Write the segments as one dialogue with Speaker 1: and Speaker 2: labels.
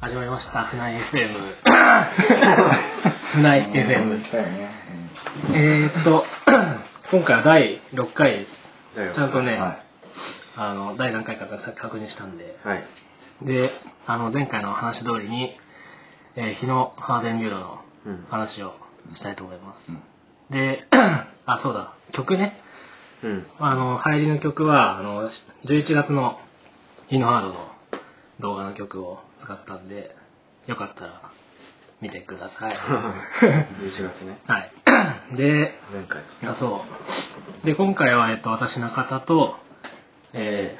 Speaker 1: 始まりました。船井 FM。船井 FM。
Speaker 2: だよね。
Speaker 1: えーっ と、今回は第6回です。
Speaker 2: うん
Speaker 1: ちゃんとね
Speaker 2: は
Speaker 1: あの、第何回かさっき確認したんで。
Speaker 2: い。はい。
Speaker 1: で、あの、前回の話通りに、えー昨日、ハーデンビューロの
Speaker 2: うん
Speaker 1: 話をしたいと思います。
Speaker 2: うん
Speaker 1: で、 あ、そうだ、曲ね。
Speaker 2: うん。
Speaker 1: あの、入りの曲は、あの、し11月のイノハードの動画の曲を使ったんで、よかったら見てください。
Speaker 2: 11月ね。
Speaker 1: はい。 で、
Speaker 2: 前回。
Speaker 1: あそう。で、今回は、えっと、私中田と、え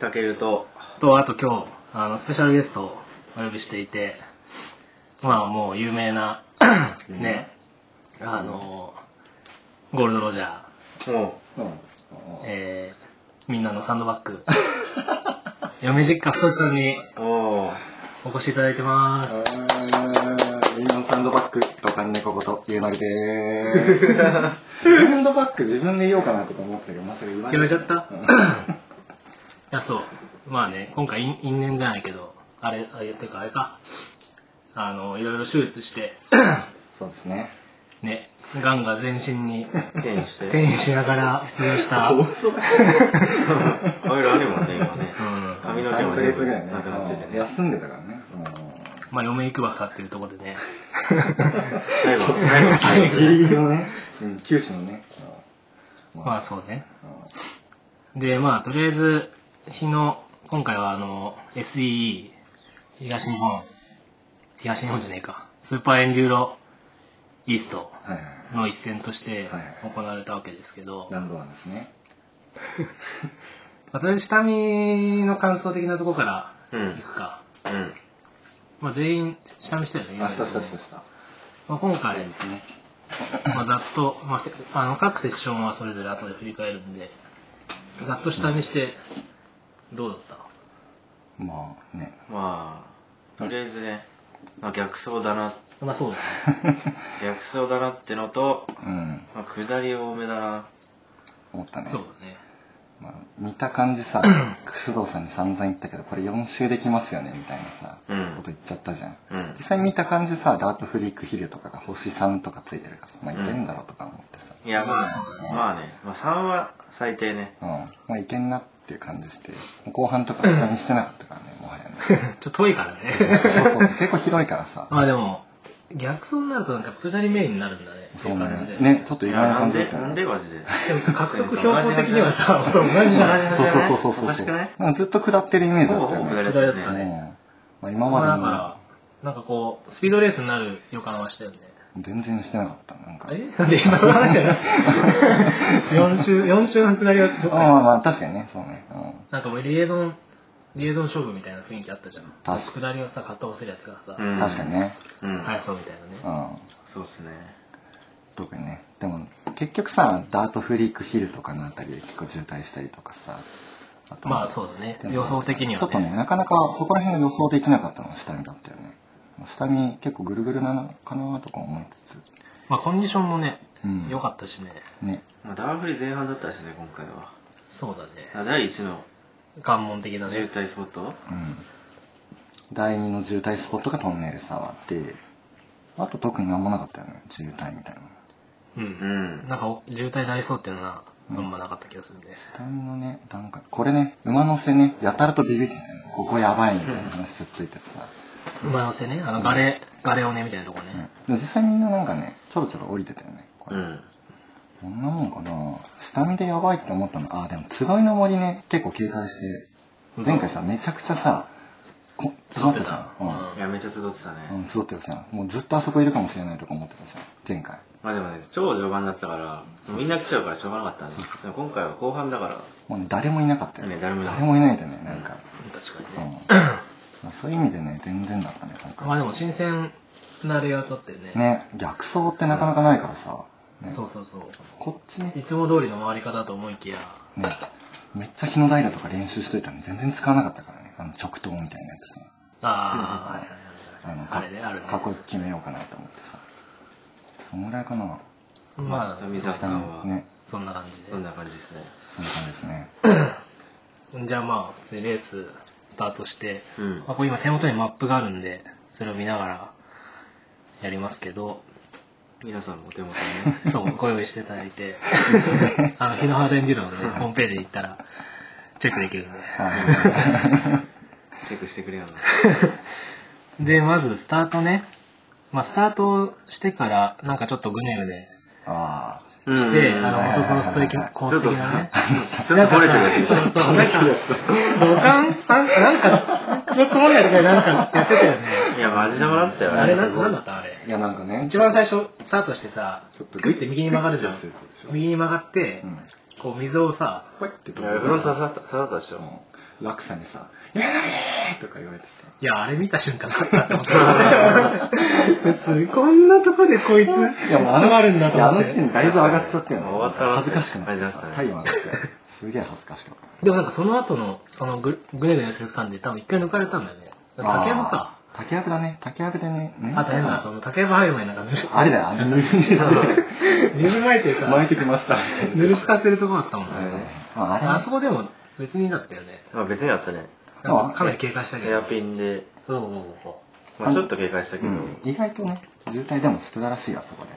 Speaker 2: たけると、
Speaker 1: ー、と、あと今日、あの、スペシャルゲストをお呼びしていて、まあ、もう有名な、ね、あの、ゴールドロジャー、
Speaker 2: も
Speaker 3: うん。
Speaker 1: えー、みんなのサンドバッグ。嫁実家太さんに
Speaker 2: う、おー。
Speaker 1: お越しいただいてます。
Speaker 3: みんなサンドバッグとかねここと、ゆうのりで ーす。サンドバッグ自分で言おうかなとか思ってたけど、まさか言わな
Speaker 1: や
Speaker 3: い
Speaker 1: めちゃった、いや、そう。まあね、今回因、因縁じゃないけど、あれ、あれ、てかあれか。あの、いろいろ手術して、
Speaker 3: そうですね。
Speaker 1: ね、ガンが全身に
Speaker 2: 転移 して。
Speaker 1: 転移しながら出場した。うん。
Speaker 3: 嘘だ
Speaker 2: いろいろあるもんね、今ね。髪の毛
Speaker 3: 3
Speaker 2: も
Speaker 3: ヶ
Speaker 2: 全
Speaker 3: 月
Speaker 2: 部
Speaker 3: ぐらいね
Speaker 2: なくなってて、
Speaker 3: うん
Speaker 2: ね。
Speaker 3: 休んでたからね。
Speaker 1: まあ、嫁いくばかっていうところでね。
Speaker 2: 最後、最後、
Speaker 3: 最
Speaker 2: 最
Speaker 3: 後
Speaker 2: 後
Speaker 3: ギリギリのね、うん九死のね。うん
Speaker 1: まあ、そうね。
Speaker 3: う
Speaker 1: で、まあ、とりあえず、日の、今回はあの、SEE、東日本、東日本じゃねえか、スーパーエンデューロイースト
Speaker 3: んはいはいはい
Speaker 1: の一戦として
Speaker 3: はいはい
Speaker 1: 行われたわけですけど、
Speaker 3: ラウンドワンですね。
Speaker 1: 私、下見の感想的なところか
Speaker 2: う
Speaker 1: ら
Speaker 2: ん
Speaker 1: い。くか。
Speaker 2: うん。
Speaker 1: まあ、全員、下見したよね。
Speaker 3: あ、そうそうそうそう。
Speaker 1: まあ、今
Speaker 3: あ
Speaker 1: 回
Speaker 3: れで、すね。
Speaker 1: まあ、ざっと、まあせ、あの各セクションはそれぞれ後で振り返るんで、ざっと下見して、どうだった
Speaker 3: まあね。
Speaker 2: まあ、とりあえずね、まあ逆走だな、
Speaker 1: まあ、そうだね。
Speaker 2: 逆走だなってのと、
Speaker 3: うん、
Speaker 2: まあ下り多めだな。
Speaker 3: 思ったね。
Speaker 1: そうだね。
Speaker 3: まあ、見た感じ さ楠堂さんに散々言ったけどこれ4周できますよねみたいなさ、
Speaker 2: うん
Speaker 3: こと言っちゃったじゃん
Speaker 2: うん
Speaker 3: 実。際見た感じさダートフリークヒルとかが星3とかついてるからさ、まあ、いけんだろうとか思ってさ、
Speaker 2: いや、まあ
Speaker 1: まあそうだ、ね
Speaker 2: まあね、まあ3は最低ね。
Speaker 3: うんまあ、いけんなっていう感じして後半とか下にしてなかったからねもはやね
Speaker 1: ちょっと遠いからね。
Speaker 3: そうそう結構広いからさ
Speaker 1: まあでも、逆走になるとなんか下りメインになるんだね。って
Speaker 3: そ
Speaker 1: いうう感
Speaker 3: ね
Speaker 1: じで。
Speaker 3: ねちょっと
Speaker 2: い
Speaker 3: 意
Speaker 2: や、
Speaker 3: 外な
Speaker 2: なん
Speaker 3: 感じだ
Speaker 2: で、
Speaker 3: った
Speaker 2: なん
Speaker 3: ね
Speaker 2: でマジで。
Speaker 1: でもさ獲得標高的にはさ、そう同じじゃない。
Speaker 3: そうそうそうそう
Speaker 2: 同
Speaker 3: そ
Speaker 2: じ
Speaker 3: う
Speaker 2: じゃない
Speaker 3: なんかずっと下ってるイメージ
Speaker 2: ほ
Speaker 3: だ
Speaker 2: ぼ
Speaker 3: った
Speaker 2: ほ
Speaker 3: よ
Speaker 2: ぼ
Speaker 3: ね
Speaker 2: 下り
Speaker 3: う
Speaker 2: だったよね。
Speaker 3: んまあ、今
Speaker 1: ま
Speaker 3: ま
Speaker 1: あ
Speaker 3: で
Speaker 1: だ
Speaker 3: の
Speaker 1: から、なんかこう、スピードレースになる予感はしたよね。
Speaker 3: 全然してなかったなんか
Speaker 1: えなんで今その話じ ゃない ?4 週、四週の下りはどっ
Speaker 3: ああま
Speaker 1: か
Speaker 3: あまあ確かにねそうね、うん、
Speaker 1: なんかもうリエゾン、リエゾン勝負みたいな雰囲気あったじゃん。
Speaker 3: 確か
Speaker 1: 下りをさ、片押せるやつがさ、
Speaker 2: うん
Speaker 3: 確かにね、
Speaker 2: うん。
Speaker 1: 速そうみたいなね。
Speaker 3: うん、
Speaker 2: そうっすね。
Speaker 3: 特にねでも結局さダートフリークヒルとかのあたりで結構渋滞したりとかさあと
Speaker 1: まあそうだね。予想的にはね。
Speaker 3: ちょっとねなかなかそこら辺は予想できなかったのが下見だったよね下見結構ぐるぐるなのかなとか思いつつ
Speaker 1: まあコンディションもね
Speaker 3: うん、
Speaker 1: 良かったしね。
Speaker 3: ね
Speaker 2: まあ、ダーフリ前半だったしね、今回は。
Speaker 1: そうだね。
Speaker 2: あ第1の
Speaker 1: 関門的な
Speaker 2: 渋
Speaker 1: ね。
Speaker 2: 滞スポット
Speaker 3: うん第2の渋滞スポットがトンネル沢であと特になんもなかったよね渋滞みたいな
Speaker 1: う。
Speaker 2: うんん。
Speaker 1: なんかお渋滞になりそうっていうのは、
Speaker 3: うん
Speaker 1: あんまなかった気がするね。
Speaker 3: 下見のね段階これね馬の背ねやたらとビビってたよねここやばいみたいな話ずっと言っててさ、
Speaker 1: 馬乗せね、あの、ガレ、ガレオネみたいなとこね。
Speaker 3: 実際みんななんかねちょろちょろ降りてたよねこ
Speaker 2: う
Speaker 3: れ、
Speaker 2: ん。
Speaker 3: こんなもんかな下見でやばいって思ったのあーでもつがいの森ね結構警戒して前回さめちゃくちゃさこ集まってたじゃ
Speaker 1: 集まっ
Speaker 3: ん
Speaker 2: いや、めっちゃ集ってたね。
Speaker 3: うん、うん、集まってたじゃんもうずっとあそこいるかもしれないとか思ってたじゃん前回
Speaker 2: まあでもね、超序盤だったから、みんな来ちゃうからしょうがなかったね。でも今回は後半だか
Speaker 3: もうね誰もいなかったよ
Speaker 2: ね誰もいない
Speaker 3: いないんだよねなんか、
Speaker 1: 確か
Speaker 3: う
Speaker 1: に
Speaker 3: ん
Speaker 1: ね。
Speaker 3: まあそういう意味でね全然だったねなんか、
Speaker 1: まあでも新鮮なレイアウトだったよね。
Speaker 3: ね逆走ってなかなかないからさ、ね、
Speaker 1: そうそうそう。
Speaker 3: こっちね
Speaker 1: いつも通りの回り方だと思いきや、
Speaker 3: ね、めっちゃ日の平とか練習しといたのに全然使わなかったからねあの食堂みたいなやつね
Speaker 1: ああ、
Speaker 3: あ
Speaker 1: はいはいはい
Speaker 3: の
Speaker 1: はい。あれね、あるね。
Speaker 3: かっこよく決めようかなと思ってさそのぐらいかな
Speaker 2: ら、
Speaker 1: まあ
Speaker 2: 下、見雑感は、
Speaker 3: ね
Speaker 1: そんな感
Speaker 2: そん
Speaker 1: じ
Speaker 2: な感じですね。
Speaker 3: そんな感じですね
Speaker 1: で。じゃあまあ、普通にレーススタートして、
Speaker 2: うん
Speaker 1: まあ、これ今手元にマップがあるんで、それを見ながらやりますけど、
Speaker 2: 皆さんもお手元にね。
Speaker 1: そう、ご用意していただいて、あの、日の原エンデューロのね、ホームページに行ったら、チェックできるんで。
Speaker 2: チェックしてくれよな。
Speaker 1: で、まず、スタートね。まあ、スタートしてから、なんかちょっとグネグネ
Speaker 3: あ
Speaker 1: して、
Speaker 2: うん
Speaker 1: あの、
Speaker 3: はいはいはい
Speaker 1: 元コース的、コース的なね。
Speaker 2: ちょっと掘れてるやつ
Speaker 1: そうそう。なんか、土管さん、 なんか、ずっともんだけど、なんかやってたよね。
Speaker 2: いや、マジ邪魔だったよね。
Speaker 1: あれ、なんなんだったあれ。
Speaker 3: あ。いや、なんかね、
Speaker 1: 一番最初、スタートしてさ、
Speaker 3: ちょっと
Speaker 1: グイって右に曲がるじゃん
Speaker 3: グイってす。る
Speaker 1: 右に曲がって、
Speaker 3: うん。
Speaker 1: こう、水をさ、
Speaker 3: ポイって
Speaker 2: い
Speaker 3: とこ
Speaker 2: や、フロント刺さった刺さったでしょ。
Speaker 3: 楽さんにさ、やめとか言われてさ。
Speaker 1: いや、あれ見た瞬間だったって思った。 普通、こんなとこでこいつ、
Speaker 3: いや、もう
Speaker 1: 下
Speaker 3: あの
Speaker 1: がるんだと
Speaker 3: いやあ
Speaker 1: 思
Speaker 3: の
Speaker 1: っ
Speaker 3: 時点
Speaker 1: て。
Speaker 3: でだいぶ上がっちゃったよね。
Speaker 2: 終わったら
Speaker 3: 恥ずかしくなっ
Speaker 2: 恥
Speaker 3: て
Speaker 2: ず
Speaker 3: さ
Speaker 2: かしか。った
Speaker 3: 体温上がって。すげえ恥ずかしかっ
Speaker 1: でもなんかその後の、そのぐ、ぐねぐねする感じで多分一回抜かれたんだよね。
Speaker 3: た。
Speaker 1: 竹山か。
Speaker 3: あー。竹山だね。竹山でね。ね
Speaker 1: あと変な、その竹山入る前になんか濡
Speaker 3: あれだよ、あれ塗り
Speaker 1: れ、そう 水まいてさ、
Speaker 3: 巻いてきました。
Speaker 1: 濡れつかってるとこだったもん
Speaker 3: はい
Speaker 1: ね。
Speaker 3: まあ、あれ
Speaker 1: あそこでも別にだったよね。
Speaker 2: まあ別にあったね。
Speaker 1: なんかかなり警戒したけ
Speaker 2: ヘ
Speaker 1: ど。
Speaker 2: アピンで、
Speaker 1: そうそうそうそ
Speaker 2: まあちょっと警戒したけ
Speaker 3: う
Speaker 2: ど、
Speaker 3: ん、意外とね、渋滞でもしてたらしいよ、あそこで。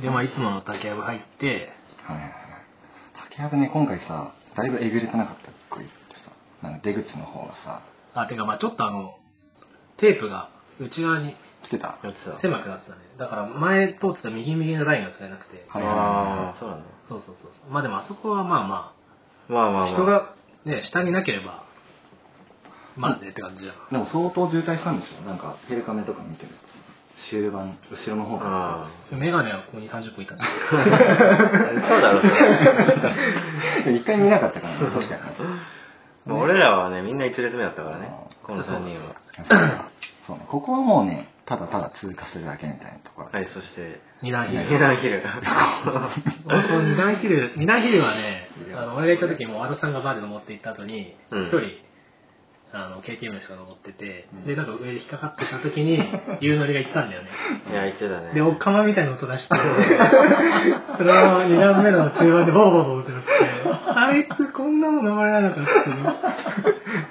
Speaker 1: う。で、まあいつもの竹山入って、
Speaker 3: はいはいはい竹藪ね今回さだいぶえぐれてなかったっこいいってさなんか出口の方がさ
Speaker 1: あ、てかまあちょっとあの、テープが内側に
Speaker 3: 来てた
Speaker 2: やってた。
Speaker 1: 狭くなってたね。だから前通ってた右右のラインが使えなくて。
Speaker 3: はいはいはい
Speaker 2: あ
Speaker 3: は
Speaker 2: あ、そうなんだ。
Speaker 1: そうそうそうそう。まあでもあそこはまあま
Speaker 2: まあまあま
Speaker 1: あ、
Speaker 2: あ。
Speaker 1: 人がね、下になければ、まあねって感じじゃん。
Speaker 3: いでも相当渋滞したんでしょなんかヘルカメとか見てるとさ終盤後ろの方から
Speaker 2: あ
Speaker 3: さ
Speaker 1: メガネはここに30分いたんだ
Speaker 2: あ。そうだろう。
Speaker 3: でも一回見なかったからね確かに
Speaker 2: まあ俺らはね、みんな1列目だったからね
Speaker 3: あ。
Speaker 2: この3人は。
Speaker 3: そうかそうねここはもうねただただ通過するだけみたいなところ、
Speaker 2: はい、そして、
Speaker 1: 二段ヒル。
Speaker 2: ヒルヒル。
Speaker 1: 本当二段ヒル、二段ヒルはね、あの、俺が行った時も和田さんがバーで登って行った後に、一、
Speaker 2: うん
Speaker 1: 人、あの、KTM の人が登ってて、で、なんか上で引っかかってた時に、夕乗りが行ったんだよね。
Speaker 2: いや、言ってたね。
Speaker 1: で、おっかまみたいな音出して、そのまま2段目の中盤でボーボーボーってなって、あいつこんなもん流れなのかっていうの。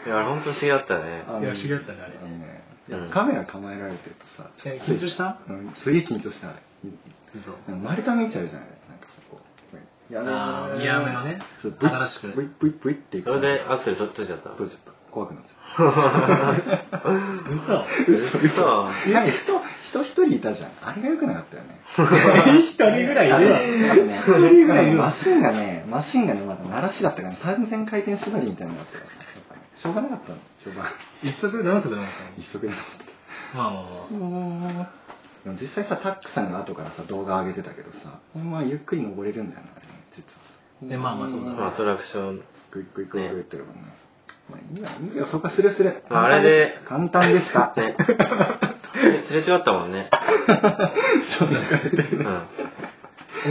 Speaker 2: いや、ほんと不思議だったね。
Speaker 3: あの
Speaker 1: いや知り合ったねあれ
Speaker 3: あのねい
Speaker 2: うん
Speaker 3: やカメラ構えられてるとさ
Speaker 1: 緊張した
Speaker 3: うんすげえ緊張したあれ
Speaker 1: 嘘。
Speaker 3: 丸太見えちゃうじゃないなんかそこや
Speaker 1: あー、やめのね、
Speaker 3: そうブイ
Speaker 1: 新しく。
Speaker 3: ブイブイブイってい
Speaker 2: それでアクセル取っといちゃった。
Speaker 3: 閉じちゃった怖くなっちゃっ
Speaker 1: 嘘。
Speaker 2: 嘘嘘。
Speaker 3: たなんか人人一人いたじゃんあれが良くなかったよね
Speaker 1: 一人ぐらいい
Speaker 3: あ
Speaker 1: る
Speaker 3: れ
Speaker 1: わ。
Speaker 3: ね
Speaker 1: 一人ぐらいいるわ
Speaker 3: マ。シンがねマシンがねまだ鳴らしだったから3000回転縛りみたいなのがあったからさやっぱねしょうがなかったの序盤
Speaker 1: 一足何足なんですかね
Speaker 3: 一足なかっ
Speaker 1: まあまあまあ。
Speaker 3: たでも実際さタックさんが後からさ動画上げてたけどさほんまゆっくり登れるんだよなあれね実はさ
Speaker 1: でまあまあそうだね
Speaker 2: まあ、アトラクション。
Speaker 3: グイグイグイグイってるもんね。まあ、いいよ、いいよ、そこはスレスレ。
Speaker 2: まああれで
Speaker 3: 簡単でした。
Speaker 2: ね。すれ違ったもんね。うん。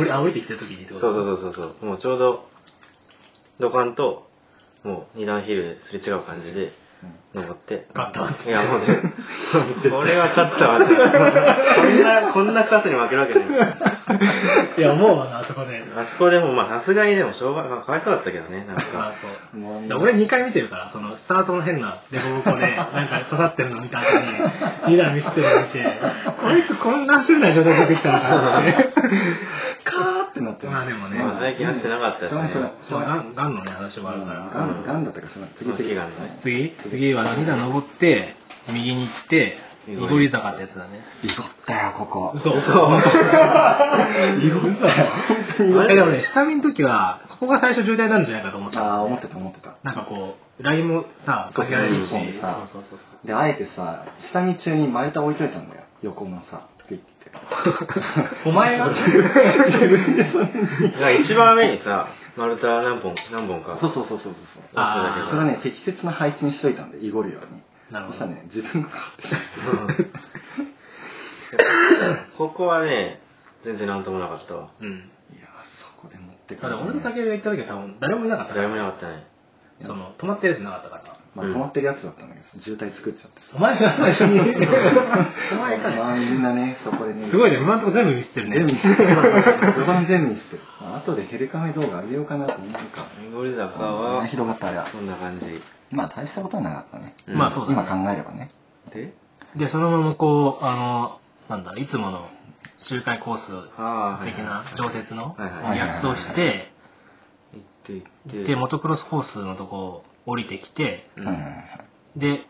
Speaker 1: 俺、あ、降りてきた時にってこと
Speaker 2: そうそうそうそうそう。もうちょうど、土管と、もう二段ヒルですれ違う感じで、登って。
Speaker 1: 勝ったっつっ
Speaker 2: いや、もうね、これは勝ったわって。こんな、こんなカスに負けるわけない。
Speaker 1: いや、思うわな、あそこで。
Speaker 2: あそこでも、まあ、さすがにでも、しょうが、まあ、かわいそうだったけどね、なん
Speaker 1: あ
Speaker 2: か。
Speaker 1: そう。
Speaker 3: もう
Speaker 1: だから俺2回見てるから、その、スタートの変なデボボコで、なんか刺さってるの見た後に、2段見せてるの見て、こいつこんな走れない状態で出てきたのかなって。
Speaker 3: カーってなってる
Speaker 1: まあでもね
Speaker 2: まあ、最近走ってなかったし
Speaker 3: しょうがない、しょうが
Speaker 2: ね
Speaker 3: ない。しょ
Speaker 1: ま
Speaker 3: う
Speaker 1: あ、
Speaker 3: が
Speaker 1: ガ
Speaker 3: ない。
Speaker 1: ンガンのね、話もあるから。
Speaker 3: ガン、ガンだったからしょうがない。次、次。
Speaker 2: ガンだね
Speaker 1: 次次は2段登って、右に行って、
Speaker 2: イ
Speaker 1: イ
Speaker 2: ゴリ
Speaker 1: ゴリ坂ってやつだね。
Speaker 3: いこったよ、ここ。
Speaker 1: 嘘。 嘘。
Speaker 3: いこったよ。
Speaker 1: え、でもね、下見の時は、ここが最初渋滞なんじゃないかと思ってた。
Speaker 3: ああ、思ってた、思ってた。
Speaker 1: なんかこう、ラインもさ、かけられるし、
Speaker 3: そうそう
Speaker 1: そう
Speaker 3: そう
Speaker 1: そうそうそう。
Speaker 3: で、あえてさ、下道中に丸太置いといたんだよ。横のさ、ピッて。
Speaker 1: お前 が
Speaker 2: なんか一番上にさ、丸太何本、何本か。
Speaker 3: そうそうそうそうそう。
Speaker 1: あー
Speaker 3: それはね、適切な配置にしといたんで、イゴるように。
Speaker 1: なるほど
Speaker 3: そしたらね、自分がかかってしまった
Speaker 2: ここはね、全然なんともなかったわ。
Speaker 1: うん。
Speaker 3: いやー、そこで持って
Speaker 1: だから俺と
Speaker 3: ね
Speaker 1: 竹が行った時は多分誰もいなかったか
Speaker 2: 誰
Speaker 1: ら、
Speaker 2: もいなかったね。
Speaker 1: その、止まってるやついなかったから。
Speaker 3: まあ、止まってるやつだったんだけど、渋滞作っちゃってさ。
Speaker 1: お前が最初に。 お前か。
Speaker 3: まあ、みんなね、そこでね。
Speaker 1: すごいじゃん、今のとこ全部見せてる
Speaker 3: 全
Speaker 1: ね。
Speaker 3: ミス。序盤全ミス。まあ後でヘルカメ動画上げようかなと思うか。
Speaker 2: ゴリ坂
Speaker 3: あー
Speaker 2: は、
Speaker 3: ひどかったあれは。
Speaker 2: そんな感じ。
Speaker 3: まあ大したことはなかったね。
Speaker 2: うん
Speaker 1: まあそうだね
Speaker 3: 今考えればね。
Speaker 2: で
Speaker 1: で、そのままこう、あの、なんだ、いつもの周回コース
Speaker 2: ああ、はい
Speaker 1: 的な
Speaker 2: はい
Speaker 1: 常設の
Speaker 2: はいはい
Speaker 3: はい
Speaker 1: やつをして、
Speaker 2: 行って行って。
Speaker 1: で、モトクロスコースのとこ降りてきて、
Speaker 2: う
Speaker 3: うんん。はいは
Speaker 1: で、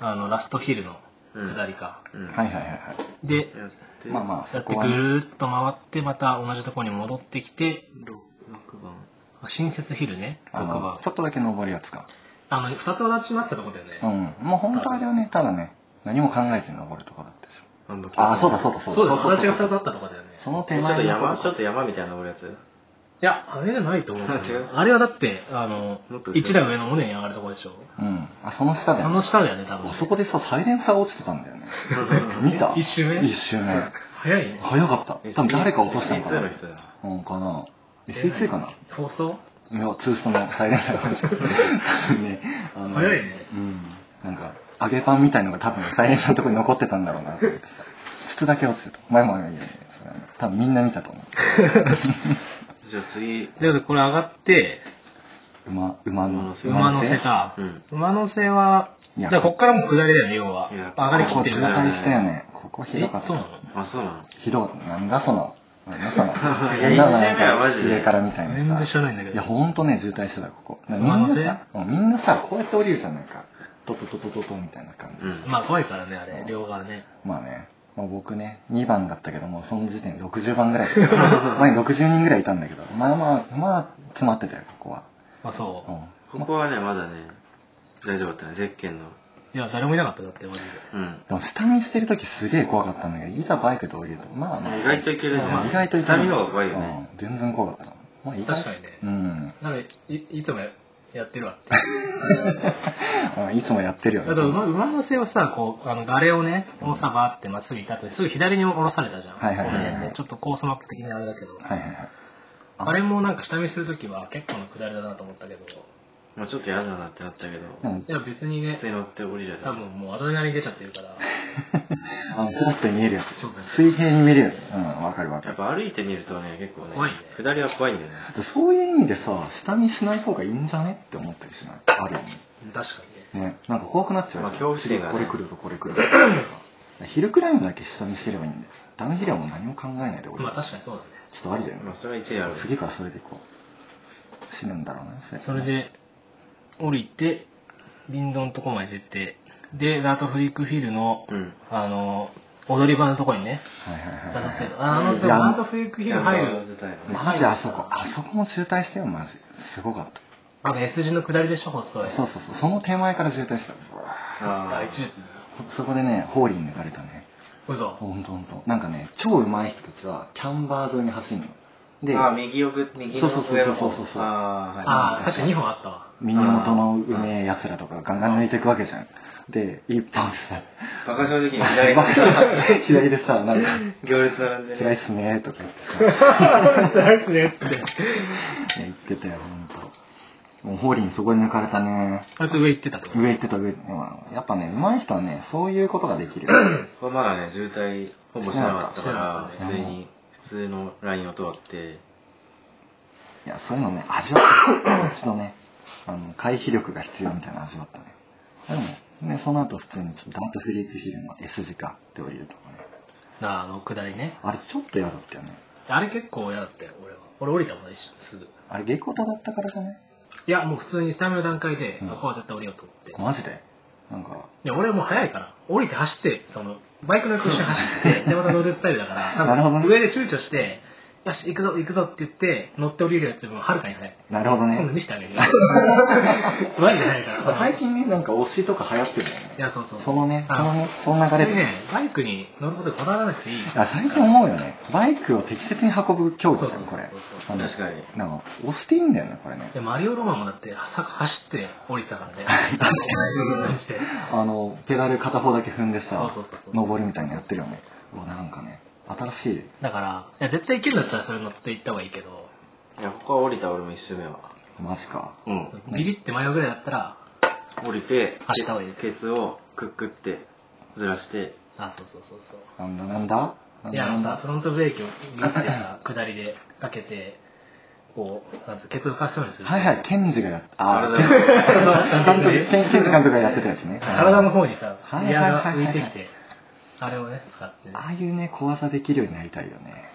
Speaker 1: あの、ラストヒルの
Speaker 2: うん
Speaker 1: 下りか。
Speaker 2: うん
Speaker 3: いはいは
Speaker 1: で、
Speaker 2: やって、
Speaker 3: い。まあまあ、
Speaker 1: や
Speaker 3: そ
Speaker 1: っ
Speaker 3: こ
Speaker 1: て
Speaker 3: は
Speaker 1: ぐ
Speaker 3: ね。
Speaker 1: るーっと回って、また同じとこに戻ってきて、
Speaker 2: ろ六番。
Speaker 1: 新設ヒルね、
Speaker 3: あ
Speaker 1: 6
Speaker 3: の
Speaker 1: 番
Speaker 3: ち。ょっとだけ登るやつか。
Speaker 1: あの、二つ同じましたとこだよね。
Speaker 3: うん。もう本当あれはね、ただね、何も考えずに登るとこだったでしょ。
Speaker 2: あんま聞いてない
Speaker 3: あ、そうだそうだそう
Speaker 1: そ
Speaker 3: だ。
Speaker 1: うだ、同じが2つあったとこだよね。
Speaker 3: その
Speaker 2: え
Speaker 3: 手
Speaker 2: ちょっと
Speaker 3: 前の
Speaker 2: 山、ちょっと山みたいな登るやつ
Speaker 1: いや、あれじゃないと思うけ
Speaker 2: 違う
Speaker 1: ど。あれはだって、あの
Speaker 2: もっと、
Speaker 1: 一段上の尾根に上がるとこでしょ。
Speaker 3: うん。あ、その下だ
Speaker 1: そ
Speaker 3: よ、
Speaker 1: の
Speaker 3: ね。
Speaker 1: 下だよね、多分
Speaker 3: あ。そこでさ、サイレンサー落ちてたんだよね。見た
Speaker 1: 一周目
Speaker 3: 一周目。
Speaker 1: 早いね。
Speaker 3: 早かった。多分誰か落としたのか
Speaker 2: S2
Speaker 3: な
Speaker 2: の。人だ。
Speaker 3: うん、かな。SE2 かな。
Speaker 1: 放送
Speaker 3: いや、ツーストのサイレンサーが落ちてた。ね、あの
Speaker 1: 早いね。
Speaker 3: うん。なんか、揚げパンみたいのが多分サイレンサーのとこに残ってたんだろうなと思ってさ。筒だけ落ちてた。前もあるよね。それはね。多分みんな見たと思う。
Speaker 2: じゃあ次、
Speaker 1: だけどこれ上がって、
Speaker 3: 馬、馬の、
Speaker 1: 馬乗せか
Speaker 2: うん。
Speaker 1: 馬乗せは、
Speaker 3: い
Speaker 1: じ
Speaker 3: や
Speaker 1: ゃあこっからもう下りだよね、要は。
Speaker 2: いや
Speaker 1: 上がりき
Speaker 3: こ
Speaker 1: っ
Speaker 3: こ
Speaker 1: て
Speaker 3: 渋
Speaker 1: る
Speaker 2: ここ
Speaker 1: ね。
Speaker 3: 滞したよね。ここひど
Speaker 1: え
Speaker 3: かった。
Speaker 1: そうなの
Speaker 2: あ、そうなの
Speaker 3: ひどかった。なんだその。なんだその。
Speaker 2: いや一周目はマジで
Speaker 3: 上からみたい
Speaker 1: 全然
Speaker 3: な
Speaker 1: 知
Speaker 3: さ。
Speaker 1: らないんだけ
Speaker 3: いや、
Speaker 1: ど。
Speaker 3: ほんとね、渋滞してた、ここ。みん
Speaker 1: 馬
Speaker 3: な
Speaker 1: のせ
Speaker 3: さ、うんみんなさ、こうやって降りるじゃん、なんか。トトトトトトみたいな感じ。
Speaker 2: うん。
Speaker 1: まあ怖いからね、あれ、両側ね。
Speaker 3: まあね、まあ、僕ね、2番だったけども、その時点で60番ぐらい。前に60人ぐらいいたんだけど、まあまあ、まあ、詰まってたよ、ここは。
Speaker 1: まあそうう。
Speaker 3: ん。
Speaker 2: ここはね、まだね、大丈夫だったね、ゼッケンの。
Speaker 1: いや、誰もいなかった、だって、マジで。
Speaker 2: うん。
Speaker 3: でも、下見してる時すげえ怖かったんだけど、いたバイクで降りると、まあまあ。
Speaker 2: 意外といけるね。
Speaker 3: まあ、意外といけ
Speaker 2: 下
Speaker 3: る
Speaker 2: 見の方が怖いよね。
Speaker 3: うん、全然怖かった。まあ、意外
Speaker 1: 確かにね
Speaker 3: うん。
Speaker 1: なんか、いいつもやってるわって。
Speaker 3: あいつもやってるよね。
Speaker 1: あと馬馬の背をさこうあのガレをねをさバーってまっすぐ行った後にすぐ左に下ろされたじゃん、
Speaker 3: はいはいはいはい
Speaker 1: この辺ねちょっとコースマップ的にあれだけど、
Speaker 3: はいはいはい。
Speaker 1: あれもなんか下見するときは結構な下りだなと思ったけどい
Speaker 2: まあちょっと嫌だなってなったけど、
Speaker 3: でも、
Speaker 1: や別にね
Speaker 2: 普通に乗って降りるやつ。
Speaker 1: 多分もうアドレナリン出ちゃってる から
Speaker 3: あの、フラットに見えるやつ。
Speaker 1: そうそうそう
Speaker 3: 水平に見えるやつ。うん、わかるわか
Speaker 2: やっ
Speaker 3: る。
Speaker 2: ぱ歩いてみるとね、結構ね、
Speaker 1: 怖いね
Speaker 2: 下りは怖いんだよね。
Speaker 3: そういう意味でさ、下見しない方がいいんじゃねって思ったりしないあるよね。
Speaker 1: 確かにね
Speaker 3: ね、なんか怖くなっちゃうじゃん
Speaker 2: まあ恐怖心がね
Speaker 3: 次これ来るとこれ来るとかさヒルクライムだけ下見してればいいんだよダウンヒルはもう何も考えないで俺、
Speaker 1: まあ
Speaker 3: ちょ
Speaker 1: 確かにそうだね
Speaker 3: っとありだよね、
Speaker 2: まあそれは一理ある。
Speaker 3: 次からそれでいこう死ぬんだろうね
Speaker 1: それで降りて林道のとこまで出てでラートフリークフィルの、
Speaker 2: うん。
Speaker 1: あの踊り場のとこにね
Speaker 3: はいはいはい
Speaker 1: 出させる
Speaker 3: は
Speaker 1: あの
Speaker 3: うん
Speaker 1: でもラートフリークフィル入る
Speaker 3: いマジあそこあそこも渋滞したよマジすごかっ
Speaker 1: あの S 字の下りでしょ細い
Speaker 3: たそうそうそうその手前から渋滞したうわ
Speaker 2: あ
Speaker 1: あ
Speaker 2: あ、
Speaker 1: 一列
Speaker 3: そこでねホーリー抜かれたね
Speaker 1: 嘘
Speaker 3: ほんとほんとなんかね超うまい人たちはキャンバー沿いに走るので
Speaker 2: ああ、右奥、右の
Speaker 3: そうそう
Speaker 2: 上の
Speaker 3: そうそ
Speaker 2: 方
Speaker 3: うそうそう
Speaker 2: ああ、は
Speaker 1: ああ、確かに2本あったわ。
Speaker 3: 耳元のうめえやつらとかがガンガン抜いていくわけじゃんで一本さ
Speaker 2: い。バカ正直に左側
Speaker 3: 左でさ、なんか、
Speaker 2: 行列並んで
Speaker 3: 辛い
Speaker 2: ね。
Speaker 3: っすねとか言ってさ、
Speaker 1: 辛いっすね、つって。
Speaker 3: 言ってたよ、ほんと。もう、ホーリーにそこに抜かれたね。
Speaker 1: あいつ上行ってたってこと
Speaker 3: 上行ってた、上行ってた。やっぱね、上手い人はね、そういうことができるよ。
Speaker 2: これまだね、渋滞ほぼしてなかったか
Speaker 1: し
Speaker 2: ら、普
Speaker 1: て
Speaker 3: なかった
Speaker 2: 通
Speaker 3: ね
Speaker 2: に、普通のラインを通って、
Speaker 3: いや、そういうのね、味わっ た。もう一度ね、あの、回避力が必要みたいな味わったね。でも、ね、その後普通にちょっとダントフリークヒルの S 字かって降りるとかね。
Speaker 1: なあ、あの、下りね。
Speaker 3: あれ、ちょっと嫌だったよね。
Speaker 1: あれ結構嫌だったよ、俺は。俺降りたもんね、一緒すぐ。
Speaker 3: あれ、下校だったからじゃない
Speaker 1: いや、もう普通に下見の段階で、
Speaker 3: うん
Speaker 1: あここは絶対降りようと思って。い
Speaker 3: マジでなんか、
Speaker 1: や、俺はもう早いから、降りて走って、その、バイクの横一緒に走って、 で、また乗るスタイルだから、
Speaker 3: なるほどね
Speaker 1: 上で躊躇して、よし、行くぞ、行くぞって言って、乗って降りるやつよりもはるかに早い。
Speaker 3: なるほど
Speaker 1: 今度
Speaker 3: ね。
Speaker 1: 見せてあげ るよ。マジで早いから。
Speaker 3: 最近ね、なんか推しとか流行ってるよね。
Speaker 1: いや、そうそう。
Speaker 3: そのね、そ
Speaker 1: あ
Speaker 3: のね、その流
Speaker 1: 普通
Speaker 3: れで。
Speaker 1: にね、バイクに乗ることにこだわらなくていい。
Speaker 3: いや最近思うよね。バイクを適切に運ぶ競技じゃん、
Speaker 1: そう
Speaker 3: こ
Speaker 1: そう
Speaker 3: れ
Speaker 1: そうそう。
Speaker 3: あの
Speaker 2: 確かに。
Speaker 3: なんか、押していいんだよね、これね
Speaker 1: い。やマリオロマンもだって朝走って降りてたからね。マジで
Speaker 3: あの、ペダル片方だけ踏んでさ
Speaker 1: そうそうそうそ、う
Speaker 3: 登るみたいにやってるよね。うわ、なんかね、新しい。
Speaker 1: だから、いや絶対行けるんだったらそれ乗って行った方がいいけど、
Speaker 2: いや、ここは降りた俺も一周目は。
Speaker 3: マジか。
Speaker 2: うん。
Speaker 1: ビリって迷うぐらいだったら、
Speaker 2: 降りて、
Speaker 1: 走った方がいい
Speaker 2: ケツをくっくって、ずらして、
Speaker 1: あ、そうそうそうそう。
Speaker 3: なんだなんだなん
Speaker 1: い
Speaker 3: だ
Speaker 1: や、あ
Speaker 3: な
Speaker 1: の
Speaker 3: ん
Speaker 1: さ、
Speaker 3: だ
Speaker 1: フロントブレーキをグッてさ、下りでかけて、こう、なんつうケツ浮かせようにする。
Speaker 3: はいはい、ケンジがやっあ
Speaker 2: 体
Speaker 3: ー
Speaker 2: の
Speaker 3: ケンジ
Speaker 1: なんていう
Speaker 3: ケンケンジ監督がやってたやつね。
Speaker 1: 体の方にさ、
Speaker 3: はい
Speaker 1: ギアが
Speaker 3: はいはい
Speaker 1: 浮
Speaker 3: はい
Speaker 1: いてきて、あれをね、使ってね。
Speaker 3: ああいうね、小技できるようになりたいよね。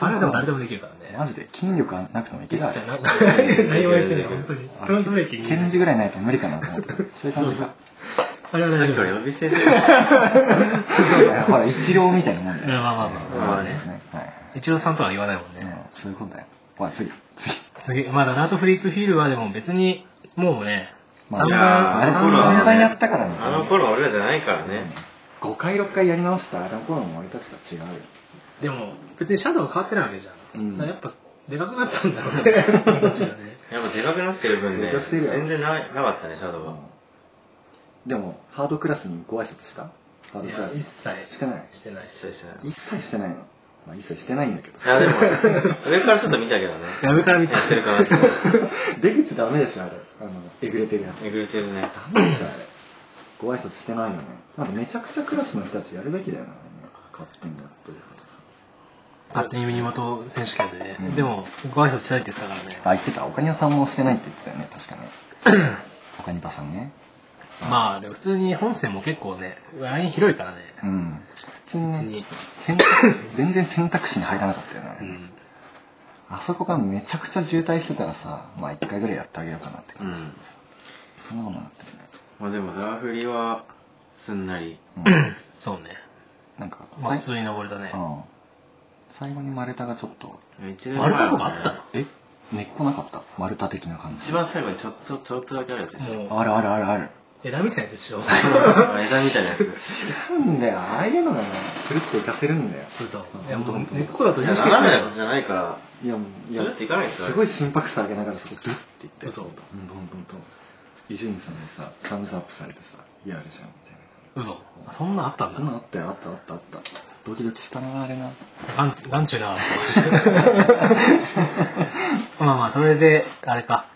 Speaker 1: あれでも誰でもできるからね。
Speaker 3: マジで筋力はなくてもいけ
Speaker 1: 一
Speaker 3: るわ
Speaker 1: 切な何も言ってない、
Speaker 2: う
Speaker 1: 本
Speaker 2: ん
Speaker 1: 当に。フロントブレーキに。
Speaker 3: ケンジぐらいないと無理かなと 思って。そういう感じが。
Speaker 1: あれは
Speaker 2: さっ
Speaker 1: 大
Speaker 2: き
Speaker 1: 丈
Speaker 2: か
Speaker 1: 夫。
Speaker 2: ら呼び捨てで
Speaker 3: ほら、一郎みたいなもんだ
Speaker 1: うん
Speaker 3: よ。
Speaker 1: まあまあ まあ。
Speaker 2: まあね
Speaker 3: ね。はい。
Speaker 1: 一郎さんとは言わないもんね。
Speaker 3: うんそういうことだよ。ほら、次、次。
Speaker 1: すげえ、まだダートフリークフィールはでも別に、もうね、
Speaker 3: ま
Speaker 1: 散
Speaker 3: い
Speaker 2: や
Speaker 1: 々、
Speaker 2: ーあの
Speaker 1: 散
Speaker 2: 頃はね
Speaker 1: 々
Speaker 3: 散々やったからね。
Speaker 2: あの頃は俺らじゃないからね
Speaker 3: 5回、6回やり直したあの頃の俺たちと違うよ。
Speaker 1: でも、別にシャドウ変わってないわけじゃん。
Speaker 3: うん
Speaker 1: だからやっぱ、でかくなったんだろう ね。どっちがね
Speaker 2: やっぱでかくなってる分ね
Speaker 3: 成長してるよ
Speaker 2: 全然ななかったねシャドウは
Speaker 3: でも、ハードクラスにご挨拶したハー
Speaker 1: い
Speaker 3: ド
Speaker 1: や
Speaker 3: クラ、ス。
Speaker 1: 一切
Speaker 3: してない
Speaker 1: してない。
Speaker 2: 一切してない
Speaker 3: 一切してないの。まあ、一切してないんだけど。
Speaker 2: いやでも上からちょっと見たけどね
Speaker 1: いや上から見た
Speaker 2: やってるかなって
Speaker 3: 出口ダメでしょ、あれ。あの、えぐれてるやつ。
Speaker 2: えぐれてるね
Speaker 3: ダメでしょ、あれ。ご挨拶してないよね。なんかめちゃくちゃクラスの人たちやるべきだよな、ね、勝手にやってることさ。
Speaker 1: 勝手にミニマト選手権でね、
Speaker 3: うん
Speaker 1: でも、ご挨拶しないって言ってたからね。
Speaker 3: あ、言ってた。岡庭さんもしてないって言ってたよね、確かね。岡庭さんね。
Speaker 1: まあ、でも普通に本戦も結構ね、ライン広いからね。
Speaker 3: うん。普通に
Speaker 1: 別
Speaker 3: ね
Speaker 1: に。
Speaker 3: 選択肢全然選択肢に入らなかったよね、あ
Speaker 1: う
Speaker 3: れ
Speaker 1: ん。
Speaker 3: あそこがめちゃくちゃ渋滞してたらさまあ1回ぐらいやってあげようかなって
Speaker 2: う
Speaker 3: 感じ、
Speaker 2: ん
Speaker 3: そんなことになってるね
Speaker 2: まあでもダーフリはすんなり
Speaker 3: うん、
Speaker 1: そうね。
Speaker 3: なんか、
Speaker 1: まあ、
Speaker 3: さい
Speaker 1: 普通に登れたね
Speaker 3: う。ん、最後に丸太がちょっと
Speaker 2: 一年前
Speaker 1: 丸太とかあったの
Speaker 3: え根っこなかった丸太的な感じ
Speaker 2: 一番最後にちょっとちょっとだけあるやつでしょ
Speaker 1: もう、
Speaker 3: あるあるあるある
Speaker 1: 枝みたいなやつでしょ。
Speaker 2: あれだみたいなやつ
Speaker 3: 違うんだよああいうのがねつるっといかせるんだよ
Speaker 1: 嘘
Speaker 3: うん。
Speaker 1: いや、もう
Speaker 3: 本当
Speaker 1: 根っこだと
Speaker 2: い
Speaker 1: 認
Speaker 2: や
Speaker 1: 識して
Speaker 2: 斜
Speaker 1: ない
Speaker 2: めなことじゃないから
Speaker 3: いやもうや
Speaker 2: つるっていかないですよ
Speaker 3: すごい心拍数上げながらそこドゥッていって
Speaker 1: 嘘
Speaker 3: うんどんどんどん伊集院さんにさサンズアップされてさいやあるじゃんみたいな
Speaker 1: 嘘。あそんなあったんだ
Speaker 3: そん。なのあったよあったあったあったドキドキしたなあれな
Speaker 1: ガン、ガンチュ な。まあまあ、それで、あれか。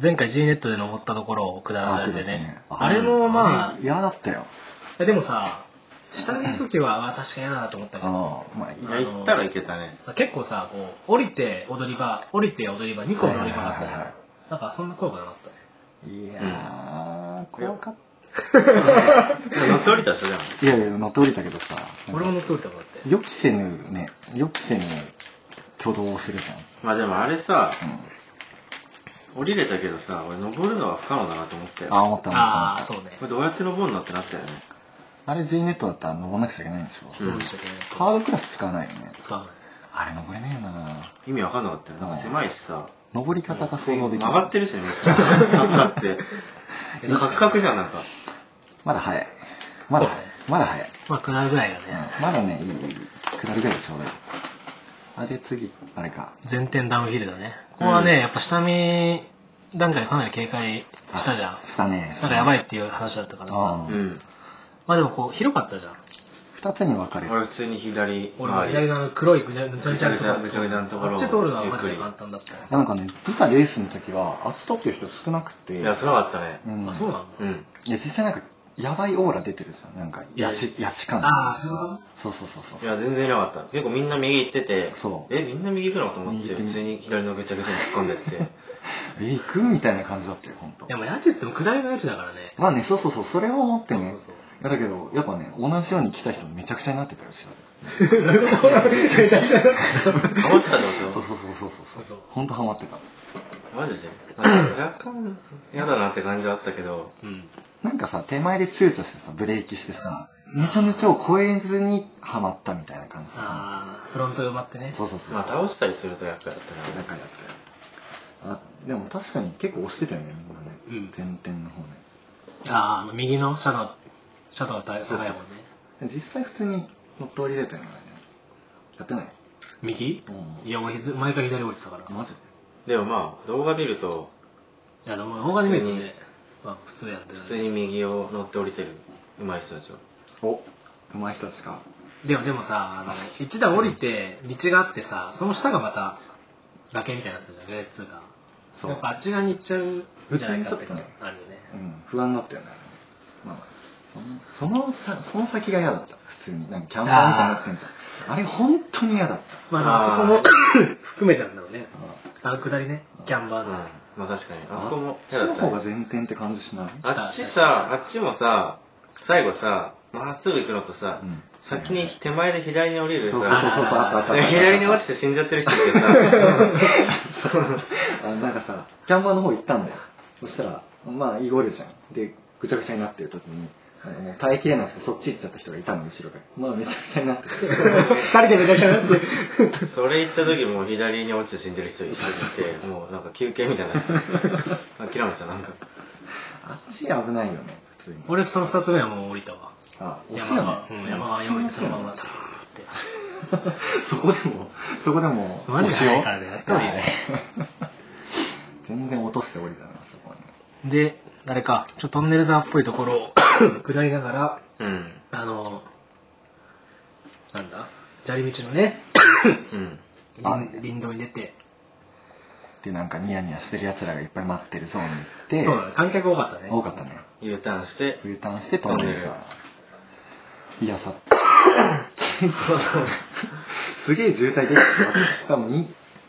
Speaker 1: 前回 G ネットで登ったところを下らされてね。あれもまあ、い
Speaker 3: 嫌だったよ
Speaker 1: やでもさ、下の時は、あ確かに嫌だなと思ったけど、
Speaker 3: ああまあいい
Speaker 2: いや行ったらいけたね
Speaker 1: 結構さ、こう、降りて踊り場、降りて踊り場、2個の踊り場があったじゃ
Speaker 3: はいはいはいは
Speaker 1: ん。なんかそんな効果なかったね。
Speaker 3: いやー怖かっ
Speaker 2: 乗って降りた人でも
Speaker 3: たいやいや乗って降りたけどさ
Speaker 1: 俺も乗っておいたもんだって。
Speaker 3: 予期せぬね予期せぬ挙動をするじゃん
Speaker 2: まあでもあれさ
Speaker 3: うん
Speaker 2: 降りれたけどさ俺登るのは不可能だなと思ったよ
Speaker 3: あ思った思った
Speaker 1: あ
Speaker 3: 思
Speaker 1: あ、
Speaker 3: った
Speaker 1: そうね
Speaker 2: こ。れどうやって登るのってなったよね
Speaker 3: あれ G ネットだったら登らなくちゃいけないんでしょ
Speaker 1: そうでしたっけね。
Speaker 3: ハードクラス使わないよね
Speaker 1: 使わない。
Speaker 3: あれ登れねえよな
Speaker 2: 意味わかんなかったよなんか狭いしさ
Speaker 3: 登り方が想像でき
Speaker 2: 曲
Speaker 3: ない
Speaker 2: がってるしねめっちゃ曲が ってカクカクじゃんなんか
Speaker 3: まだ早いまだ
Speaker 1: そうね
Speaker 3: まだ早い
Speaker 1: まあ、下るぐらいがね、
Speaker 3: うんまだね、いい、いい、下るぐらいでちょうどいい。あ、で、次、あれか。
Speaker 1: 前転ダウンヒルだね。ここはね、やっぱ下見段階でかなり警戒
Speaker 3: あ
Speaker 1: したじゃん。
Speaker 3: したね。
Speaker 1: なんかやば
Speaker 3: い
Speaker 1: いっていう話だったから
Speaker 3: あ
Speaker 1: さ。
Speaker 3: あ
Speaker 2: うん
Speaker 1: まあでもこう、広かったじゃん。
Speaker 3: 二つに分かれる。
Speaker 2: 俺普通に左
Speaker 1: 俺は
Speaker 2: 回
Speaker 1: 左
Speaker 2: り
Speaker 1: 側の黒いぐちゃぐちゃぐちゃのとこ
Speaker 2: ぐちゃぐちゃのところ
Speaker 1: あ
Speaker 2: を
Speaker 1: っち通るのはマジで簡単だったよ。
Speaker 3: なんかね、出たレースの時は、暑取ってる人少なくて。
Speaker 2: いやすごかったね
Speaker 3: うん、
Speaker 1: あ、そう
Speaker 3: だ。
Speaker 1: なんだ。
Speaker 2: うん
Speaker 3: いや、実際なんか、やばいオーラ出てるじゃん。なんか、
Speaker 1: いや
Speaker 3: やち、やち感。
Speaker 1: ああ、そうなんだ。
Speaker 3: そうそうそうそう。
Speaker 2: いや全然いなかった結構みんな右行ってて
Speaker 3: そう
Speaker 2: えみんな右行くのと思って
Speaker 3: 右行って
Speaker 2: 普通に左のぐちゃぐちゃに突っ込ん でって
Speaker 3: え、行くみたいな感じだったよ、ほんと
Speaker 1: で。も、家賃っても下りの家賃だから ね。
Speaker 3: まあね、そうそうそう、それを思って
Speaker 1: そう
Speaker 3: ね。
Speaker 1: そうそう。
Speaker 3: いやだけど、やっぱね、同じように来た人めちゃくちゃになってたよ、後ろで。
Speaker 2: ハマってたでしょ
Speaker 3: そうそうそうそうそう。
Speaker 1: そう
Speaker 3: ほんとハマってた。
Speaker 2: マジでなんか若干嫌だなって感じはあったけど
Speaker 1: うん。
Speaker 3: なんかさ、手前で躊躇してさ、ブレーキしてさ、めちゃめちゃを超えずにハマったみたいな感じさ。
Speaker 1: ああ、フロント埋まってね。
Speaker 3: そうそうそう。
Speaker 2: まあ倒したりすると厄介だったね
Speaker 3: だからだからあ、でも確かに結構押してたよね、みんなね。
Speaker 1: うん
Speaker 3: 前転の方ね。
Speaker 1: ああ、右のシャドウ、シャドウが高いもんね。
Speaker 3: 実際普通に乗って降りれたよね。やってない
Speaker 1: 右
Speaker 3: うん
Speaker 1: いや、俺、ず前から左降りてたから。
Speaker 3: マジで
Speaker 2: でもまあ動画見ると
Speaker 1: いや、でも、大金見るとね、まあ、普通やって
Speaker 2: 普
Speaker 1: る
Speaker 2: 通に右を乗って降りてる上手い人でしょ
Speaker 3: お、上手い人たちか。
Speaker 1: でも、でもさ、あの、一段降りて、道があってさ、その下がまた、崖みたいなやつじゃん、レースが。
Speaker 3: そう
Speaker 1: やっぱあっち側に行っちゃうんじゃないかって
Speaker 3: 普通にちょっとね
Speaker 1: あるよね。
Speaker 3: うん、不安だったよね。まあ、そのさその先が嫌だった普通になんかキャンパーみたいになってんじゃんあれ本当に嫌だった
Speaker 1: まあ、そこも
Speaker 2: あ
Speaker 1: 含めてなんだろうね。あ、下りね。キャンバ
Speaker 2: う
Speaker 1: ー
Speaker 2: ん、
Speaker 1: の
Speaker 2: ま。あ確かにあ
Speaker 3: あ
Speaker 2: そこも
Speaker 3: あっちの方が前転って感じしない
Speaker 2: あっちさあっちもさ最後さまっすぐ行くのとさ、
Speaker 3: うん
Speaker 2: 先に手前で左に降りるさ
Speaker 3: そうそうそうそうあったあったあった
Speaker 2: 左に落ちて死んじゃってる人いて さ
Speaker 3: あなんかさキャンバーの方行ったんだよそしたらまあイゴるじゃんでぐちゃぐちゃになってる時になんかもう耐えきれなくてそっち行っちゃった人がいたの後ろからまあめちゃくちゃになってて
Speaker 1: 二人でめちゃくちゃなって。
Speaker 2: それ行った時もう左に落ちて死んでる人いてもうなんか休憩みたいになってた諦めたなんか
Speaker 3: あっち危ないよね普通に
Speaker 1: 俺、その二つ目はもう降りたわ。
Speaker 3: あ押す
Speaker 1: 山
Speaker 3: よ
Speaker 1: が、うん、
Speaker 3: ね
Speaker 1: 山が
Speaker 3: そ
Speaker 1: 用
Speaker 3: う
Speaker 1: 意
Speaker 3: で
Speaker 1: して
Speaker 3: す
Speaker 1: その
Speaker 3: よね
Speaker 1: ままだって。
Speaker 3: そこでもそこでも
Speaker 1: マジで早い
Speaker 3: 押しを
Speaker 1: からねやった方がいいね
Speaker 3: はい全然落として降りたなそこに
Speaker 1: で、誰か、ちょっとトンネル沢っぽいところを 下りながら、
Speaker 2: うん
Speaker 1: あの、なんだ砂利道のね、
Speaker 2: うん
Speaker 3: あ
Speaker 1: 林林道に出て、
Speaker 3: でなんかニヤニヤしてるやつらがいっぱい待ってるゾーンに行って
Speaker 1: そうだね、観客多かったね。
Speaker 3: 多かったね
Speaker 2: U ターンして、
Speaker 3: U ターンしてトンネルさいやさ すげえ渋滞できてた多分 2,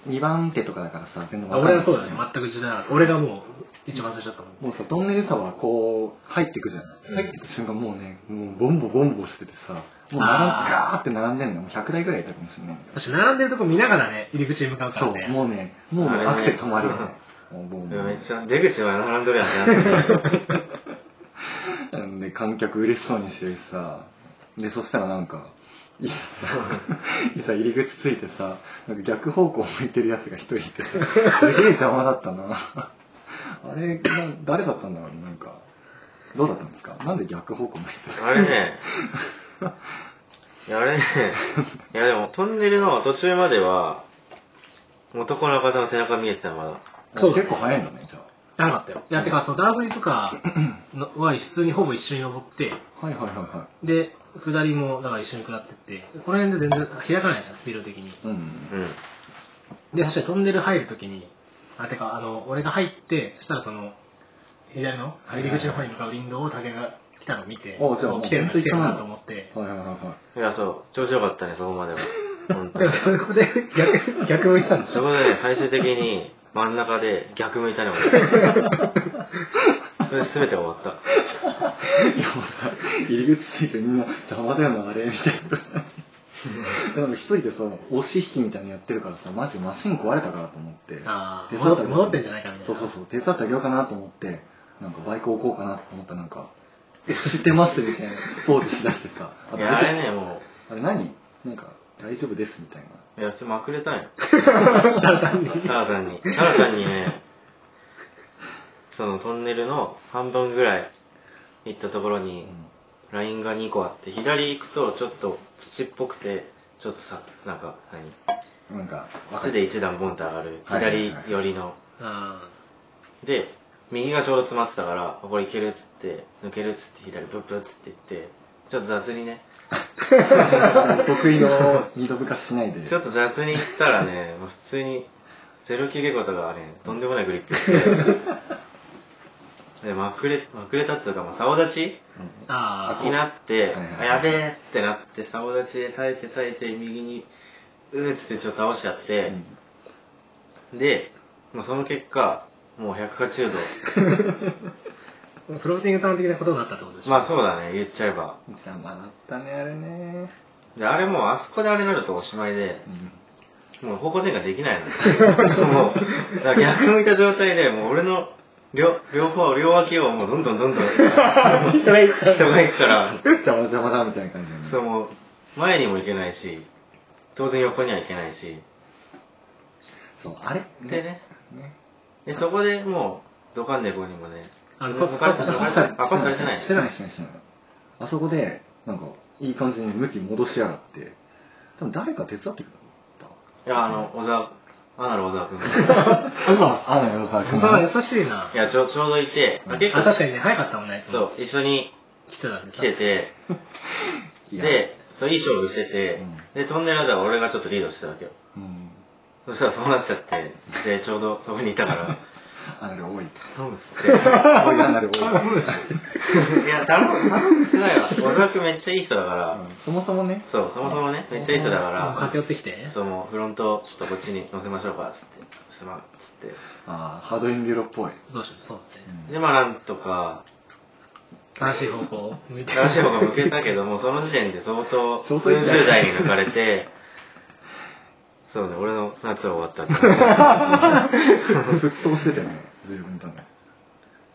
Speaker 3: 2番手とかだからさ全然
Speaker 1: あ
Speaker 3: わ
Speaker 1: 俺
Speaker 3: かんな
Speaker 1: はいそうだね、全く知らなかった。俺がもう、一番最初だったもん。
Speaker 3: もうさトンネルさはこう入ってくじゃん入ってく瞬間もうねもうボンボボンボしててさもう並ん
Speaker 1: あー
Speaker 3: ガーって並んでるのもう100台ぐらいいたかもしれないんだよ
Speaker 1: 私、並んでるとこ見ながらね、入り口に向かうから
Speaker 3: そう
Speaker 1: ね。
Speaker 3: もうねもう
Speaker 2: あれね
Speaker 3: アクセル止まるよねもうボンボン
Speaker 2: めっちゃ出口は並んどるやんってなってる
Speaker 3: なん で観客嬉しそうにしてるしさでそしたらなんかいざさいざ入り口ついてさなんか逆方向向いてるやつが一人いてさすげえ邪魔だったなあれな誰だったんだろうねなんかどうだったんですかなんで逆方向向いて
Speaker 2: あれねいやあれねいやでもトンネルの途中までは男の方の背中見えてたまだ
Speaker 1: そう
Speaker 3: 結構早いのねじゃ
Speaker 1: なかったよ。いや、てか、そのダーブリとか のは普通にほぼ一緒に登って、
Speaker 3: あはいはいはいは
Speaker 1: で、下りも、だから一緒に下ってって、この辺で全然開かないじゃん、スピード的に。
Speaker 3: いうん
Speaker 2: うん
Speaker 1: で、確かにトンネル入るときに、あ、てか、あの、俺が入って、そしたらその、左の入り口の方に向かう林道を竹が来たのを見て、
Speaker 3: おうじゃあ
Speaker 1: 来てるな、
Speaker 3: もう
Speaker 1: 来てるなと思って。
Speaker 3: はいはいはいはい
Speaker 2: いやそう調子よかったねそこまでは本当
Speaker 1: で
Speaker 2: に
Speaker 1: も、そこで逆、逆向いてたんでし
Speaker 2: そ
Speaker 1: ょ
Speaker 2: こでね最終的に真ん中で逆向いたね俺それで全てが終わった
Speaker 3: いやもうさ入り口ついてみんな邪魔だよなあれみたい なでも一人でさ押し引きみたいなのやってるからさマジマシン壊れたかなと思って
Speaker 1: あー
Speaker 3: 手伝っ
Speaker 1: 戻
Speaker 3: て
Speaker 1: って戻ってんじゃないかみたいな
Speaker 3: そうそうそう手伝ってあげようかなと思ってなんかバイク置こうかなと思ったらなんか押してますみたいな掃除しだしてさあ
Speaker 2: いやあ
Speaker 3: 大丈夫
Speaker 2: れねも
Speaker 3: あれ何なんか大丈夫ですみたいな
Speaker 2: ういやつまくれたんよ
Speaker 1: ただ単に。
Speaker 2: タラさんに、タラさんにね、そのトンネルの半分ぐらい行ったところに、ラインが2個あって、左行くとちょっと土っぽくて、ちょっとさ、なんか、何
Speaker 3: うんなんかか
Speaker 2: 土で一段ボンって上がる、
Speaker 3: はいはいはい
Speaker 2: 左寄りの。
Speaker 1: あ
Speaker 2: で、右がちょうど詰まってたから、あこれ行けるっつって、抜けるっつって、左ブッブッつって行って、ちょっと雑にね、
Speaker 3: 得意の二度深しないで
Speaker 2: ちょっと雑に行ったらね、 もう普通に、ゼロ切れことがね、とんでもないグリ ップして、で、まくれ、まくれたっつうか、まあ、竿立ち
Speaker 1: ーあー。
Speaker 2: になって、
Speaker 3: はいはい
Speaker 2: あやべえってなって、竿立ちで耐えて耐えて、右に、うーっつってちょっと倒しちゃっ
Speaker 3: う
Speaker 2: て
Speaker 3: ん、
Speaker 2: で、まあ、その結果、もう180度。
Speaker 1: フローティングターン的なことになったってことでしょ
Speaker 2: まあそうだね、言っちゃえば。
Speaker 3: 邪魔だったねあれね
Speaker 2: で、あれもう、あそこであれなるとおしまいで、
Speaker 3: うん
Speaker 2: もう方向転換できないのもう、だから逆向いた状態で、もう俺の両両方、両脇をもうどんどんどんどん人
Speaker 1: 人がいっぱい
Speaker 2: が行くから、
Speaker 3: 邪魔邪魔だみたいな感じだね
Speaker 2: そうもう前にも行けないし、当然横には行けないし、
Speaker 3: そうあれ
Speaker 2: でね、
Speaker 3: ね
Speaker 2: でそこでもう、ドカンネコにもね、
Speaker 1: あの、
Speaker 2: も
Speaker 1: パ
Speaker 2: う
Speaker 1: ス、
Speaker 2: パ
Speaker 1: パ
Speaker 2: ス
Speaker 1: ス
Speaker 2: し
Speaker 1: したた
Speaker 2: パスあパスされてない
Speaker 3: してないしてないしてないあそこでなんかいい感じに向き戻しやがって多分誰か手伝ってくれ
Speaker 2: いや、あの、小沢、アナル小沢君が、
Speaker 3: た今あのよさ
Speaker 1: 小沢優しいな。
Speaker 2: いやちょ、ちょうどいて、あ結
Speaker 1: あ、
Speaker 2: 構、
Speaker 1: 確かにね、早かったもんね、いつ
Speaker 2: そ
Speaker 1: も
Speaker 2: う、一緒に
Speaker 1: 来てたんで
Speaker 2: 来
Speaker 1: さ。
Speaker 2: てて、で、そういい勝負してて、
Speaker 3: うん
Speaker 2: で、トンネルだは俺がちょっとリードしてたわけよ。
Speaker 3: うん
Speaker 2: そしたらそうなっちゃって、で、ちょうどそこにいたから、
Speaker 3: アナル多い。
Speaker 2: 頼むっ つって。い
Speaker 3: 多い、アナル多い。
Speaker 2: や、頼む、頼むしてないわ。小沢君めっちゃいい人だから、
Speaker 3: うんそもそもね、
Speaker 2: そう、そもそもね、めっちゃいい人だか
Speaker 1: もう駆け
Speaker 2: ら、
Speaker 1: 寄ってきて。
Speaker 2: そう、もうフロント、ちょっとこっちに乗せましょうか、つって、すまん、つって。
Speaker 3: あーハードエンデュロっぽい。
Speaker 1: そうしよう、そうだね。
Speaker 2: で、まあなんとか、
Speaker 1: 正しい方向を向いて。
Speaker 2: 新しい方が向けたけども、その時点で相当、
Speaker 3: 相
Speaker 2: 数
Speaker 3: 当いいんじゃない
Speaker 2: 十代に抜かれて、そうね、俺の夏は終わ ったって感じだ
Speaker 3: 沸騰してたよね随分とね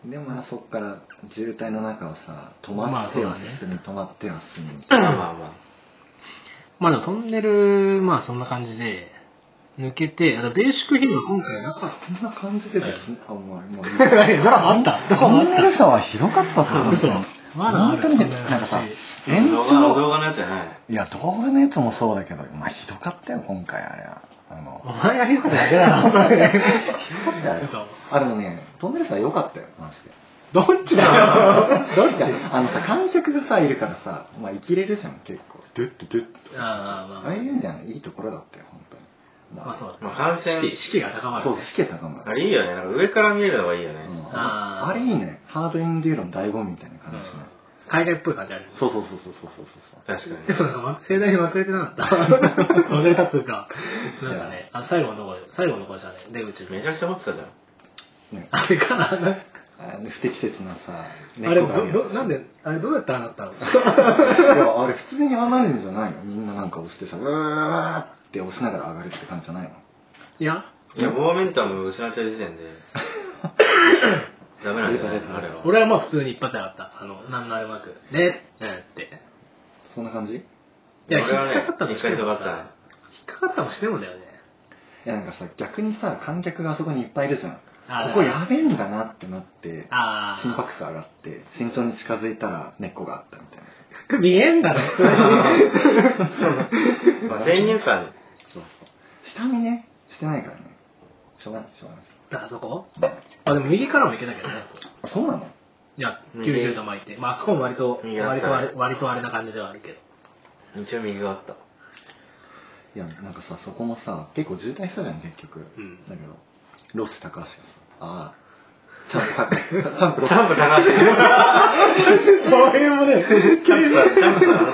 Speaker 3: でもまあそっから渋滞の中をさ止まっては進み、止まっては進み
Speaker 2: まあまあま
Speaker 1: まあでもトンネル、まあそんな感じで、抜けて、あとベーシックヒルは今回なかっ
Speaker 3: こんな感じでですね、あお前もういい
Speaker 1: た。え、ドラマあったドラ
Speaker 3: こ
Speaker 1: マ
Speaker 3: の
Speaker 1: あっ
Speaker 3: 広さは広かったぞ
Speaker 1: た。嘘。まだあ
Speaker 3: 本
Speaker 1: る
Speaker 3: 当にね
Speaker 1: こん
Speaker 3: なんかさ
Speaker 1: 話
Speaker 2: あ。
Speaker 3: 延
Speaker 2: 動画の、動
Speaker 3: 長
Speaker 2: 画のやつじゃない。
Speaker 3: いや動画のやつもそうだけどまあひどかったよ今回あれはあ
Speaker 1: お
Speaker 3: の
Speaker 1: 前が言うことだけだろ、それ。
Speaker 3: ひどかったよあれ
Speaker 1: 嘘
Speaker 3: あでもねトンネルさん良かったよマジで
Speaker 1: どっちだよ。
Speaker 3: どっちあのさ観客がさいるからさまあ生きれるじゃん結構ドゥッドゥドゥッ
Speaker 1: ああ、まあ
Speaker 3: あ
Speaker 1: ま
Speaker 3: あ
Speaker 1: あ
Speaker 3: い。うんじゃいいところだったよ本当に
Speaker 1: まあそうだ。
Speaker 2: まあ感染
Speaker 1: 士気士気が高まる。
Speaker 3: そう士気高ま
Speaker 2: あ
Speaker 3: る
Speaker 2: れいいよね、なんか上から見るのがいいよね。
Speaker 3: うん
Speaker 1: あー
Speaker 3: あれいいねハードインデューロの醍醐味みたいな感じしない、
Speaker 1: 海外っぽい感じある。
Speaker 3: そうそうそうそうそうそうそう
Speaker 2: 確かに。
Speaker 1: でもなんか、 盛大に忘れてなかった。忘れたっつうか、 なんかね、あ最後のとこで、最後のとこじゃね、出口
Speaker 2: め
Speaker 1: で。
Speaker 2: ちゃくちゃ持ってたじゃん。
Speaker 3: ね
Speaker 1: あれかな、
Speaker 3: あの不適切なさ
Speaker 1: あれ
Speaker 3: 根っこが見えた
Speaker 1: どど、なんで、あれどうやってああなったの
Speaker 3: いやあれ普通に上がるんじゃないのみんななんか押してさうーって押しながら上がるって感じじゃないの
Speaker 1: いや、
Speaker 2: いや、モーメンタム失ってる時点で、ダメなんじゃないのあれは。
Speaker 1: 俺はまあ普通に一発で上がった。あの、なんのあれもなく。で、うんって。い
Speaker 3: そんな感じい
Speaker 1: や、引っ
Speaker 2: 俺はね
Speaker 1: かかったも
Speaker 2: 一
Speaker 1: して
Speaker 2: 回
Speaker 1: も
Speaker 2: 引っかかった
Speaker 1: さ、引っかかったもしてもだよね。
Speaker 3: やなんかさ逆にさ観客があそこにいっぱいいるじゃん
Speaker 1: あー
Speaker 3: ここやべえんだなってなって
Speaker 1: ああ。
Speaker 3: 心拍数上がって慎重に近づいたら根っこがあったみたいな
Speaker 1: 見えんだろ、普通に。
Speaker 2: まあ、先入観、
Speaker 3: そうそう下見ねしてないからねしょうがないしょうがな い
Speaker 1: あそこあ、でも右からも行けたけどね。
Speaker 3: あそうなの
Speaker 1: いや、
Speaker 2: 右
Speaker 1: 90度巻いて。まあ、あそこも割と、
Speaker 2: 右だっ
Speaker 1: 割
Speaker 2: た
Speaker 1: と
Speaker 2: ね
Speaker 1: 割、割とあれな感じではあるけど。
Speaker 2: 一応右があった。
Speaker 3: いやなんかさそこもさ結構渋滞したじゃん結局、
Speaker 1: うん
Speaker 3: だけどロス高橋がさああチャン プ高橋チャンプロ
Speaker 2: ジ
Speaker 3: ス
Speaker 2: ャンプ高橋。
Speaker 1: そういうも ね、
Speaker 2: ジャンプさ、ジャンプさ、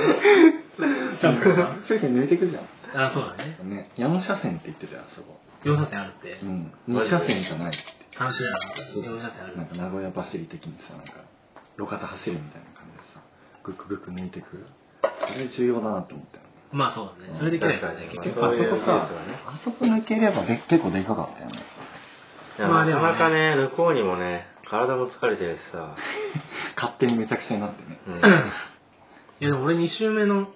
Speaker 1: ジャンプが。
Speaker 3: そういうふうに抜いていくじゃん
Speaker 1: あ、そうだね。
Speaker 3: ね4車線って言ってたよあそこ
Speaker 1: 4車線あるって
Speaker 3: う。ん
Speaker 2: マジで
Speaker 3: 2車線じゃないって
Speaker 1: 監視だから、4車線ある
Speaker 3: なん。か名古屋走り的にさなんか路肩走るみたいな感じでさグックグック抜いてくそれ重要だなと思ったよね
Speaker 1: まあそうだね。それできないからね、
Speaker 2: うん
Speaker 1: 結
Speaker 3: 結
Speaker 1: 局
Speaker 3: 構
Speaker 1: はそこ
Speaker 2: そうい
Speaker 3: あそこ
Speaker 2: うやつ
Speaker 3: さ
Speaker 2: だね
Speaker 3: あそこ抜ければで結構でかかったよね
Speaker 2: いや
Speaker 1: ま
Speaker 2: ま
Speaker 1: あ
Speaker 2: あ
Speaker 1: で
Speaker 2: な
Speaker 1: も
Speaker 2: か
Speaker 1: ね
Speaker 2: なかね、向こうにもね、体も疲れてるしさ、
Speaker 3: 勝手にめちゃくちゃになってね
Speaker 2: うん、
Speaker 1: いやでも俺2周目の、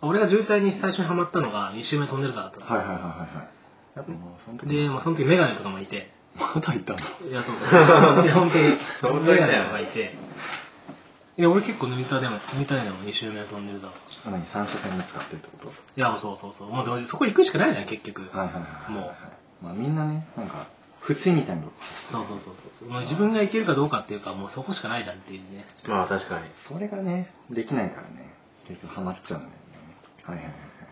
Speaker 1: 俺が渋滞に最初にハマったのが2周目トンネルさだったの
Speaker 3: はいはいはいはいはいもうその時
Speaker 1: で、まあその時メガネとかもいて、
Speaker 3: まだいたの
Speaker 1: いやそう そう。いや本当に、そ
Speaker 2: 当
Speaker 1: の
Speaker 2: にね
Speaker 1: メガネとかいて、いや俺結構抜いたでも、抜いたねでも2周目のトンネルさは。
Speaker 3: あ何三車線が使ってるってこと
Speaker 1: いやもうそうそうそう。もうでもそこ行くしかないじゃん、結局。
Speaker 3: はいはいはい
Speaker 1: も
Speaker 3: うまあみんなねなんか縁みたいなとこ
Speaker 1: そうそうそうそう。もう自分が行けるかどうかっていうか、もうそこしかないじゃんっていうね。
Speaker 2: まあ確かに。
Speaker 3: それがねできないからね結局ハマっちゃうんだよねはいはいはいはい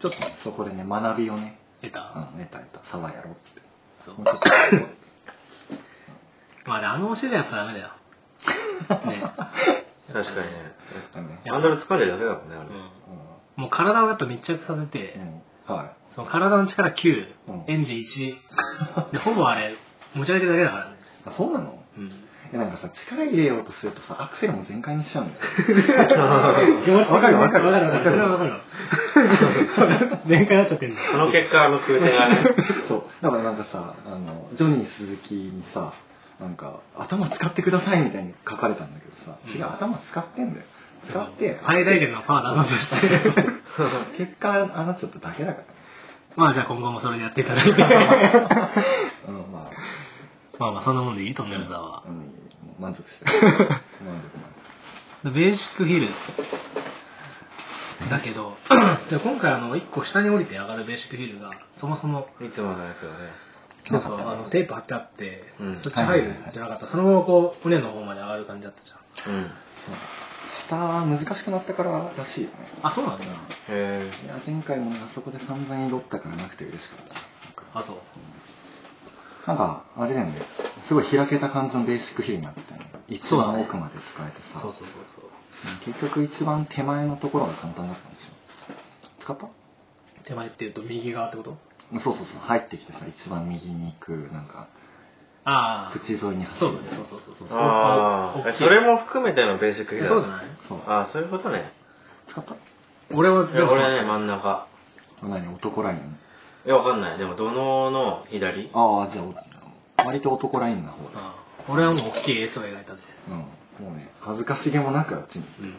Speaker 3: ちょっとねそこでね学びをね
Speaker 1: 得た。
Speaker 3: うん得た得た沢やろうって
Speaker 1: そう
Speaker 3: もう。ちょっとやろう
Speaker 1: まあね、あの教えでやったらダメ だよ。ね。
Speaker 2: 確かにね。
Speaker 3: あのね
Speaker 2: ハンドル掴んでるだけだもんね、あれ。
Speaker 1: う。
Speaker 3: うん
Speaker 1: もう体をやっぱ密着させて、
Speaker 3: んうんは
Speaker 1: その体の力9、
Speaker 3: うん
Speaker 1: エンジン1。で、ほぼあれ、持ち上げてるだけだからね。
Speaker 3: いあそうなの
Speaker 1: うん。
Speaker 3: いやなんかさ力入れようとするとさアクセルも全開にしちゃうんだよ
Speaker 1: 気持ち
Speaker 3: わかるわかる
Speaker 1: わかるわかる。それはわかるわ。全開になっちゃってるんだ。
Speaker 2: その結果、あの空手がね、
Speaker 3: そうだからなんかさあのジョニー鈴木にさなんか頭使ってくださいみたいに書かれたんだけどさ、
Speaker 1: うん
Speaker 3: 違う頭使ってんだよ使って
Speaker 1: 最大限のパワーだぞとして。
Speaker 3: 結果ああなっちゃっただけだか
Speaker 1: まあじゃあ今後もそれでやっていただいて。
Speaker 3: ら、うん、まあ、
Speaker 1: まあまあそんなもんでいいと思いますわ
Speaker 3: う。ん、もう満 足してる満足満
Speaker 1: でベーシックヒル。だけど、 で今回あの、1個下に降りて上がるベーシックヒルが、そもそも、
Speaker 2: いつものやつがね、
Speaker 1: そうそう、あのテープ貼ってあって、
Speaker 2: うん
Speaker 1: そっち入るんじゃなかった。そのままこう、船の方まで上がる感じだったじゃん。
Speaker 2: うん。
Speaker 3: 足下は難しくなったかららしいよね
Speaker 1: あ、そうなんだ。
Speaker 2: へ
Speaker 3: いや前回もねあそこで散々祈ったからなくて嬉しかった
Speaker 1: あ、そう。
Speaker 3: なんかあれだよねすごい開けた感じのベーシックヒルになってたよね一
Speaker 1: そうだ
Speaker 3: 番
Speaker 1: ね
Speaker 3: 奥まで使えてさ、
Speaker 1: そうそうそうそう
Speaker 3: 結局一番手前のところが簡単だったんですよ使った
Speaker 1: 手前っていうと右側ってこと
Speaker 3: そうそうそう入ってきてさ一番右に行くなんか
Speaker 1: ああ
Speaker 3: 口沿いに走
Speaker 1: そ
Speaker 3: る
Speaker 1: うだねそうそうそうそう
Speaker 2: あ
Speaker 1: 大
Speaker 2: あ
Speaker 1: きい
Speaker 2: それも含めてのベーシックヒ
Speaker 1: え
Speaker 2: ル
Speaker 1: そうじゃない
Speaker 3: そう
Speaker 2: ああそういうことね
Speaker 3: 使った
Speaker 1: 俺はい
Speaker 2: や
Speaker 1: さ
Speaker 2: 俺はね真ん中
Speaker 3: 何男ライン
Speaker 2: いやわかんないでも土のうの左
Speaker 3: ああじゃあ割と男ラインな方だ
Speaker 1: ああ俺はもう大きい S を描いたんで
Speaker 3: うんもうね恥ずかしげもなくあっちに
Speaker 2: うん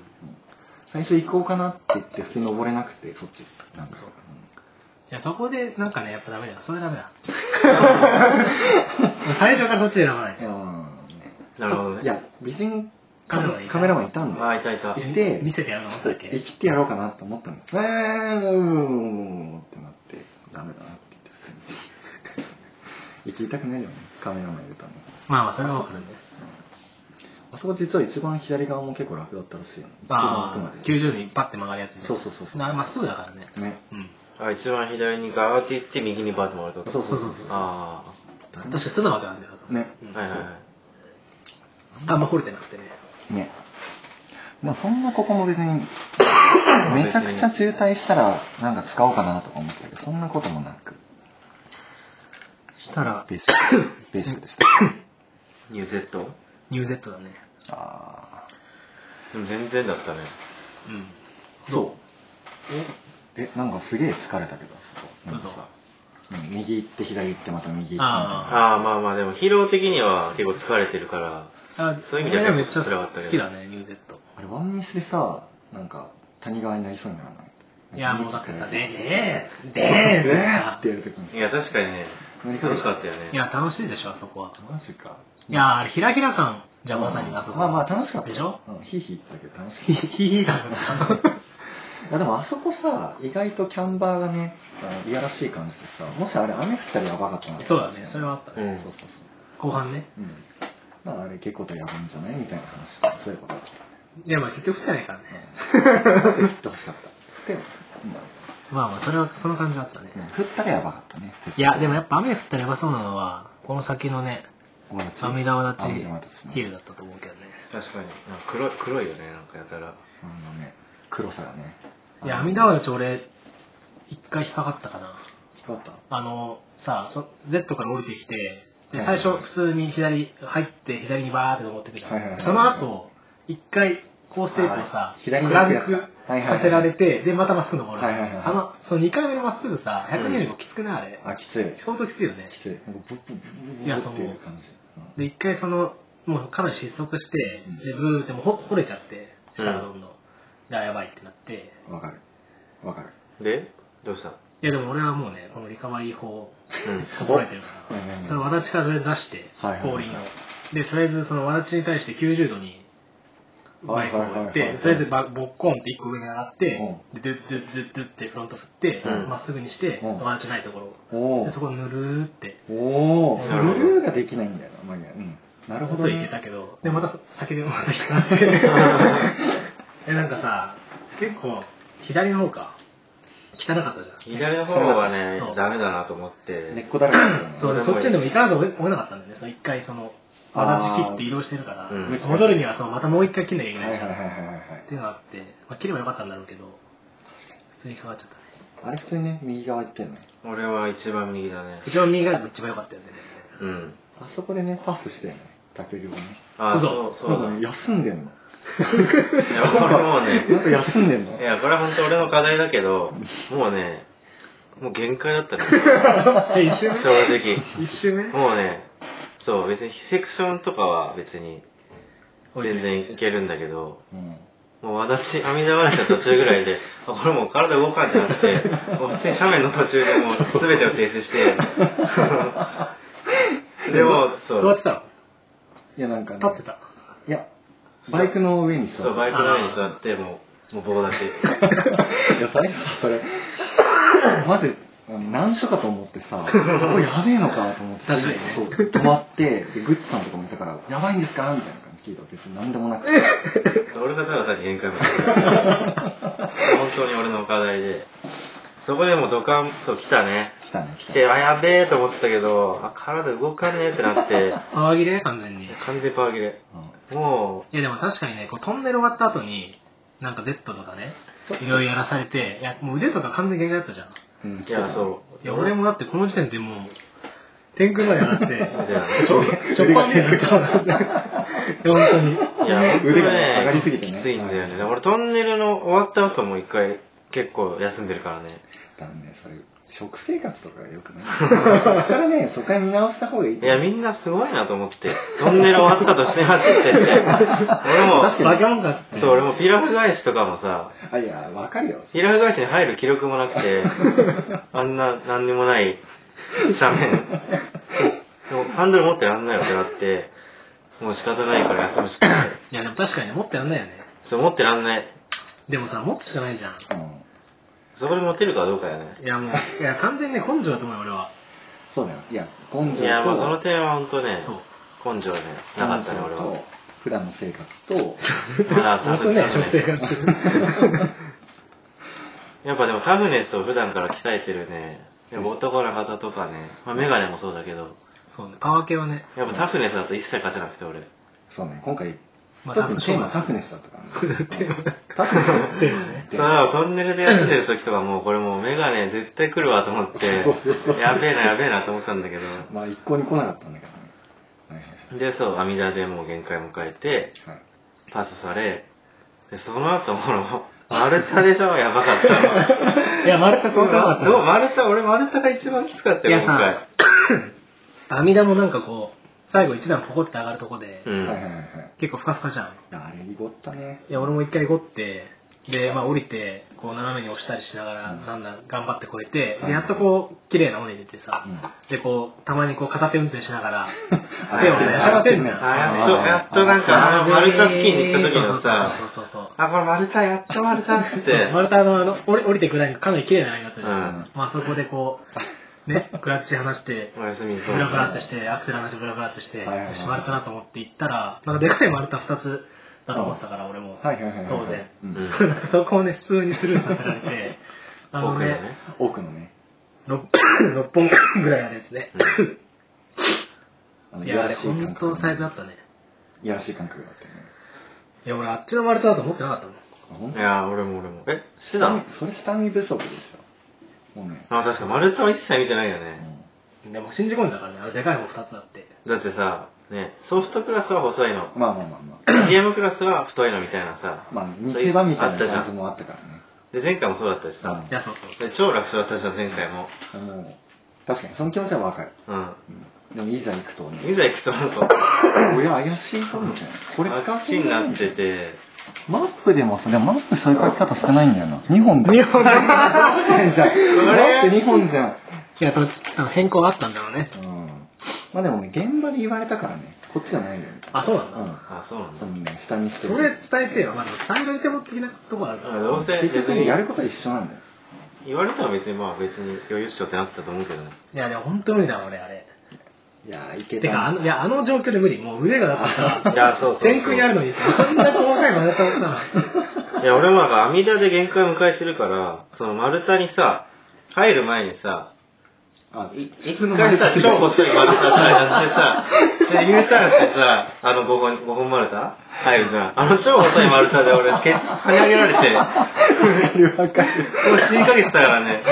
Speaker 3: 最初行こうかなって言って普通に登れなくてそっちなんか
Speaker 1: そういやそこでなんかねやっぱダメだよそれダメだ最初からどっち選ばない
Speaker 3: うんいやー
Speaker 2: なるほどね
Speaker 3: いや美人カ
Speaker 1: カメラマンいた
Speaker 3: メカメラマンいたんだよ
Speaker 2: ああいたいた
Speaker 3: いて
Speaker 1: 見せてやるの
Speaker 3: ちょ
Speaker 1: 思っ
Speaker 3: ったと
Speaker 1: っけ
Speaker 3: 生きてやろうかなと思ったのえーうんってなってダメだなって言って普通に生きたくないよねカメラマンいるため
Speaker 1: まあまあそれは分かるね
Speaker 3: あそこ実は一番左側も結構楽だったらしいよね一番奥ま
Speaker 1: ああ
Speaker 3: で
Speaker 1: 90度にパッて曲がるやつね
Speaker 3: そうそうそうそう
Speaker 1: なまっすぐだからね
Speaker 3: ね
Speaker 1: うん
Speaker 2: あ一番左にガーって行って右にバーって回ると
Speaker 3: そうそうそう
Speaker 1: そう
Speaker 2: あ
Speaker 1: 確か素直なんだよ
Speaker 3: ね
Speaker 2: あはいはいはい
Speaker 1: あんま掘れてなくてね
Speaker 3: ねでもそんなここも別にめちゃくちゃ渋滞したらなんか使おうかなとか思ったけどそんなこともなく
Speaker 1: したら
Speaker 3: ベーシックベーシックで した
Speaker 2: ニューゼット
Speaker 1: ニューゼットだね
Speaker 3: ああ
Speaker 2: でも全然だったね
Speaker 1: うん
Speaker 3: そうえなんかすげえ疲れたけどあそこなんか
Speaker 1: 嘘
Speaker 3: さうん右行って左行ってまた右行ってみたいな
Speaker 2: ああまあまあでも疲労的には結構疲れてるから
Speaker 1: あ
Speaker 2: そういう意味では
Speaker 1: 俺めっちゃ
Speaker 2: 辛かったけど
Speaker 1: 好きだねニューゼット
Speaker 3: あれワンミスでさなんか谷川になりそうにならない
Speaker 1: いやもうだってさ「
Speaker 3: ね
Speaker 1: ねえね
Speaker 3: え
Speaker 1: えねえ」
Speaker 3: ねえ
Speaker 1: さ
Speaker 3: ってやるときに
Speaker 2: いや確かにね
Speaker 3: 何か
Speaker 2: 楽しかったよね
Speaker 1: いや楽しいでしょあそこは
Speaker 3: マジか
Speaker 1: いやあれひらひら感じゃあまさにあそこ
Speaker 3: まあまあ楽しかった
Speaker 1: でしょ
Speaker 3: うんヒーヒー言ったけど楽しかった
Speaker 1: ひひひ感が
Speaker 3: いやでもあそこさ意外とキャンバーがねあのいやらしい感じでさもしあれ雨降ったらやばかったなって
Speaker 1: そうだねそれはあった
Speaker 2: う
Speaker 1: ね
Speaker 2: ん
Speaker 3: そうそうそう
Speaker 1: 後半ね
Speaker 3: うんまああれ結構とやばいんじゃないみたいな話とかそういうことだった
Speaker 1: いやまあ結局降ってないからね
Speaker 3: うんそう言ってほしかったでも、
Speaker 1: まあまあそれはその感じだったね
Speaker 3: うん、降ったらやばかったね
Speaker 1: いやでもやっぱ雨降ったらやばそうなのはこの先のね
Speaker 3: ぱ俺たち
Speaker 1: 阿弥陀立
Speaker 3: 阿
Speaker 1: ち
Speaker 3: 弥陀立ちね
Speaker 1: ヒールだったと思うけどね
Speaker 2: 確かになんか黒い黒いよねなんかやたら
Speaker 3: あのね黒さがね
Speaker 1: いや阿弥陀立ち俺一回引っかかったかな
Speaker 3: 光った
Speaker 1: あのさそ Z から降りてきてで
Speaker 3: はい
Speaker 1: 最初普通に左入って左にバーって登ってくじゃん、
Speaker 3: はいはいはい
Speaker 1: その後一回コーステープをさ
Speaker 3: あー
Speaker 1: ク
Speaker 3: 左に
Speaker 1: ラ
Speaker 3: 行く
Speaker 1: ン
Speaker 3: やつ
Speaker 1: ク
Speaker 3: はいはいは
Speaker 1: さ
Speaker 3: い
Speaker 1: せられてでまたまっすぐ登る、
Speaker 3: はいはいはい
Speaker 1: あのその2回目のまっすぐさ125きつくないあれ、
Speaker 3: あきつい
Speaker 1: 相当きついよね
Speaker 3: きついなんかブッブッブッブッブ
Speaker 1: いや
Speaker 3: ッ
Speaker 1: そ
Speaker 3: っ
Speaker 1: う
Speaker 3: ていう感じうん
Speaker 1: で一回そのもうかなり失速してでブーってもうほ掘れちゃって下がどんどん、であやばいってなって
Speaker 3: わ、かるわかる
Speaker 2: でどうした
Speaker 1: いやでも俺はもうねこのリカバリー法
Speaker 2: うん
Speaker 1: 怒られてるから、
Speaker 3: うんうんうん
Speaker 1: そのわだちからとりあえず出して、
Speaker 3: はいはいはい
Speaker 1: 後輪をでとりあえずそのわだちに対して90度に
Speaker 3: は
Speaker 1: バイ
Speaker 3: い
Speaker 1: ク
Speaker 3: は
Speaker 1: を
Speaker 3: いはいはい
Speaker 1: 打ってとりあえずバボッコンって一個上に上がって、
Speaker 3: う
Speaker 1: でドゥッドゥッドゥッドゥッってフロント振ってま、
Speaker 2: うん
Speaker 1: っすぐにして、
Speaker 3: うん
Speaker 1: わだちないところ
Speaker 3: お
Speaker 1: で
Speaker 3: お
Speaker 1: そこぬるーって
Speaker 3: おお
Speaker 1: な
Speaker 3: ブ
Speaker 1: るほど
Speaker 3: ルーができないんだよな、まあいいやうん、なるほど、
Speaker 1: といけ
Speaker 3: ね、
Speaker 1: たけどでまた先でまた引っかかってえなんかさ結構左の方か汚かったじゃん
Speaker 2: 左の方はね
Speaker 1: そう
Speaker 2: ダメだなと思って
Speaker 3: 根っこだらけだよな
Speaker 1: そう
Speaker 2: 俺
Speaker 1: で
Speaker 2: も
Speaker 1: そっちにでも行かざるを得なかったんだよね、その一回、その、まだち切って移動してるから、
Speaker 2: うん
Speaker 1: 戻るにはそうまたもう一回切んなきゃいけ
Speaker 3: は
Speaker 1: ないい
Speaker 3: はい
Speaker 1: から、
Speaker 3: はいはい
Speaker 1: っ
Speaker 3: はいはい
Speaker 1: ていうのがあって、まあ、切ればよかったんだろうけど、普通にかかっちゃったね。
Speaker 3: あれ普通にね右側行ってんのよ
Speaker 2: 俺は一番右だね
Speaker 1: 一番右側が一番良かったよね。
Speaker 2: うん
Speaker 3: あそこでねパスしてね竹量ね
Speaker 2: ああそ
Speaker 1: 嘘
Speaker 2: うそうだ
Speaker 3: なんかね
Speaker 2: い
Speaker 3: 休んでんの
Speaker 2: や俺もう
Speaker 3: なん
Speaker 2: ね
Speaker 3: か休んでんの
Speaker 2: いやこれは本当俺の課題だけどもうねもう限界だったね
Speaker 1: え、一周
Speaker 2: 正直
Speaker 1: 目一周目
Speaker 2: もうねそう別にセクションとかは別に全然いけるんだけど
Speaker 3: うん
Speaker 2: もう私、阿弥陀話の途中ぐらいで、あこれもう体動かんじゃなくて、もう普通に斜面の途中でもう全てを停止して、でも、そ
Speaker 1: 座っ
Speaker 2: う、
Speaker 1: てたの
Speaker 3: いやなんかね
Speaker 1: 立ってた。
Speaker 3: いやバイクの上にさ
Speaker 2: そうバイクの上に座って、もう、もう棒立ち。
Speaker 3: いや最初さそれマジ難所かと思ってさおいやべえのかと思って
Speaker 1: 確かにね
Speaker 3: そう止まってでグッズさんとかもいたから「やばいんですか?」みたいな感じ聞いたら別に何でもなくて
Speaker 2: 俺がただ単に限界まで。本当に俺の課題で、そこでもドカンそう来たね
Speaker 3: 来たね来
Speaker 2: 来
Speaker 3: た
Speaker 2: て
Speaker 3: ね
Speaker 2: あやべえと思ってたけどあ体動かねえってなって
Speaker 1: 騒ぎで完全に。い
Speaker 2: 完全パワー切れ
Speaker 3: うん
Speaker 2: も
Speaker 1: やでも確かにね、こうトンネル終わった後に、なんか Z とかね、いろいろやらされて、いや、もう腕とか完全に限界だったじゃん。
Speaker 3: うん
Speaker 2: ういやそう
Speaker 1: いや、俺もだってこの時点でもう、天空まで上が
Speaker 2: そう
Speaker 1: っ
Speaker 2: だよね
Speaker 1: て、ちょ、ちょっぱんねそうなんだよ。本当に。
Speaker 2: いや本当
Speaker 3: 腕が
Speaker 2: ね
Speaker 3: 上がりすぎてね
Speaker 2: きついんだよね、
Speaker 3: はい
Speaker 2: 俺トンネルの終わった後も一回結構休んでるからね
Speaker 3: だねそれ食生活とかよくないそこからねそこから見直した方がいい
Speaker 2: いやみんなすごいなと思ってトンネル終わったとして走 ってって俺も
Speaker 3: 確か
Speaker 1: バケモンかっつって。
Speaker 2: そう俺もピラフ返しとかもさ
Speaker 3: あいやわかるよ
Speaker 2: ピラフ返しに入る記録もなくてあんな何にもない斜面でもハンドル持ってらんないよってなってもう仕方ないから休むしかない
Speaker 1: いや、でも確かに持ってやんないよね。
Speaker 2: そう持ってらんない
Speaker 1: でもさ、持つしかないじゃん。
Speaker 3: うん
Speaker 2: そこで持てるかどうかやね
Speaker 1: いや、もう、いや、完全にね根性だと思うよ、俺は。
Speaker 3: そうだよいや根
Speaker 2: い
Speaker 3: 性と
Speaker 2: やもうその点は本当ね
Speaker 1: そう。
Speaker 2: 根性ねなかったね俺は
Speaker 3: と普段の生活 と
Speaker 2: まあ タフ
Speaker 1: そうね、
Speaker 2: ネス
Speaker 1: 食
Speaker 2: ね
Speaker 1: 生活。
Speaker 2: やっぱでもタフネスを普段から鍛えてるねでも男の方とかね、まあ、眼鏡もそうだけど
Speaker 1: そうね、パワー系はね、
Speaker 2: やっぱタフネスだと一切勝てなくて俺
Speaker 3: そうね今回
Speaker 1: まあ
Speaker 3: 特にテーマ
Speaker 1: タ
Speaker 3: タ
Speaker 1: フ
Speaker 3: フネスだったからねタフネステーマね
Speaker 2: そうトンネルで休んでる時とかもうこれもう眼鏡絶対来るわと思って
Speaker 3: そうそうそう
Speaker 2: やべえなやべえなと思ってたんだけど
Speaker 3: まあ一向に来なかったんだけどねはいはい
Speaker 2: でそう網田でもう限界迎えて
Speaker 3: はい
Speaker 2: パスされでその後もう丸太でしょやばかった
Speaker 1: いや、丸太そんなかった
Speaker 2: どう丸太俺丸太が一番きつかった
Speaker 1: い
Speaker 2: よ
Speaker 1: や
Speaker 2: 今回
Speaker 1: さ、阿弥陀もなんかこう、最後一段ポコって上がるとこで、
Speaker 2: うん、
Speaker 3: はいはいはいはい
Speaker 1: 結構ふかふかじゃん。
Speaker 3: いやあれにごったね
Speaker 1: いや、俺も一回ごって、で、まあ降りて、こう斜めに押したりしながら、
Speaker 3: うん
Speaker 1: なんだ、頑張って越えて、
Speaker 3: は
Speaker 1: で、
Speaker 3: い
Speaker 1: やっとこう、綺麗な尾根出てさ、
Speaker 3: うん
Speaker 1: で、こう、たまにこう、片手運転しながら、
Speaker 3: あ
Speaker 1: 手をさ、やしゃがせんじゃん。
Speaker 2: あやっ
Speaker 3: あ
Speaker 2: と
Speaker 3: ー
Speaker 2: やっとなんかあの丸太付近に行った時のさ
Speaker 1: そうそうそうそうそう
Speaker 2: あこれ丸太やっと丸太っつっ
Speaker 1: そう。
Speaker 2: て
Speaker 1: そう丸太のあの、降り降りてくらいのかなり綺麗なラインだったじゃん。
Speaker 2: うん
Speaker 1: まあそこでこう、ね、クラッチ離して、
Speaker 2: お休みそう
Speaker 1: ブラブラっとして、アクセル離してブラブラっとして、よ
Speaker 3: はいはいはい
Speaker 1: し、丸太だと思って行ったら、なんかでかい丸太2つだと思ってたから、俺も。
Speaker 3: はいはいはいはい
Speaker 1: 当然。
Speaker 3: うん
Speaker 2: うん
Speaker 1: なんかそこをね、普通にスルーさせられ て、あの
Speaker 2: 奥の
Speaker 1: ね、
Speaker 2: ね
Speaker 3: 奥のね
Speaker 1: 六 6, 本ぐらいあるやつね。
Speaker 3: あ の
Speaker 1: い
Speaker 3: い
Speaker 1: や、
Speaker 3: や
Speaker 1: あ
Speaker 3: ら
Speaker 1: れ、
Speaker 3: しい感
Speaker 1: 本
Speaker 3: 覚
Speaker 1: 当最悪だったね。
Speaker 3: いやらしい感覚があったね
Speaker 1: いや、俺、あっちの丸太だと思ってなかったもん。
Speaker 3: あ本
Speaker 2: い
Speaker 3: 当
Speaker 2: や俺も俺もえしてたの
Speaker 3: それ下見不足でしょもうね、
Speaker 2: あ確か丸太は一切見てないよ
Speaker 3: う
Speaker 2: ね、
Speaker 3: ん
Speaker 1: でも信じ込んだからね、あのでかい方2つだって。
Speaker 2: だってさねソフトクラスは細 いの
Speaker 3: まあまあまあま
Speaker 2: ゲームクラスは太いのみたいなさ
Speaker 3: あまあ見せ場みたい
Speaker 2: あっ
Speaker 3: な
Speaker 2: たじゃ
Speaker 3: 感じ
Speaker 2: ん
Speaker 3: もあったからね
Speaker 2: で前回もそうだったしさ、
Speaker 1: いや、そうそう。
Speaker 2: で超楽勝だったじゃん前回も
Speaker 3: あの確かにその気持ちはわかる、
Speaker 2: うん
Speaker 3: うん、でもいざ行くとね
Speaker 2: いざ行くとなんか
Speaker 3: 俺怪しいぞみたいなこれ
Speaker 2: あ
Speaker 3: 使
Speaker 2: っ
Speaker 3: っ
Speaker 2: ち
Speaker 3: て
Speaker 2: にな
Speaker 3: な
Speaker 2: っ
Speaker 3: い
Speaker 2: てて
Speaker 3: マップでもさでもマップそういう書き方してないんだよな2本だ2本 だじゃんマップ2本じゃん
Speaker 1: いや、多分多分変更があったんだろうね。
Speaker 3: うんまあでもね現場で言われたからねこっちじゃないよみたい
Speaker 1: あ、そうなんだ。
Speaker 3: なうん
Speaker 2: あそうなん
Speaker 3: そ
Speaker 2: だ
Speaker 3: のね下にして
Speaker 1: それ伝えてよ、まあ、伝えられても的なとこあるから。
Speaker 2: あどうせ
Speaker 3: 結
Speaker 2: 別
Speaker 3: 局ねや
Speaker 2: に
Speaker 3: ることは一緒なんだよ
Speaker 2: 言われたら別にまあ別に余裕っしょってなってたと思う けどね
Speaker 1: いや、でも本当無理だわ、俺、あれ。
Speaker 3: いやーいけ
Speaker 1: て
Speaker 3: た
Speaker 1: か、あの、いや、あの状況で無理。もう腕がだってさ、
Speaker 2: いやそうそうそう
Speaker 1: 天空にあるのにさ、そんな細かい丸太をさ、
Speaker 2: いや、俺もなんか、網田で限界迎えてるから、その丸太にさ、入る前にさ、
Speaker 3: あい
Speaker 2: 一回さ、超細い丸太さ、やってさ、で、U ターンしてさ、あの5本、5本丸太入るじゃん。あの超細い丸太で俺、ケツ跳ね上げられて、
Speaker 3: わかる
Speaker 2: これ死にかけてたからね。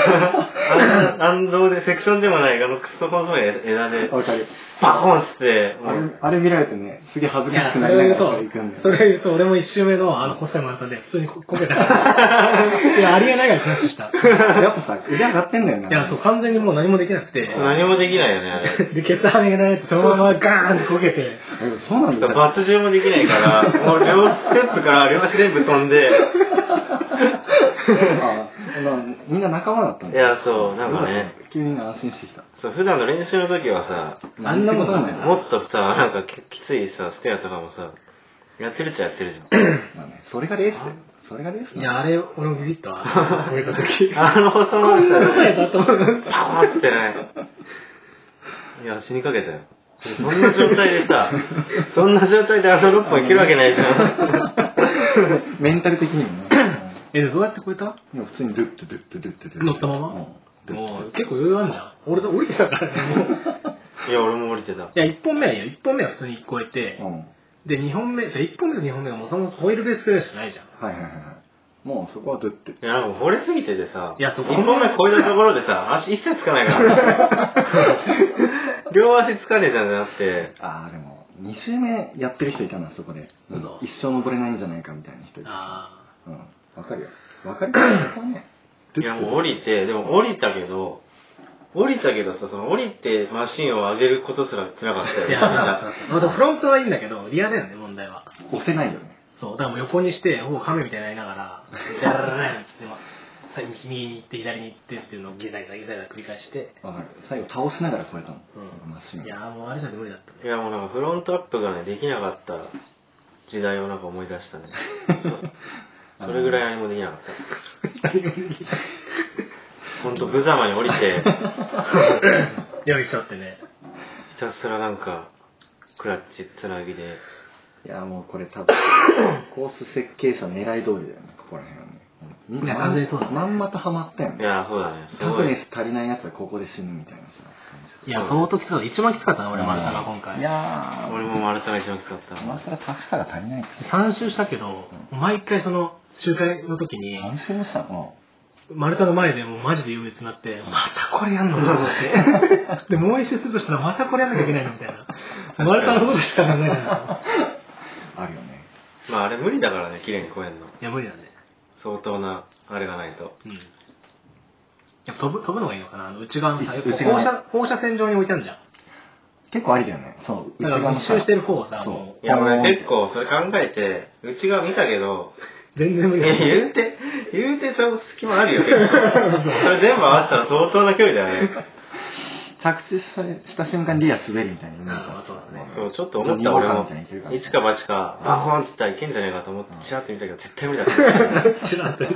Speaker 2: あの、安動で、セクションでもない、あのクソ細い枝で、
Speaker 3: わかる
Speaker 2: バコンっつって、
Speaker 3: あ
Speaker 2: も
Speaker 3: れ
Speaker 2: う、
Speaker 3: あれ見られてねすげえ 恥ず
Speaker 1: い
Speaker 3: か
Speaker 1: や、
Speaker 3: しく
Speaker 1: そ
Speaker 3: なりな
Speaker 1: れ
Speaker 3: が
Speaker 1: を言
Speaker 3: らそれ
Speaker 1: う
Speaker 3: 行くん
Speaker 1: と、
Speaker 3: だ
Speaker 1: そ
Speaker 3: よ
Speaker 1: れを言うと、俺も一周目のあの細い丸太で普通にここけ たから。いや、ありえないからクラッシュした。い
Speaker 3: やっぱさ腕上がってんだよな
Speaker 1: や、そう、完全にもう何もできなくて、
Speaker 2: 何もできないよね、あれ。
Speaker 1: で、ケツ跳ね上げられて、そのままガーンってこけて、
Speaker 3: でもそうなんだよ
Speaker 2: 罰順もできないから、もう両ステップから両足全部飛んで、
Speaker 3: あまあみんな仲間だったん
Speaker 2: い
Speaker 3: だ
Speaker 2: や、そう、なんか
Speaker 3: よか
Speaker 2: ね
Speaker 3: っ、た急に安心してきた
Speaker 2: そう、普段の練習の時はさ、
Speaker 1: あんなもんなん
Speaker 3: な
Speaker 1: だ
Speaker 3: んて
Speaker 1: よ
Speaker 3: こ
Speaker 2: もっとさ、なんかききついさ、ステアとかもさ、やってるっちゃやってるじゃん。
Speaker 3: とないまあねそれがレースだよそれがレース
Speaker 1: い
Speaker 3: だよ
Speaker 1: や、あれ、俺もビビったわ。こけた時。
Speaker 2: あの細
Speaker 1: こ
Speaker 2: 丸
Speaker 1: んな
Speaker 2: 太
Speaker 1: とこ
Speaker 2: で、
Speaker 1: やったと思う。
Speaker 2: パコンってね、いや、死にかけたよ。そんな状態で さ、そんな状態であの6本いけるわけないじゃん。
Speaker 3: メンタル的にもね
Speaker 1: え、でどうやって超えた
Speaker 3: いや普通にドゥッてドゥッてドゥッてドゥッて
Speaker 1: 乗ったまま
Speaker 3: うんドゥッて
Speaker 1: もう結構余裕あんじゃん。俺と降りてたからね、 もう。
Speaker 2: いや、俺も降りてた。
Speaker 1: いや、1本目はいいよ。1本目は普通に超えて、
Speaker 3: うんはい
Speaker 1: で、2本目、で1本目と2本目がもうそもそもホイールベースプレーヤーじゃないじゃん。
Speaker 3: はいはいはいもうそこはドゥッて
Speaker 2: いや、なんか惚れすぎててさ、
Speaker 1: いやそこ
Speaker 2: 1本目超えたところでさ、足一切つかないから。 両足つかねえじゃんってなって、
Speaker 3: ああでも2周目やってる人いたなそこでうん
Speaker 1: 嘘
Speaker 3: 一生登れないんじゃないかみたいな人いてさ
Speaker 1: あ
Speaker 3: うんわかるよわかるよそこは ねド
Speaker 2: い
Speaker 3: ゥッ
Speaker 2: や、
Speaker 3: て
Speaker 2: もう降りて、でも降りたけど、降りたけどさ、その降りてマシンを上げることすら辛かったよ。
Speaker 1: あ。い
Speaker 2: め
Speaker 1: や、
Speaker 2: ちゃ
Speaker 1: そう
Speaker 2: めち
Speaker 1: だ
Speaker 2: ゃ。
Speaker 1: またフロントはいいんだけど、リアだよね、問題は。
Speaker 3: 押せないよね
Speaker 1: そう、だからもう横にして、ほぼ亀みたいになりながら、ダラララランつって、まあ、最後右に行って、左に行ってっていうのをギザギザギザギザ繰り返して、
Speaker 3: わかる最後倒しながら超えたもん
Speaker 1: うん
Speaker 3: マシン
Speaker 1: いやーもうあれじゃ無理だった
Speaker 2: い
Speaker 1: ね。
Speaker 2: や、もうなんかフロントアップがね、できなかった時代をなんか思い出したね。 そそれぐらい何もできなかった。 ほんと無様に降りて、
Speaker 1: 料理しちゃってね。
Speaker 2: ひたすらなんか、クラッチつなぎで。
Speaker 3: いやもうこれ多分 コース設計者狙い通りだよねここら辺はねみん
Speaker 1: い
Speaker 3: な
Speaker 1: や完全にそうだね
Speaker 3: まんまとハマったよ
Speaker 2: い
Speaker 3: ね
Speaker 2: や、そうだね。す
Speaker 3: タ
Speaker 2: ご
Speaker 3: フ
Speaker 2: い。
Speaker 3: ネ
Speaker 2: い
Speaker 3: ス足りないやつはここで死ぬみたいなさ感じ
Speaker 1: いや、その時そう、一番きつかったな、俺、まだが今回。
Speaker 3: いやー
Speaker 2: 俺も丸太が一番きつかった。
Speaker 3: 今更タフさが足りないから
Speaker 1: 3周したけど、毎回その集会の時に、
Speaker 3: 何周もしたの
Speaker 1: 丸太の前でもうマジで優劣になって、またこれやんのと思 って。で、もう一周するとしたらまたこれやんなきゃいけないのみたいな。丸太のことしか考えないな。
Speaker 3: あるよね
Speaker 2: まああれ無理だからね、綺麗に超えんの。
Speaker 1: いや、無理だね。
Speaker 2: 相当な、あれがないと。
Speaker 1: うん。やっぱ飛ぶ、飛ぶのがいいのかなあの内側の最後。
Speaker 3: 内側
Speaker 1: 放射、放射線上に置いてあるじゃん。
Speaker 3: 結構ありだよねそう
Speaker 1: だから
Speaker 3: の
Speaker 1: 一周してる方をさ、
Speaker 3: そう
Speaker 1: もう
Speaker 2: いや、俺
Speaker 3: おー
Speaker 2: 結構それ考えて、うちが見たけど、
Speaker 1: 全然無
Speaker 2: い
Speaker 1: 理だ
Speaker 2: や言うて、言うてちょっと隙間あ るよ、結構それ全部合わせたら相当な距離だよね。
Speaker 3: 着地したした瞬間リア滑るみたいなイメージ
Speaker 1: あーそうだね
Speaker 2: そう、ちょっと思った
Speaker 3: ちょ
Speaker 2: 俺
Speaker 3: っと二号館
Speaker 2: も
Speaker 3: みたいにいけるか、な
Speaker 2: 一か八か、バコンっつったらいけんじゃねえかと思って、チラッて見たけど、絶対無理だった。
Speaker 1: 知らんって。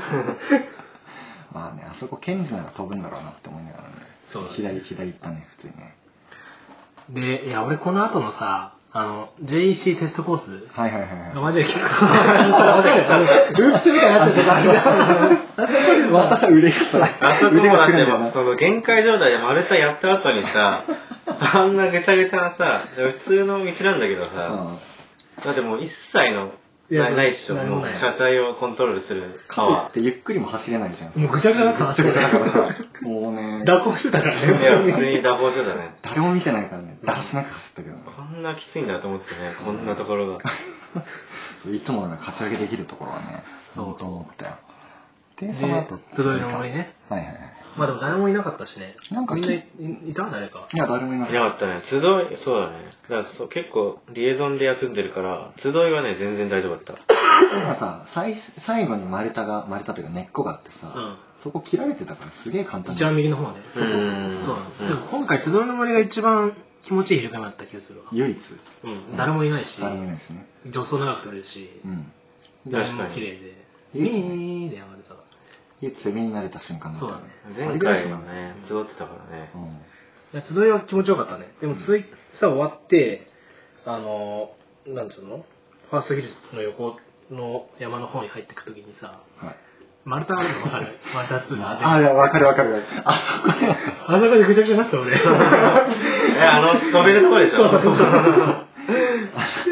Speaker 3: まあねあそこケンジなら飛ぶんだろうなって思いながらね
Speaker 1: そうだね
Speaker 3: 左左行ったね普通にね
Speaker 1: で、いや、俺この後のさ、あの、JEC テストコース、
Speaker 3: はいはいはいはい
Speaker 1: マジできつかった。ループスみたいになってる感じじゃん。
Speaker 3: 私は腕がさ
Speaker 2: あそこもだっ
Speaker 3: 腕
Speaker 2: て
Speaker 3: が来るんだよな
Speaker 2: その限界状態で丸太やった後にさ、あんなぐちゃぐちゃなさ、普通の道なんだけどさ、
Speaker 3: うん
Speaker 2: だってもう一切の、
Speaker 1: いや
Speaker 2: なないっしょ、
Speaker 1: 何も
Speaker 2: も
Speaker 1: ないう
Speaker 2: 車体をコントロールするパ
Speaker 3: か
Speaker 2: ワ
Speaker 3: ってゆっくりも走れないじゃん
Speaker 1: もうぐちゃぐちゃだったな、
Speaker 3: ぐちゃぐちゃだか らさもうね
Speaker 1: 蛇行してたから
Speaker 2: ー。いや、
Speaker 1: ね。
Speaker 2: 普通に蛇行してたね。
Speaker 3: 誰も見てないからねだらしなく走ったけどね
Speaker 2: こんなきついんだと思ってね、こんなとこ ろが。
Speaker 3: いつもの勝ち上げできるところはね
Speaker 1: そう
Speaker 3: と思ったよで
Speaker 1: で
Speaker 3: その後
Speaker 1: 集いの森ね
Speaker 3: はいはいはい
Speaker 1: まあでも誰もいなかったしね。
Speaker 3: なんか
Speaker 1: みん
Speaker 3: き
Speaker 1: ないいた誰か。
Speaker 3: いや誰もいないか
Speaker 2: な
Speaker 3: っ
Speaker 2: かったね。集い、そうだね。だからそう結構、リエゾンで休んでるから、集いはね、全然大丈夫だった。
Speaker 3: たなんかさ最最後に丸太が丸太というか根っこがあってさ、
Speaker 1: うん
Speaker 3: そこ切られてたからすげえ簡単
Speaker 1: 一番右の方ね。
Speaker 2: うん
Speaker 1: そうなんです。
Speaker 2: うん
Speaker 1: でも今回、集いの森が一番気持ちいい昼間だった気がするわ。
Speaker 3: 唯一
Speaker 1: うん。誰もいないし、
Speaker 3: 誰もいないですね
Speaker 1: 助走長く取れるし
Speaker 3: う、ん
Speaker 1: ラインも綺麗で。ウ
Speaker 3: 確
Speaker 1: ィ
Speaker 3: かに
Speaker 1: ーンで上がれたから。
Speaker 3: 唯一セミに慣れた瞬間だった
Speaker 1: そうだね
Speaker 2: 前回はね、集ってたからね。
Speaker 3: うん
Speaker 1: いや、集いは気持ちよかったね。でも、集いさ、終わって、あのー、なんつうのファーストヒルの横の山の方に入ってくときにさ、
Speaker 3: はい
Speaker 1: 丸 太あるの分かる丸太っつうのあ
Speaker 3: あ、いや、わかるわかるわかる。あそこね。
Speaker 1: あそこでぐちゃぐちゃになってた 俺。
Speaker 2: え、あの、飛べるとこでしょそうそうそう。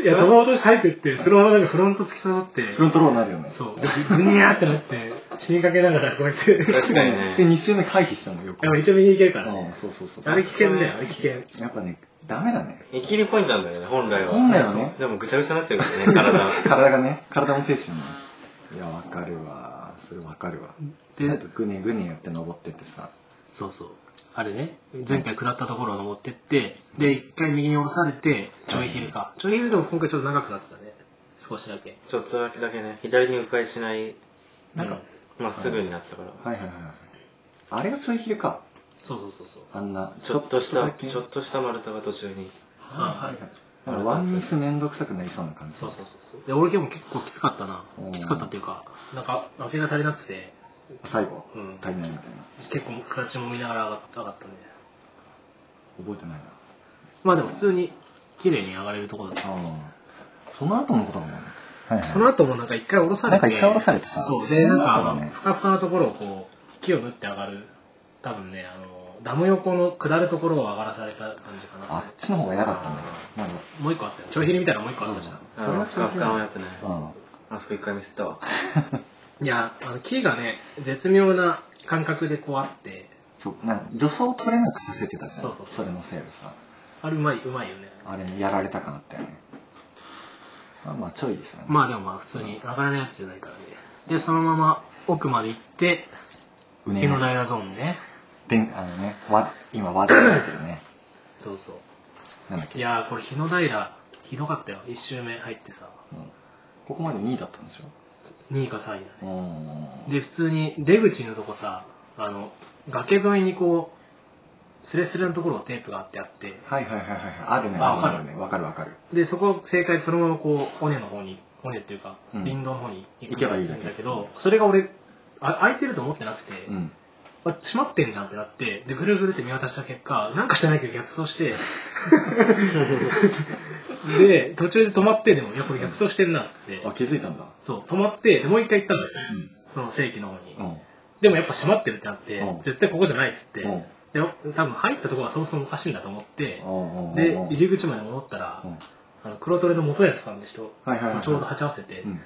Speaker 1: いや、友達入ってって、そのままなんかフロント突き刺さって、
Speaker 3: フロントローになるよね。
Speaker 1: そう、ぐにゃーってなって、死にかけながらこうやって。で
Speaker 2: 確かに
Speaker 3: で、
Speaker 2: ね。
Speaker 3: 2周目回避したのよ、横
Speaker 1: も一応右に行けるから
Speaker 3: うん、
Speaker 1: ね。
Speaker 3: そうそうそう。
Speaker 1: あれ危険だよ、あれ危険。
Speaker 3: やっぱね、ダメだね。
Speaker 2: 生きるポイントなんだよね、本来は。
Speaker 3: 本来はね
Speaker 2: でもぐちゃぐちゃになってる からね、
Speaker 3: 体がね、体も精神も。いや、わかるわ。それわかるわ。で、なんかぐねぐねやって登ってってさ。
Speaker 1: そうそう。あれね、前回下ったところを登ってって、で、一回右に下ろされて、ちょいヒルか。ちょいヒルでも今回ちょっと長くなってたね。少しだけ。
Speaker 2: 体。ちょっとだけだけね、左に迂回しない、
Speaker 3: なんか、
Speaker 2: まっすぐになってたから。
Speaker 3: はいはいはい。あれがちょいひるか。
Speaker 1: そうそうそうそう。
Speaker 3: あんな、
Speaker 2: ちょっとし
Speaker 3: だ
Speaker 2: た、
Speaker 3: け
Speaker 2: ちょっとした丸太が途中に。
Speaker 3: はいはいはい。なんかワンミスめんどくさくなりそうな感じ。
Speaker 1: そうそうそう。で、俺でも結構きつかったな
Speaker 3: うん。
Speaker 1: きつかったっていうか、なんか、明けが足りなくて、
Speaker 3: 最後
Speaker 1: うん、
Speaker 3: 足りないみたいな。
Speaker 1: 結構クラッチも見ながら上がった上がったね。
Speaker 3: 覚えてないな。
Speaker 1: まあでも普通に、綺麗に上がれるところだった。
Speaker 3: ああ。その後のことだもんね。はいはい
Speaker 1: その後もなんか一回下ろされて。
Speaker 3: なんか一回降ろされてさ
Speaker 1: そう。で、なんかあ
Speaker 3: そうだ
Speaker 1: の、
Speaker 3: ね
Speaker 1: ふかふかのところをこう、木を縫って上がる。多分ね、あの、ダム横の下るところを上がらされた感じかな。
Speaker 3: あっちの方が嫌だったんだよなんか
Speaker 1: もう一個あったよ。ちょいひりみたいなのもう一個あったじゃん。
Speaker 2: あの、ふかふかのやつね。
Speaker 3: そうそう
Speaker 2: あそこ一回ミスったわ。
Speaker 1: いや、あの木がね、絶妙な感覚でこうあって、
Speaker 3: そうなんか助走取れなくさせてたじゃん
Speaker 1: そうそうそう
Speaker 3: れのせいでさ
Speaker 1: あれうまい、うまいよね。
Speaker 3: あれにやられた感あったよねまあまあちょいですよね
Speaker 1: まあでもまあ普通に上がらないやつじゃないからね。で、そのまま奥まで行って、
Speaker 3: うね
Speaker 1: 日の平ゾーンね。
Speaker 3: であのねわ今話題になってるね
Speaker 1: そうそう。
Speaker 3: なんだっ
Speaker 1: い
Speaker 3: け、
Speaker 1: やーこれ日の平ひどかったよ1周目入ってさ
Speaker 3: うんここまで2位だったんでし
Speaker 1: 2位か3位だ
Speaker 3: ょ
Speaker 1: ね
Speaker 3: うん
Speaker 1: で普通に出口のとこさあの崖沿いにこうスレスレのところをテープがあってあって
Speaker 3: はいはいはいはいあるね
Speaker 1: あわかる
Speaker 3: あねわかるわかる
Speaker 1: でそこを正解そのままこう尾根の方に尾根っていうか
Speaker 3: うん
Speaker 1: 林道の方に行
Speaker 3: 行けばいい
Speaker 1: ん
Speaker 3: だ
Speaker 1: だ
Speaker 3: け
Speaker 1: けどそれが俺あ開いてると思ってなくて、
Speaker 3: うん
Speaker 1: あ閉まってんじゃんってなってでぐるぐるって見渡した結果なんかしてないけど逆走 してで途中で止まってでもいやこれ逆走してるなっつって
Speaker 3: あ気づいたんだ
Speaker 1: そう止まってでもう一回行ったんだよねその正規の方に、
Speaker 3: うん
Speaker 1: でもやっぱ閉まってるってなって、
Speaker 3: うん
Speaker 1: 絶対ここじゃないっつって、
Speaker 3: うん
Speaker 1: で多分入ったところがそもそもおかしいんだと思って、
Speaker 3: うんうん
Speaker 1: で
Speaker 3: うん
Speaker 1: 入り口まで戻ったら、
Speaker 3: うん
Speaker 1: あの黒トレの元康さんの人
Speaker 3: はいはいはいはい
Speaker 1: ちょうど鉢合わせて、
Speaker 3: うん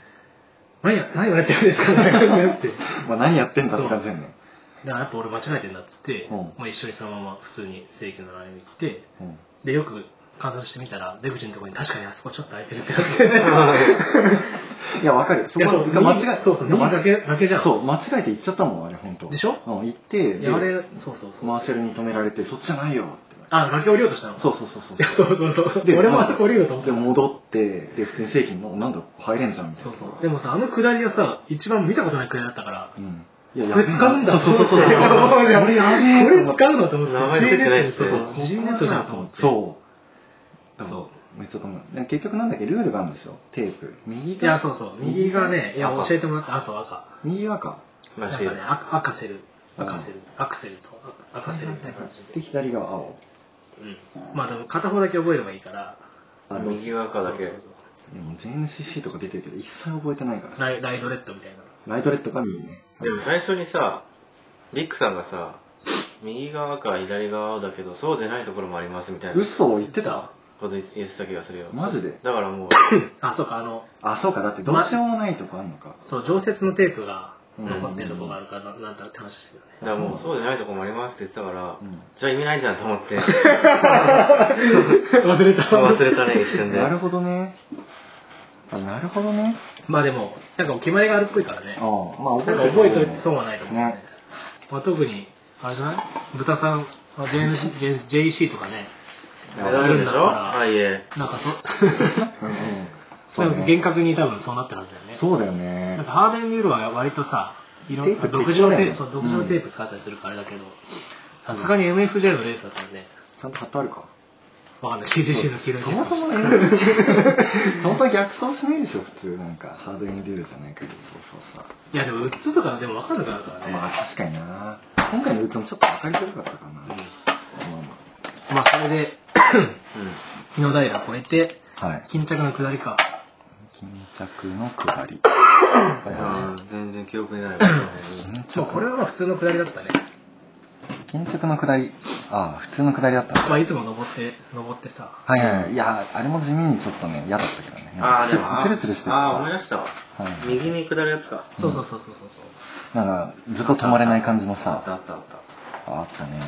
Speaker 1: 何や何をやってるんですかみたいな感じになって だか
Speaker 3: まあ何やってんだって感じだよね
Speaker 1: らやっぱ俺間違えてんだっつって、
Speaker 3: うん
Speaker 1: まあ、一緒にそのまま普通に正規のラインに行って
Speaker 3: うん
Speaker 1: でよく観察してみたら出口のところに確かにあそこちょっと空いてるってな って
Speaker 3: いやわかるそ
Speaker 1: い
Speaker 3: こ
Speaker 1: やそう
Speaker 3: が間違え
Speaker 1: そうそう右だけだけじゃん
Speaker 3: そう間違えて行っちゃったもんあれ本当
Speaker 1: でしょ
Speaker 3: うん行って
Speaker 1: いやあ
Speaker 3: で
Speaker 1: れそうそうそう
Speaker 3: マーシャルに止められてそっちじゃないよって
Speaker 1: あ崖降りようとしたの
Speaker 3: そうそうそうそう
Speaker 1: いやそうそうそう。
Speaker 3: で
Speaker 1: 俺もあそこ降りようと思って
Speaker 3: で。戻ってで普通に正規のなんだ入れんじゃんみたい
Speaker 1: そ
Speaker 3: な
Speaker 1: うそう。でもさ、あの下りはさ、一番見たことない下りだったから、
Speaker 3: うんいや
Speaker 1: これ使うんだ
Speaker 3: そうそうそうそう
Speaker 1: 思うじゃん
Speaker 3: これやべえ
Speaker 1: これ使うのと思って、
Speaker 2: 名前出てないっすね
Speaker 1: G ネットそう G ネットじゃんと思って。
Speaker 3: そう
Speaker 1: そう
Speaker 3: めっちゃ止まる結局なんだっけルールがあるんでしょテープ右
Speaker 1: い
Speaker 3: が
Speaker 1: や、そうそう。右がね、いや、
Speaker 2: 赤
Speaker 1: 教えてもらった。あ、そう、赤。
Speaker 3: 右がか
Speaker 1: なん
Speaker 2: ら
Speaker 1: か
Speaker 2: しい
Speaker 1: ね
Speaker 2: よ。、
Speaker 1: 赤赤セル。
Speaker 3: うん
Speaker 1: 赤セル。アクセルと、あ赤セルみたいな感じ
Speaker 3: で
Speaker 1: で。
Speaker 3: 左が青
Speaker 1: うん。まあでも、片方だけ覚えればいいから、
Speaker 3: あの
Speaker 2: 右側だけ
Speaker 1: そう。そう
Speaker 3: でも JNCC とか出てるけど一切覚えてないから
Speaker 1: そうライライドレッドみたいな。
Speaker 3: ライトレッドが右ね
Speaker 2: でも最初にさ、リックさんがさ、右側から左側だけど、そうでないところもありますみたいな
Speaker 3: 嘘を言ってた
Speaker 2: こと言ってた気がするよ。
Speaker 3: マジで
Speaker 2: だから もう、
Speaker 1: あ、そうか、あの、
Speaker 3: あそうかだってどうしようもないとこあんのか
Speaker 1: そう、常設のテープが残ってるとこがあるから、なんたらって話してたね。
Speaker 2: だからもうそうでないとこもありますって言ってたから、
Speaker 3: うん
Speaker 2: じゃあ意味ないじゃんと思 って、
Speaker 1: 忘 れた。
Speaker 2: 忘れたね、一瞬で。
Speaker 3: なるほどねあなるほどね
Speaker 1: まあでも、なんかお決まりがあるっぽいからね。
Speaker 3: ああまあ
Speaker 1: なんか覚えといて損はないと思うね。
Speaker 3: ね
Speaker 1: まあ、特に、あれじゃない豚さん、あ JNC、JEC とかね、
Speaker 2: 目立つんでしょあいえ。
Speaker 1: なんかそ、
Speaker 3: うんうん そ
Speaker 1: なん
Speaker 3: う
Speaker 1: か
Speaker 3: ね
Speaker 1: 厳格に多分そうなってるはずだよね。
Speaker 3: そうだよ
Speaker 1: なん
Speaker 3: ね
Speaker 1: かハーデン・ミュールは割とさ、いろ
Speaker 3: テープ
Speaker 1: 独自のテー
Speaker 3: 適当だよ
Speaker 1: プ、そう
Speaker 3: ね
Speaker 1: 独自のテープ使ったりするからあれだけど、さすがに MFJ のレースだったらね、
Speaker 3: ちゃんと貼ってあるか
Speaker 1: わかんない、CGC の黄色いテ
Speaker 3: そ
Speaker 1: ープ
Speaker 3: もそもね そもそも逆走しないでしょ普通なんかハードエンデュールじゃないけどそうそうそう
Speaker 1: いやでもウッズとかでもわかんなくなるからね。
Speaker 3: まあ確かにな今回のうちもちょっと分かりづらかったかな、まあま
Speaker 1: うんまあそれで、
Speaker 2: う
Speaker 1: 日の平越えて、
Speaker 3: あはい
Speaker 1: 巾着の下りか。
Speaker 3: 巾着の下り
Speaker 2: ん。いやー全然記憶にないわ。
Speaker 3: 巾
Speaker 1: そう、これはまあ普通の下りだったね。
Speaker 3: 巾着の下りああ普通の下りだった
Speaker 1: まあいつも登って、登ってさ。
Speaker 3: はいはいはいいやあれも地味にちょっとね嫌だったけどね
Speaker 2: あーでも、
Speaker 3: ツルツルしてて
Speaker 2: あー思い
Speaker 3: さ
Speaker 2: 出したわ。
Speaker 3: い
Speaker 2: 右に下るやつか。
Speaker 1: そうそうそうそうそう。
Speaker 3: なんかずっと止まれない感じ
Speaker 2: あ
Speaker 3: の
Speaker 2: ったあ
Speaker 3: さ
Speaker 2: ったあった。
Speaker 3: ああったね、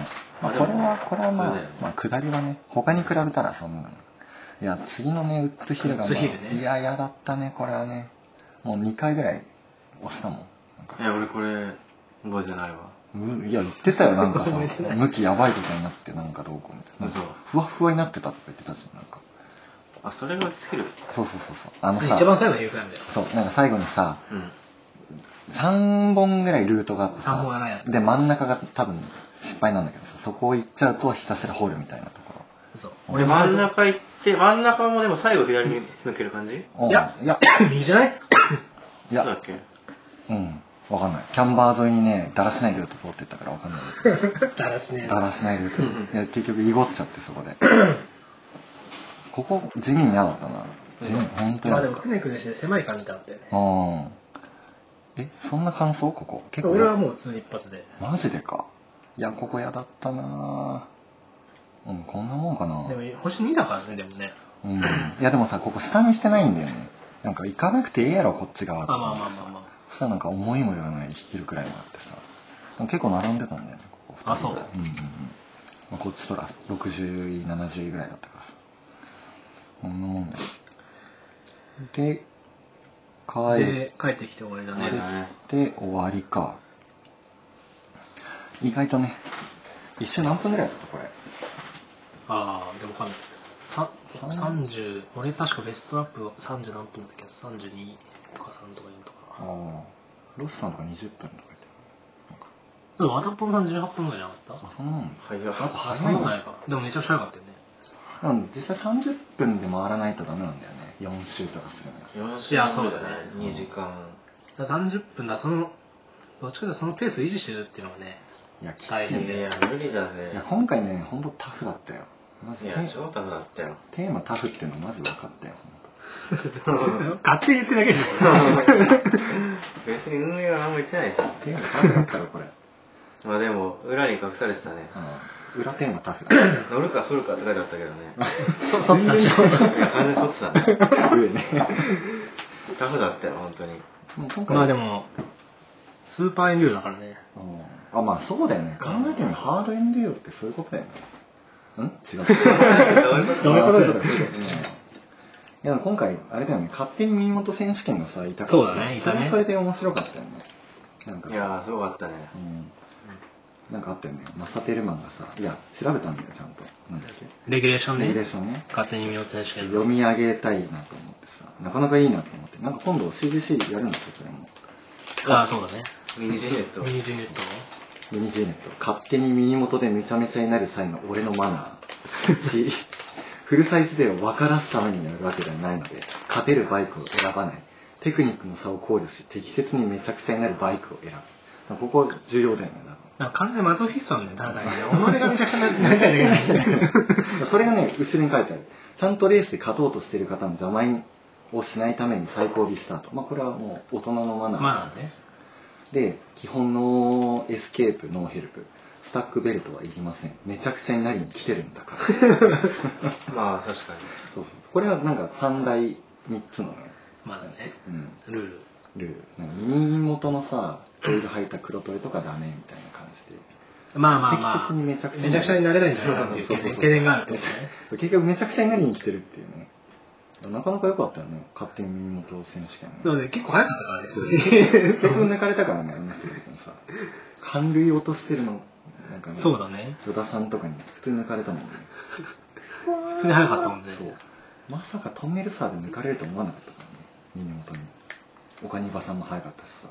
Speaker 3: まあ、
Speaker 2: あでも
Speaker 3: これはこれはま
Speaker 2: そ
Speaker 3: あ
Speaker 2: うだよね、
Speaker 3: まあ、下りはね他に比べたらそんなのいや次のねウッドヒルが、
Speaker 1: ウッドヒルね
Speaker 3: いや嫌だったねこれはねもう2回ぐらい押したもんなんか
Speaker 2: いや、俺これ、覚えてないわ。
Speaker 3: うんいや言ってたよなんかさ
Speaker 1: 覚えてない
Speaker 3: 向きやばいことになってなんかどうこうみたいななんか
Speaker 2: 嘘
Speaker 3: ふわふわになってたとか言ってたしなんか
Speaker 2: あ、それがスキル
Speaker 3: そうそうそうそうあのさ
Speaker 1: 一番最後に言うくらいなんだよ。
Speaker 3: そうなんか最後にさ
Speaker 2: うん。
Speaker 3: 3本ぐらいルートがあってさ
Speaker 1: 三本やないや
Speaker 3: で真ん中が多分失敗なんだけどさそこ行っちゃうとひたすら掘るみたいなところ
Speaker 1: そう。
Speaker 2: 俺真ん中行って、真ん中もでも最後左に抜ける感じ、
Speaker 3: うん
Speaker 1: いや
Speaker 3: いや
Speaker 1: 右じゃない
Speaker 3: い
Speaker 2: そうだ
Speaker 3: や
Speaker 2: っけ
Speaker 3: うんわかんないキャンバー沿いにねだらしないルート通ってったからわかんない
Speaker 1: だらしねえ
Speaker 3: だ
Speaker 1: な。
Speaker 3: らしないルー
Speaker 2: うん
Speaker 3: トいや結局いごっちゃってそこでここ地味に嫌だったな全本当
Speaker 1: まあで
Speaker 3: だ
Speaker 1: もくねくねして狭い感じだったよね
Speaker 3: うんえそんな感想ここ結構
Speaker 1: 俺はもう普通に一発で
Speaker 3: マジでかいやここ嫌だったなぁうんこんなもんかな
Speaker 1: でも星2だからねでもね
Speaker 3: うんいやでもさここ下にしてないんだよねなんか行かなくてええやろこっち側
Speaker 1: あまあまあまあま
Speaker 3: そしたらなんか思いもよらない昼くらいもあってさ結構並んでたんだよねここ
Speaker 1: あそう
Speaker 3: うんうんうんまあ、こっちとら60位70位ぐらいだったからさこんなもんだよで
Speaker 1: あ
Speaker 3: 帰っ
Speaker 1: で帰ってきて終わりだね
Speaker 2: 帰ったね
Speaker 3: て終わりか意外とね一周何分ぐらいだったこれ
Speaker 1: ああでもわかんないさ30俺確かベストアップ30何分だっけ32とか3とか4とか
Speaker 3: ああロスさんとか20分とか言って
Speaker 1: でもワタポロさん18分ぐらいじゃなかった
Speaker 3: あそんなもん
Speaker 2: 早
Speaker 1: あ
Speaker 2: っ
Speaker 1: そんなことないかでもめちゃくちゃ良かったよね
Speaker 3: うん実際30分で回らないとダメなんだよね4周とかするのよ
Speaker 2: 4
Speaker 1: いやそうだね
Speaker 2: 2時間
Speaker 1: だから30分だそのどっちかというとそのペースを維持してるっていうのが ね
Speaker 3: いやきつい
Speaker 1: 大変
Speaker 2: い
Speaker 1: で
Speaker 2: や無理だぜ
Speaker 3: いや今回ね本当タフだったよマジ
Speaker 2: い
Speaker 3: テ
Speaker 2: や
Speaker 3: ー
Speaker 2: 超タフだったよ
Speaker 3: テーマタフっていうのマジ分かったよ
Speaker 1: 勝手に言ってるだけでし
Speaker 2: 別に運営は何も言ってないじゃん
Speaker 3: 本当テーマタフだったろこれ、
Speaker 2: まあでも裏に隠されてたね
Speaker 3: うん、裏テーマタフだっ
Speaker 2: 乗るか反るかって書いてあったけどね
Speaker 1: ょそそんなしょ
Speaker 2: いや完全に反ってたね
Speaker 3: た上ね
Speaker 2: タフだったよ本当に
Speaker 3: もう今回
Speaker 1: まあでもスーパーエンデューロだからね
Speaker 3: うんあまあそうだよね考えてみればハードエンデューロってそういうことだよねうん違う
Speaker 1: どういうことだよ
Speaker 3: あそうだようんいや今回あれだよね勝手に耳元選手権がさいたからさ
Speaker 1: そうだねい
Speaker 3: そ
Speaker 1: た
Speaker 3: れ
Speaker 1: ね
Speaker 3: はそれで面白かったよねなんか
Speaker 2: い
Speaker 3: さ
Speaker 2: やーすごかったね
Speaker 3: うんなんかあったよねマサペルマンがさいや調べたんだよちゃんとなんだっけ
Speaker 1: レギュレーション
Speaker 3: レギュレ
Speaker 1: ね
Speaker 3: ーションね
Speaker 1: 勝手に見落としてる
Speaker 3: 読み上げたいなと思ってさなかなかいいなと思ってなんか今度 CGC やるんですよそれも
Speaker 1: ああそうだね
Speaker 2: ミニジネット
Speaker 1: ミニジネット
Speaker 3: ミニジーネット勝手に耳元でめちゃめちゃになる際の俺のマナ ー1フルサイズでは分からすためにやるわけではないので勝てるバイクを選ばないテクニックの差を考慮し適切にめちゃくちゃになるバイクを選ぶここ重要だよねだか
Speaker 1: なんか完全にマゾフィストなんだよだからねお前がめちゃくちゃになりたいだけなんだよ
Speaker 3: らそれがね後ろに書いてあるちゃんとレースで勝とうとしている方の邪魔をしないために最後尾スタートまあこれはもう大人のマナー
Speaker 1: まあね
Speaker 3: で基本のエスケープノーヘルプスタックベルトはいりませんめちゃくちゃになりに来てる んだからそう
Speaker 2: まあ確かに
Speaker 3: そうこれはなんか3大3つのね、
Speaker 1: まだね
Speaker 3: うん、
Speaker 1: ルール
Speaker 3: ルールなんか耳元のさオイル履いた黒トレとかダメみたいな感じで
Speaker 1: まあまあまあ
Speaker 3: 適切にめちゃくちゃ
Speaker 1: めちゃくちゃになれないんじゃないかっていう
Speaker 3: そう
Speaker 1: 懸
Speaker 3: そう
Speaker 1: 念
Speaker 3: そう
Speaker 1: 懸念があるってことね
Speaker 3: 結局めちゃくちゃになりに来てるっていうねなかなか良かったよね勝手に耳元選手権ね
Speaker 1: でもね結構早かったからね
Speaker 3: そこ抜かれたからねあの人たち にさ感類落としてるのなんかね
Speaker 1: そうだね
Speaker 3: 依田さんとかに普通に抜かれたもんね
Speaker 1: 普通に早かったもんね
Speaker 3: そうまさかトンネルサーで抜かれると思わなかったからね耳元に岡庭さんも早かったしさ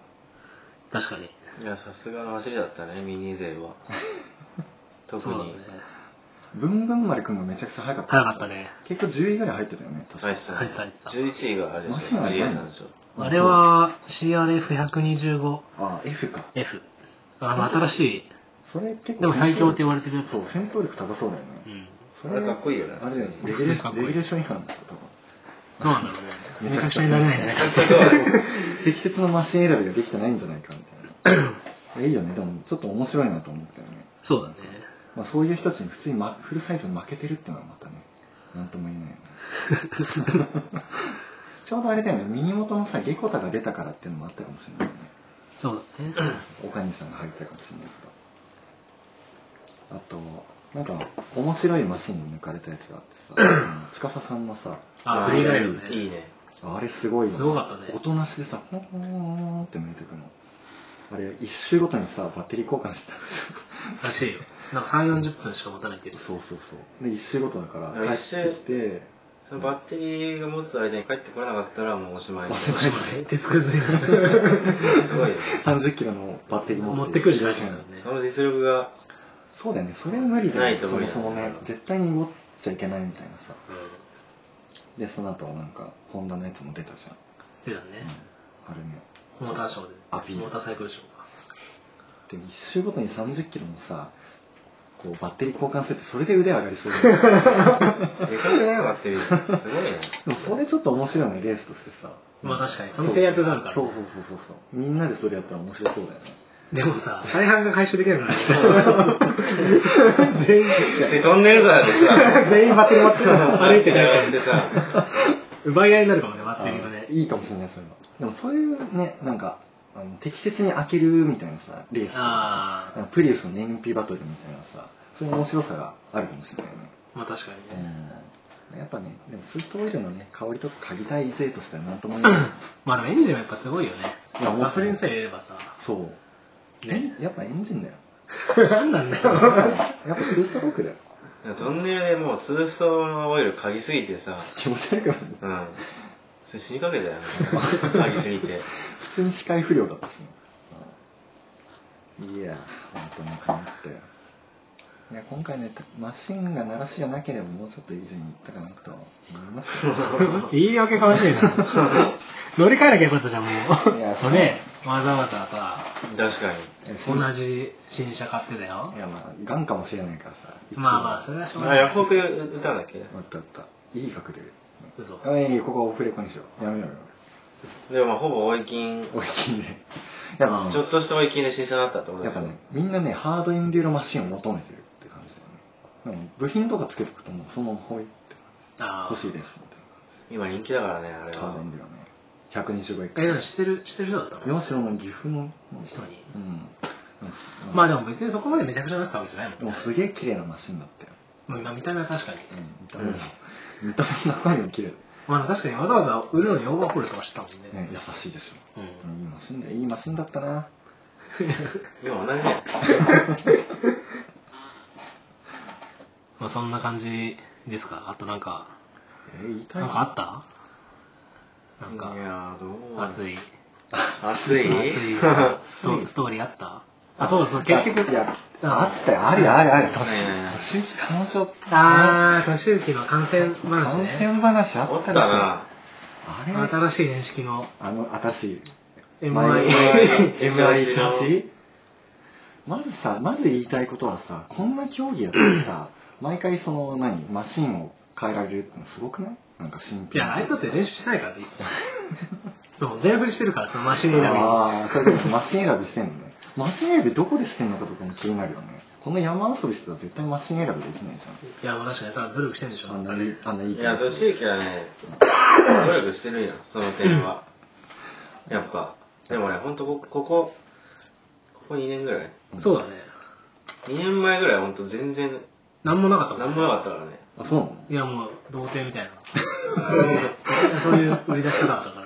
Speaker 1: 確かに
Speaker 2: いやさすがの走りだったねミニ勢 は特
Speaker 1: そうだ
Speaker 2: に
Speaker 1: ね
Speaker 3: ブンブン丸くんもめちゃくちゃ早かった
Speaker 1: 早かったね
Speaker 3: 結構10位ぐらい入ってたよね確
Speaker 2: 入っ
Speaker 3: か
Speaker 2: てた
Speaker 1: 入
Speaker 2: ね
Speaker 1: った入った
Speaker 2: 11位があれでしょ
Speaker 3: マシン
Speaker 2: GA
Speaker 3: は
Speaker 2: さんでしょ
Speaker 3: うん
Speaker 1: あれは CRF125F
Speaker 3: ああ F か
Speaker 1: あの新しい
Speaker 3: それ結構
Speaker 1: でも最強って言
Speaker 3: わ
Speaker 1: われてるや
Speaker 3: れ
Speaker 1: つ
Speaker 3: そう戦闘力高そうだよ
Speaker 1: う
Speaker 3: ね
Speaker 1: ん
Speaker 3: そ
Speaker 2: あれかっこいいよね
Speaker 3: あれだよねレギュ
Speaker 1: 普通
Speaker 3: レー
Speaker 1: に
Speaker 3: シ
Speaker 1: かっ
Speaker 3: ョン
Speaker 1: こい
Speaker 3: レ
Speaker 1: い
Speaker 3: ギュレーション違反だった
Speaker 1: どうなんだろうねめちゃくちゃになれないんじゃないか
Speaker 3: 適切なマシン選びができてないんじゃないかみたい ないいよねでもちょっと面白いなと思ったよね
Speaker 1: そうだね
Speaker 3: まあ、そういう人たちに普通に、ま、フルサイズに負けてるってのはまたねなんとも言えないよね ちょうどあれだよね耳元のさゲコタが出たからっていうのもあったかもしれないよね
Speaker 1: そうだね
Speaker 3: 岡西さんが入ったかもしれないけどあとなんか面白いマシンに抜かれたやつがあってさあの 司さんのさ
Speaker 1: あ
Speaker 2: ー
Speaker 1: フリーライドね
Speaker 2: いいね
Speaker 3: あれすごいよ
Speaker 1: すごかったね
Speaker 3: おとなしでさポンポンポンポンって抜いてくのあれ一周ごとにさバッテリー交換してたでし ょ
Speaker 1: らしいよなんか3 4 0分しか持たないって言ってた
Speaker 3: そうそうそうで一周ごとだから
Speaker 2: あ
Speaker 3: 帰
Speaker 2: 一周
Speaker 3: ってきて
Speaker 2: そのバッテリーが持つ間に帰ってこれなかったらもうお しまい
Speaker 3: おしま
Speaker 1: そうだね鉄くずに
Speaker 2: すごいよね
Speaker 3: 30キロのバッテリー
Speaker 1: 持ってくるしかないからね
Speaker 2: その実力が
Speaker 3: そうだよねそれは無理だ
Speaker 2: な
Speaker 3: よ
Speaker 2: い
Speaker 3: ね
Speaker 2: と
Speaker 3: そ
Speaker 2: 無理
Speaker 3: も
Speaker 2: だ
Speaker 3: そもね絶対に動っちゃいけないみたいなさでその後はなんかホンダのやつも出たじゃん、
Speaker 1: 手だね
Speaker 3: あれね
Speaker 1: モーターショーで
Speaker 3: アピール
Speaker 1: モーターサイクルショーか
Speaker 3: で一周ごとに30キロのさこうバッテリー交換するってそれで腕上がりそうじゃないですか
Speaker 2: でかくないバッテリー。すごいね。
Speaker 3: でもそれちょっと面白いねレースとしてさ
Speaker 1: まあ確かにその制約があるから
Speaker 3: そうそうそうそうそうみんなでそれやったら面白そうだよね
Speaker 1: でもさ、大半が回収できなくなる。全員、
Speaker 2: で、トンネル皿でさ、
Speaker 1: 全員バッテリー持って 歩いてるや
Speaker 2: やっ
Speaker 1: つ
Speaker 2: てさ、
Speaker 1: 奪い合いになるかもね、バッテリーの
Speaker 3: あ
Speaker 1: ね
Speaker 3: ー。いいかもしれないそれはでもそういうねなんかあの適切に開けるみたいなさレースとか
Speaker 1: あ
Speaker 3: さなんかプリウスの MP バトルみたいなさそういう面白さがあるかもしれないね
Speaker 1: まあ確かにね。
Speaker 3: うんやっぱねでもツーストオイルのね香りとか嗅ぎたい勢としてはなんとも言えない
Speaker 1: まあでもエンジンはやっぱすごいよね。
Speaker 3: いや本当に
Speaker 1: ガソリンさえ入れればさ、
Speaker 3: そう
Speaker 1: ね。
Speaker 3: やっぱエンジンだよ
Speaker 1: なんなんだよ。
Speaker 3: やっぱツーストロークだよ
Speaker 2: トンネルでもうツーストのオイル嗅ぎすぎてさ、
Speaker 3: 気持ち悪くなる
Speaker 2: うん。それ死にかけたよね。嗅ぎすぎて。
Speaker 3: 普通に視界不良だったしね、うんいや本当に困ったよいや今回ねマシンが鳴らしじゃなければもうちょっと以上にいったかなとは思いますけど
Speaker 1: 言い訳かましいな。乗り換えなきゃよかったじゃん、もう。
Speaker 3: いや
Speaker 1: そうね、わざわざさ、
Speaker 2: 確かに。
Speaker 1: 同じ新車買ってたよ
Speaker 3: い。やまあがんかもしれないからさ
Speaker 1: まあまあ、それはしょうが
Speaker 2: あ、
Speaker 1: ない
Speaker 2: ヤ。フオク歌たんだっけ
Speaker 3: あったあったいい額出る
Speaker 1: 嘘。
Speaker 3: あいいよここはオフレコにしようやめよう
Speaker 2: で
Speaker 3: よ
Speaker 2: もまあほぼ追い金、
Speaker 3: おい金でいやまあ
Speaker 2: ちょっとした追い金で新車だったと思う
Speaker 3: やっぱねみんなねハードエンデューロマシンを求めてるって感じだよねでも部品とかつけとくともうそのままほいって
Speaker 1: ああ
Speaker 3: 欲。しいですみたいな
Speaker 2: 今人気だからね、あれ
Speaker 3: そう
Speaker 2: は
Speaker 3: な。んだよね。125
Speaker 1: え、で
Speaker 3: 回。
Speaker 1: も知ってる、知ってる人だったの
Speaker 3: よしの岐阜の
Speaker 1: 人に
Speaker 3: うん。
Speaker 1: まあ
Speaker 3: で
Speaker 1: でも別にそこまでめちゃくちゃなってたわけじゃないもん
Speaker 3: も、もうすげえ綺麗なマシンだったよ。
Speaker 1: まあ、今見た目は確かに。
Speaker 3: うん。見た目も、見た目の中身も綺麗
Speaker 1: まあ確かにわざわざ売るのにオーバーホールとかしてたもん
Speaker 3: だ。
Speaker 1: ね。
Speaker 3: ね、優しいでし
Speaker 1: う
Speaker 3: ょ。いいマシンだ、いいマシンだったな。
Speaker 2: 今同じね。
Speaker 1: まあそんな感じですか。あとなんか、
Speaker 3: えー、言いたい
Speaker 1: なんかあったなん
Speaker 2: い
Speaker 1: か、
Speaker 2: やーどう
Speaker 1: 熱い。
Speaker 2: 熱 い
Speaker 1: 熱いさストストーリーあったあ、そうそう、結局。
Speaker 3: いや、
Speaker 1: あ
Speaker 3: あったよ、あるよ、あるよあるよ。
Speaker 2: ね
Speaker 3: 年
Speaker 2: え、
Speaker 3: 年行き感傷。
Speaker 1: あー、年之の感染話
Speaker 3: 感
Speaker 1: ね。
Speaker 3: 染話あ
Speaker 2: お
Speaker 3: っ
Speaker 2: ったた
Speaker 3: でしょ。
Speaker 2: な。
Speaker 3: あれ、
Speaker 1: 新しい年式の
Speaker 3: あの、新しい。
Speaker 1: MI。
Speaker 3: MI 写真まずさまず言いたいことはさこんな競技やってさ毎回その何マシンを変えられるってのすごくないなんか新 品
Speaker 1: いや、あいつだって練習してないからね、一切。そう、全振りしてるから、そのマシン選びに。
Speaker 3: ああそういうことマシン選びしてんのねマシン選びどこでしてんのかとかも気になるよねこの山遊びしてたら絶対マシン選びできないじ
Speaker 1: いや、まあ確かに、ただ努力してるんでしょ。
Speaker 3: ゃんあんなにあんないい
Speaker 2: いや、
Speaker 3: 体
Speaker 2: 年
Speaker 3: 勢
Speaker 2: 行きはね、努力してるんや、その点は。やっぱ。でもね、ほんとこ、ここ、ここ2年ぐらい
Speaker 1: そうだね。
Speaker 2: ?2 年前ぐらいほんと全然、
Speaker 1: なんもなかったもん
Speaker 2: なんもなかったからね。
Speaker 3: あそうなの
Speaker 1: いやもう童貞みたい なそういう売り出し方だったから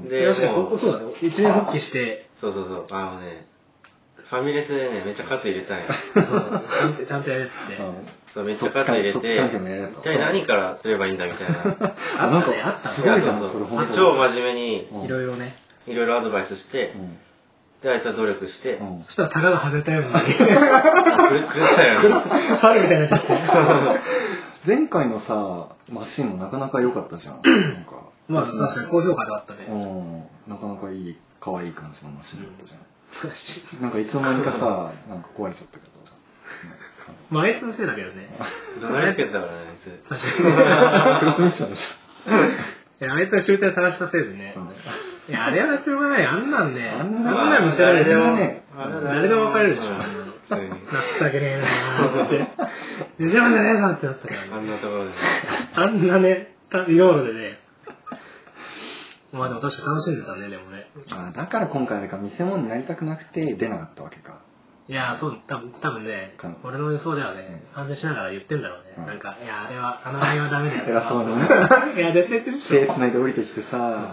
Speaker 1: ね
Speaker 2: で、
Speaker 1: 確かに
Speaker 2: も
Speaker 1: こ
Speaker 2: う、
Speaker 1: そうだね一年復帰して
Speaker 2: そうそうそう、あのね、ファミレスでね、めっちゃカツ入れたんや。
Speaker 1: そうだねちゃんとちゃんとやれっつって
Speaker 3: あの
Speaker 2: そう、めっちゃカツ入れ
Speaker 3: そっち関係もや
Speaker 2: て、
Speaker 3: れ
Speaker 2: 一
Speaker 3: た
Speaker 2: 体何からすればいいんだみたいな。
Speaker 1: あ
Speaker 3: なん
Speaker 1: った
Speaker 3: か
Speaker 1: ねあった
Speaker 3: す
Speaker 2: い
Speaker 1: ね
Speaker 3: ご
Speaker 2: や
Speaker 3: いじ
Speaker 2: そ
Speaker 3: ゃん
Speaker 2: う
Speaker 3: それ
Speaker 2: そ
Speaker 3: 本
Speaker 2: う
Speaker 3: 当
Speaker 2: 超真面目に、
Speaker 3: うん
Speaker 1: いろいろね
Speaker 2: いろいろアドバイスして
Speaker 3: う、ん
Speaker 2: で、あいつは努力して、
Speaker 3: う
Speaker 2: 狂
Speaker 3: ん
Speaker 1: そしたらタガが外れたように
Speaker 2: ったよね。
Speaker 1: 猿みたいになっちゃって
Speaker 3: 前回のさマシンもなかなか良かったじ ゃんなんか
Speaker 1: まあ確かに高評価ではあった
Speaker 3: う
Speaker 1: ね
Speaker 3: ん、なかなかいい可愛い感じのマシンだったじゃん、なんかいつの間にかさなんか壊れちゃったけど
Speaker 1: まああいつのせいだけどね
Speaker 2: 怒鳴りつけてたからね、あいつ。
Speaker 1: 確か
Speaker 3: プロフェッショナルじ
Speaker 1: にいやあいつが終点探したせいでね
Speaker 3: ゃん、
Speaker 1: いやあれは必要がないあんなんね
Speaker 3: あ
Speaker 1: あ
Speaker 3: ん
Speaker 1: ん
Speaker 3: な
Speaker 1: なん見せられて
Speaker 3: あれ
Speaker 1: も
Speaker 3: はね
Speaker 1: 誰でも分かれるでしょ
Speaker 2: うん普通に。
Speaker 1: 情けねえなーっつって全然じゃねえなってなってたからね
Speaker 2: あんなところでね。
Speaker 1: あんなね、た道路でね。まあでも確か楽しんでたね、でもね。
Speaker 3: あだから今回あれか見せ物になりたくなくて出なかったわけか
Speaker 1: いやー、そう、多分多分ね
Speaker 3: か、
Speaker 1: 俺の予想ではね、反省しながら言ってんだろうね。
Speaker 3: うん
Speaker 1: なんか、いや、あれは、 あのラインはダメだよ。
Speaker 3: 偉そうに
Speaker 1: いや、絶対言ってるでし
Speaker 3: ペー
Speaker 1: ょ。
Speaker 3: ス内で降りてきてさなんか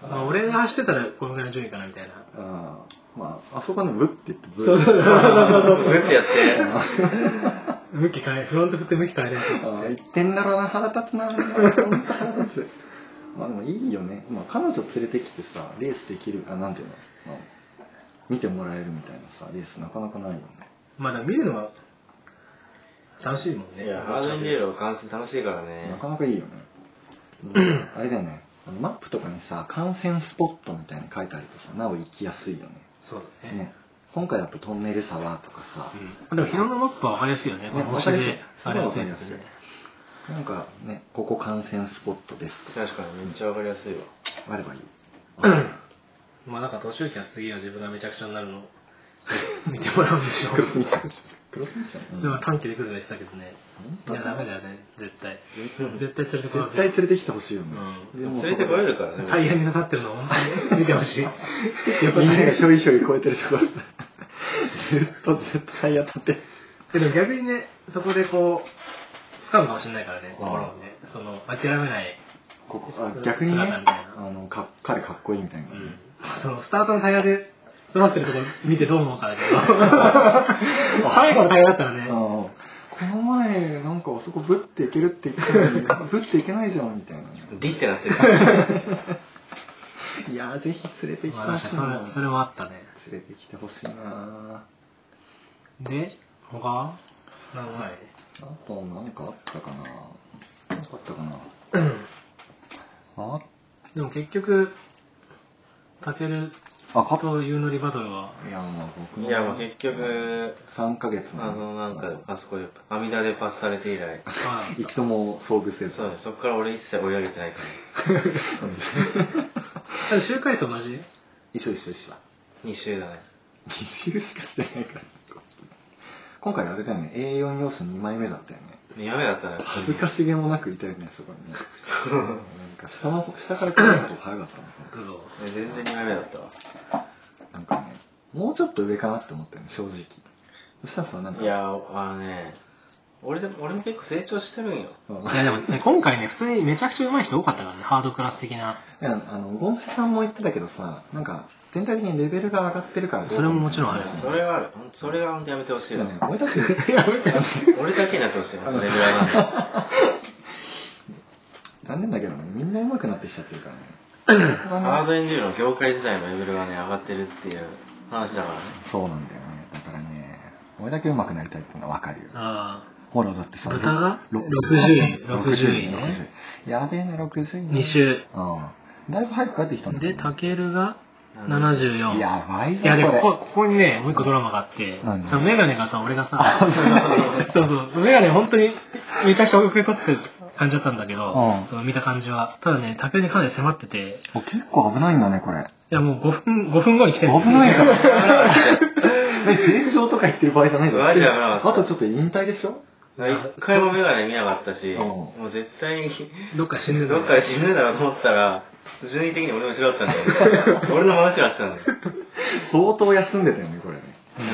Speaker 3: さ
Speaker 1: まあ、俺が走ってたらこのぐらいの順位かな、みたいな。
Speaker 3: あーまああそこのブッて言ってブッ
Speaker 1: そうそうそう。
Speaker 2: グッてやっ て。
Speaker 1: 向き変え、フロント振って向き変えるやつ。
Speaker 3: あー言ってんだろうな腹立つな本当腹立つ まあでもいいよね、まあ、彼女連れてきてさレースできるあなんていうの、まあ見てもらえるみたいなさレースなかなかないよね
Speaker 1: まあでも見るのは楽しいもんね。
Speaker 2: いや、ハードンデューロ完成楽しいから
Speaker 3: な
Speaker 2: ね。
Speaker 3: かなかいいよね、うんあれだよねあのマップとかにさ観戦スポットみたいに書いてあるとさなお行きやすいよ
Speaker 1: そうだ
Speaker 3: ね
Speaker 1: ね。
Speaker 3: ね今回だとトンネル沢とかさ、
Speaker 1: でも、広のマップは分かりやすいよね。
Speaker 3: ね
Speaker 1: この星で
Speaker 3: 分かりやすい
Speaker 1: あれやつやつ
Speaker 3: すごい分かりや
Speaker 1: ね
Speaker 3: すい。なんかねここ観戦スポットですとか
Speaker 2: 確かにめっちゃわかりやすいわ。
Speaker 3: あればいい
Speaker 1: まあなんか途中期は次は自分がめちゃくちゃにな るのを見てもらうんでしょう。
Speaker 3: ミッションクロスミッション、
Speaker 1: でも短期で来るとか言ってたけどね。い
Speaker 3: 本
Speaker 1: や、
Speaker 3: 当
Speaker 1: ダ
Speaker 3: だ
Speaker 1: メだよね、絶対。絶対連れてこら
Speaker 3: 絶
Speaker 1: れ
Speaker 3: 対
Speaker 1: る。
Speaker 3: 連れてきてほしいよね、
Speaker 1: うん
Speaker 3: でも
Speaker 2: 連れてこれるからね。
Speaker 1: タイヤに刺さってるの、本当に。見てほしい。
Speaker 3: みんながひょいひょい超えてるところずっとずっとタイヤ立ってる
Speaker 1: でも逆にね、そこでこう、掴むかもしれないからね、心をね。その、諦めない。
Speaker 3: ここあ逆にね
Speaker 1: 姿みたいな
Speaker 3: あのか彼かっこいいみたいな、
Speaker 1: うん。その、スタートのタイヤで、詰まってるとこ見てどう思うかだけ ど。最後のタイヤだったら
Speaker 3: あ
Speaker 1: ね、
Speaker 3: のこの前なんかあそこぶっていけるって言ってたのにぶっていけないじゃんみたいな
Speaker 2: ディってなってる。
Speaker 3: いやーぜひ連れてきて
Speaker 1: まあなん
Speaker 3: ほ
Speaker 1: か
Speaker 3: しい
Speaker 1: そ
Speaker 3: な
Speaker 1: れ、それもあったね。
Speaker 3: 連れてきてほしいな
Speaker 1: で、他なんもない。
Speaker 3: あと何かあったかな何かあったかなあ
Speaker 1: でも結局、タケル
Speaker 3: あか
Speaker 1: とユーノリバトルはい
Speaker 3: やまあ僕の
Speaker 2: いや、もう結局、
Speaker 3: 3ヶ月
Speaker 2: あの、なんか、あそこで、網田でパスされて以来、
Speaker 1: まあ
Speaker 3: 一度も遭遇せず
Speaker 2: そうです。そこから俺一切追い上げてないから。
Speaker 1: ただ周回数同じ
Speaker 3: 一緒一緒一緒
Speaker 2: 2週だね。
Speaker 3: 二周しかしてないから今回あれだよね A4 用紙2枚目だったよね
Speaker 2: 2やめだったな。
Speaker 3: 恥ずかしげもなくいたよねそこにねなんか下の下から来るのが早かったね
Speaker 1: 嘘
Speaker 2: 俺 全然2やめだったわ。
Speaker 3: なんかねもうちょっと上かなって思ったよね正直そしたらさなんか
Speaker 2: いや、あのね、俺でも、俺も結構成長してるんよ。
Speaker 3: うん
Speaker 1: いやでもね、今回ね、普通にめちゃくちゃ上手い人多かったからね、ハードクラス的な。
Speaker 3: いやあのゴンチさんも言ってたけどさなんか全体的にレベルが上がってるからどうか
Speaker 1: それももちろんある
Speaker 2: それはある。ほんとそれはほんとやめてほしい
Speaker 3: そう
Speaker 2: な
Speaker 3: だ。ね俺た ち
Speaker 2: 俺だけになってほ しいな、これぐらいは。
Speaker 3: 残念だけどねみんな上手くなってきちゃってるからね
Speaker 2: ハードエンデューロの業界自体のレベルがね、上がってるっていう話だからね。
Speaker 3: そうなんだよねだからね俺だけ上手くなりたいってのは分かるよ
Speaker 1: あ
Speaker 3: ほらだってさ
Speaker 1: 豚が
Speaker 3: ろ
Speaker 1: 60
Speaker 3: 60位
Speaker 1: ね
Speaker 3: 60位やべえな60位
Speaker 1: あ
Speaker 3: ね
Speaker 1: 2周。
Speaker 3: うんだいぶ早く帰ってきたんだ
Speaker 1: で、
Speaker 3: よね
Speaker 1: タケルが74。
Speaker 3: やばいぞ
Speaker 1: いやで
Speaker 3: こ
Speaker 1: こ
Speaker 3: れ
Speaker 1: こここにね、もう一個ドラマがあって
Speaker 3: 何、
Speaker 1: そのメガネがさ、俺がさ、そうそう、そのメガネ本当にめちゃくちゃ奥に取ってる感じだったんだけど、
Speaker 3: うん
Speaker 1: その見た感じは。ただね、竹にかなり迫ってて、い
Speaker 3: お結構危ないんだねこれ
Speaker 1: やもう5分、5分後に来てる。
Speaker 3: 危ない じゃん何正常とか言ってる場合じゃないぞ
Speaker 2: マジで危なかった
Speaker 3: あとちょっと引退でしょ
Speaker 2: 一回もメガネ見なかったし、
Speaker 3: うん
Speaker 2: もう絶対に、
Speaker 1: どっか死ぬんだ
Speaker 2: どっかで死ぬだろうと思ったら、順位的に俺の後ろだったんだ よ。俺の真後ろだったんだよ。
Speaker 3: 相当休んでたよねこれね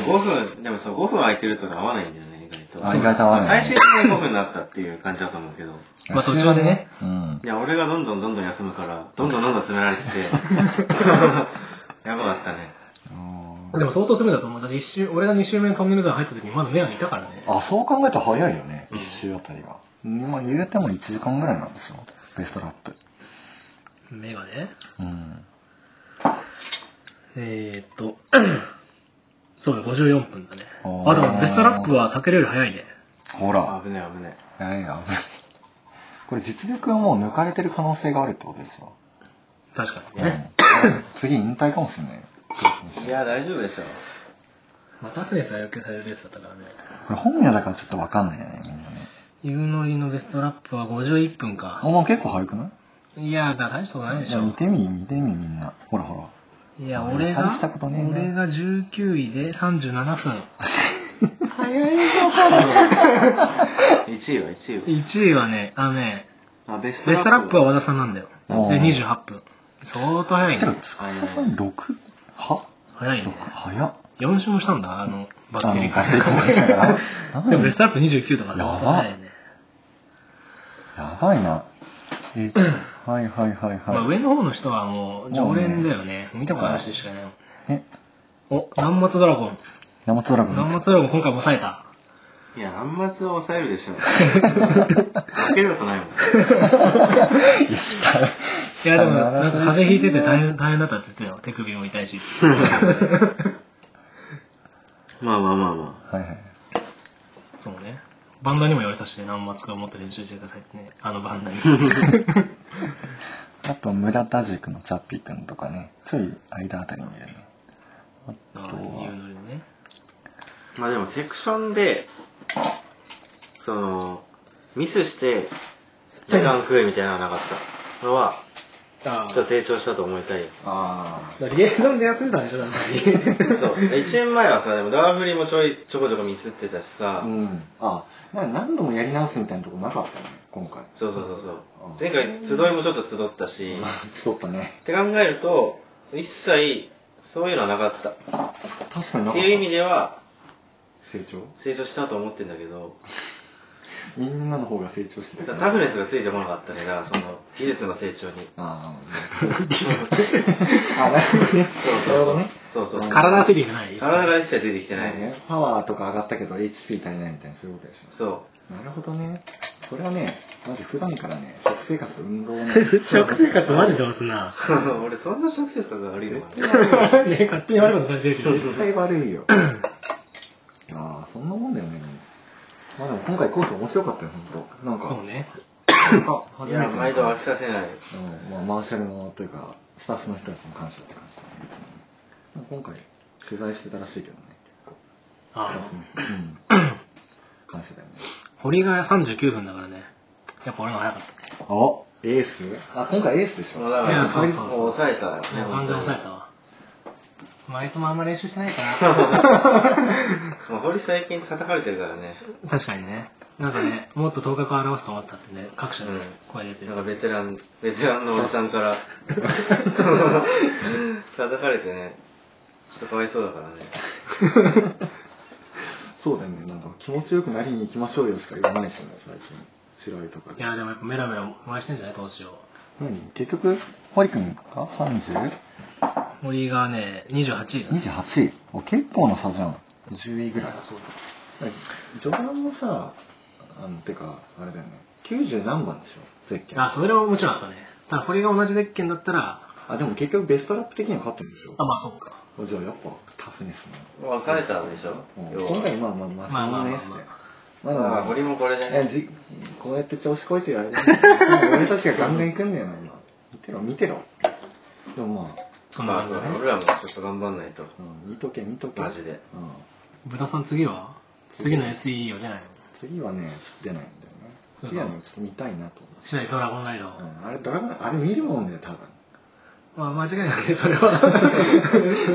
Speaker 2: 5分、でもそう、5分空いてると合わないんだよね、意外と。
Speaker 3: あ意外と合わない
Speaker 2: 最終的に5分になったっていう感じだと思うけど。
Speaker 1: まあ途中でね
Speaker 3: うん
Speaker 2: いや、俺がどんどんどんどん休むから、どんどんどんどん詰められてて、やばかったね。
Speaker 1: でも相当するんだと思う。だって一周、俺が2周目のトンネル山入った時にまだメガネいたからね。
Speaker 3: あそう考えたら早いよね
Speaker 2: うん
Speaker 3: 一周あたりがまあ言うても1時間ぐらいなんですよベストラップ
Speaker 1: メガネ
Speaker 3: うん
Speaker 1: えーっと、 そうだ、54分だね。
Speaker 3: おー
Speaker 1: あ、でもベストラップは竹ルより早いね。
Speaker 3: ほら
Speaker 2: 危ねえ危ね
Speaker 3: いやいや危ないこれ実力はもう抜かれてる可能性があるってことですよ、
Speaker 1: 確か
Speaker 3: う
Speaker 1: に
Speaker 3: ん
Speaker 1: ね。
Speaker 3: 次引退かもしれないよ
Speaker 2: え。いや、大丈夫でしょ。
Speaker 1: まあ、タフネスが要求されるレースだったからね。
Speaker 3: これ本名だからちょっと分かんないよねみんなね
Speaker 1: ユーノリのベストラップは51分
Speaker 3: あ
Speaker 1: か。
Speaker 3: もう結構早くない
Speaker 1: いや、だ大したことないで
Speaker 3: い
Speaker 1: し
Speaker 3: や
Speaker 1: ょ
Speaker 3: 見。てみ見てみみんなほらほら
Speaker 1: いや、俺が、
Speaker 3: 大したことねえな
Speaker 1: 俺が19位で37分。
Speaker 3: 早いぞ
Speaker 2: 1位は1位は。
Speaker 1: 1位はね、あのね、
Speaker 2: あ、ベスト
Speaker 1: ベ
Speaker 2: ラップ
Speaker 1: ストラップは和田さんなんだよ。で、
Speaker 3: おー
Speaker 1: 28分。相当早い
Speaker 3: けど
Speaker 1: ね。
Speaker 3: 塚田さん6は
Speaker 1: 早い
Speaker 3: 6
Speaker 1: ね。
Speaker 3: 早っ
Speaker 1: 4周もしたんだ、あの、バッテリー
Speaker 3: あのバッテリー交換しながら
Speaker 1: でもベストラップ29とか
Speaker 3: やば
Speaker 1: 早いね。
Speaker 3: やばいな。え はいはいはい
Speaker 1: まあ、
Speaker 3: はい。
Speaker 1: 上の方の人はもう常連だよね。見たことある人しかいないもん。
Speaker 3: え、
Speaker 1: お、南松ドラゴン。
Speaker 3: ヤマトラゴン。
Speaker 1: 南松ドラゴン今回も抑えた。
Speaker 2: いや、あんまつは抑えるでしょ。負けることないもん。
Speaker 3: いや、した。
Speaker 1: いや、でも、なんか風邪ひいてて大変大変だったって言ってたよ。手首も痛いし。
Speaker 2: まあまあまあま
Speaker 3: はいはい。
Speaker 1: そうね。バンダにも言われたしね、南松がもっと練習してくださいってね。あのバンダに。
Speaker 3: あと、村田塾のチャッピーくんとかね、つい間あたりにいるね。
Speaker 1: ああ、言うのにね。
Speaker 2: まあでもセクションで、その、ミスして、時間食うみたいなのはなかったのは、
Speaker 1: あ
Speaker 2: ちょっと成長したと思い たいよ。
Speaker 3: あ
Speaker 1: あ。リエゾンで休んだんでしょ、だって。
Speaker 2: そう。1年前はさ、でもダーフリもちょい、ちょこちょこミスってたし
Speaker 3: あ
Speaker 2: さ、
Speaker 3: うんあな何度もやり直すみたいなとこなかったね今回
Speaker 2: そうそうそうそう
Speaker 3: うん。
Speaker 2: 前回、集いもちょっと集ったし、
Speaker 3: そうだね
Speaker 2: って考えると、一切、そういうのはなかった。
Speaker 3: 確かにな
Speaker 2: って
Speaker 3: かった
Speaker 2: いう意味では、
Speaker 3: 成長
Speaker 2: 成長したと思ってんだけど、
Speaker 3: みんなの方が成長して
Speaker 2: だ
Speaker 3: た
Speaker 2: からタフネスがついてこなかったね。だからその、技術の成長に。
Speaker 3: あああなる ほどねなるほどね
Speaker 2: そうそう。
Speaker 1: 体がついていかない。
Speaker 2: 体が一切ついてきてないね。
Speaker 3: パワーとか上がったけど HP 足りないみたいなそういうことでし
Speaker 2: そ
Speaker 3: ょなるほどねそれはねまず普段からね食生活運動をね
Speaker 1: 食生活マジで押すな。
Speaker 2: う。 俺そんな食生活が悪いのかな
Speaker 1: ね、勝手に悪いことされてるけど。
Speaker 3: 絶対悪いよああそんなもんだよねまあでも今回コース面白かったよ本当なんか
Speaker 1: そうね。
Speaker 3: なんか
Speaker 2: い
Speaker 3: 初め
Speaker 2: や、
Speaker 3: て
Speaker 2: 毎度飽きさせない。
Speaker 3: うんまあ、マーシャルのというかスタッフの人たちの感謝って感じだね別にまあ今回取材してたらしいけどね
Speaker 1: ああ。
Speaker 3: うん 感謝だよね
Speaker 1: 堀が39分だからね。やっぱ俺の方が早かっ
Speaker 3: あエースあ今回エースでしょ
Speaker 2: だか
Speaker 1: いや
Speaker 2: ら、
Speaker 1: そうそうそう
Speaker 2: も抑えたよね、
Speaker 1: た。もう完全に
Speaker 2: 本当に。
Speaker 1: 抑えたわ。前いつもあんま練習してないから。
Speaker 2: まあ、堀最近叩かれてるからね。
Speaker 1: 確かにね。なんかね、もっと頭角を表すと思ってたってね、各社の
Speaker 2: うん
Speaker 1: 声出て
Speaker 2: な
Speaker 1: る
Speaker 2: ん。かベテラン、ベテランのおじさんから、叩かれてね、ちょっとかわいそうだからね。
Speaker 3: そうだよねなんか気持ちよくなりに行きましょうよしか言わないですよね最近白いとか
Speaker 1: い
Speaker 3: で
Speaker 1: や、でもやっぱメラメラ燃やしてんじゃない当時を。
Speaker 3: 何結局堀君が 30?
Speaker 1: 森がね、28位だね。
Speaker 3: 28お結構の差じゃん10位ぐらい
Speaker 1: そうだ。
Speaker 3: 序盤もさあのてかあれだよね90何番でしょゼッケン
Speaker 1: あ、それはもちろんあったね。ただ、これが同じゼッケンだったら、
Speaker 3: あでも結局ベストラップ的には勝ってるんですよ
Speaker 1: あ、まあ、そっか。
Speaker 3: じゃあやっぱタフネスね
Speaker 2: もう抑えたでしょ
Speaker 3: うん
Speaker 2: 要
Speaker 3: 今
Speaker 2: は。
Speaker 3: 回まあまあまあ
Speaker 1: まあ
Speaker 3: そ
Speaker 1: まあ
Speaker 3: の
Speaker 1: まあま
Speaker 3: ね
Speaker 1: あ
Speaker 3: してま
Speaker 2: ま
Speaker 3: だま
Speaker 2: あ、
Speaker 3: あ
Speaker 2: 堀もこれで
Speaker 3: いや
Speaker 2: ね。
Speaker 3: じこうやって調子こいて やる俺たちがガンガン行くんだよな今見てろ見てろでもまあ、
Speaker 1: そんな
Speaker 2: まあ、
Speaker 1: 感
Speaker 2: そ
Speaker 1: じ
Speaker 2: う
Speaker 1: だ
Speaker 2: ね。
Speaker 1: ね。
Speaker 2: 俺らもちょっと頑張んないと。
Speaker 3: うん、見とけ見とけ
Speaker 2: マジで、
Speaker 3: うん、
Speaker 1: 豚さん次は次の SE を出ないの
Speaker 3: 次はねちょっと出ないんだよね次はねちょっと見たいなと
Speaker 1: しないドラゴンライド。
Speaker 3: 思う、うん、あれドラマあれ見るもんだよ多分
Speaker 1: まあ、間違いなくね、それは。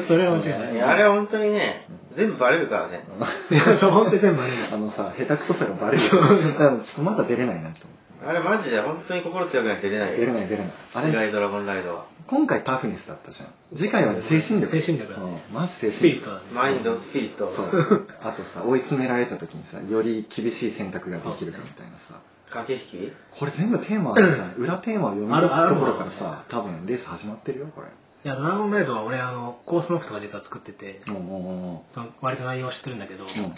Speaker 1: それは間違いない
Speaker 2: いやあれは本当にね、全部バレるからね。
Speaker 1: いや。そう、本当に全部あれだよ
Speaker 3: あのさ下手くそさがバレるよだからちょっとまだ出れないなと思
Speaker 2: あれマジで本当に心強くないと出れな
Speaker 3: う
Speaker 2: い
Speaker 3: 出れ
Speaker 2: よ。
Speaker 3: ない出れないあ
Speaker 2: 違
Speaker 3: れ
Speaker 2: いドラゴンライドは。
Speaker 3: 今回タフネスだったじゃん次回はね精神力
Speaker 1: 精神力だね
Speaker 3: うんマジ精
Speaker 1: スピリ
Speaker 3: 神
Speaker 1: ッ
Speaker 3: 力
Speaker 1: トだね。
Speaker 2: マインド、スピリット。
Speaker 3: そうあとさ追い詰められた時にさより厳しい選択ができるかみたいなさ
Speaker 2: 駆け引き
Speaker 3: これ全部テーマあるじゃん裏テーマを読み
Speaker 1: あ
Speaker 3: 解
Speaker 1: るある
Speaker 3: くところからさ多分レース始まってるよこれ
Speaker 1: いや、ドラゴンライドは俺、あの、コースノックとか実は作ってて、
Speaker 3: もうもうもうも
Speaker 1: その割と内容を知ってるんだけど、
Speaker 3: うもう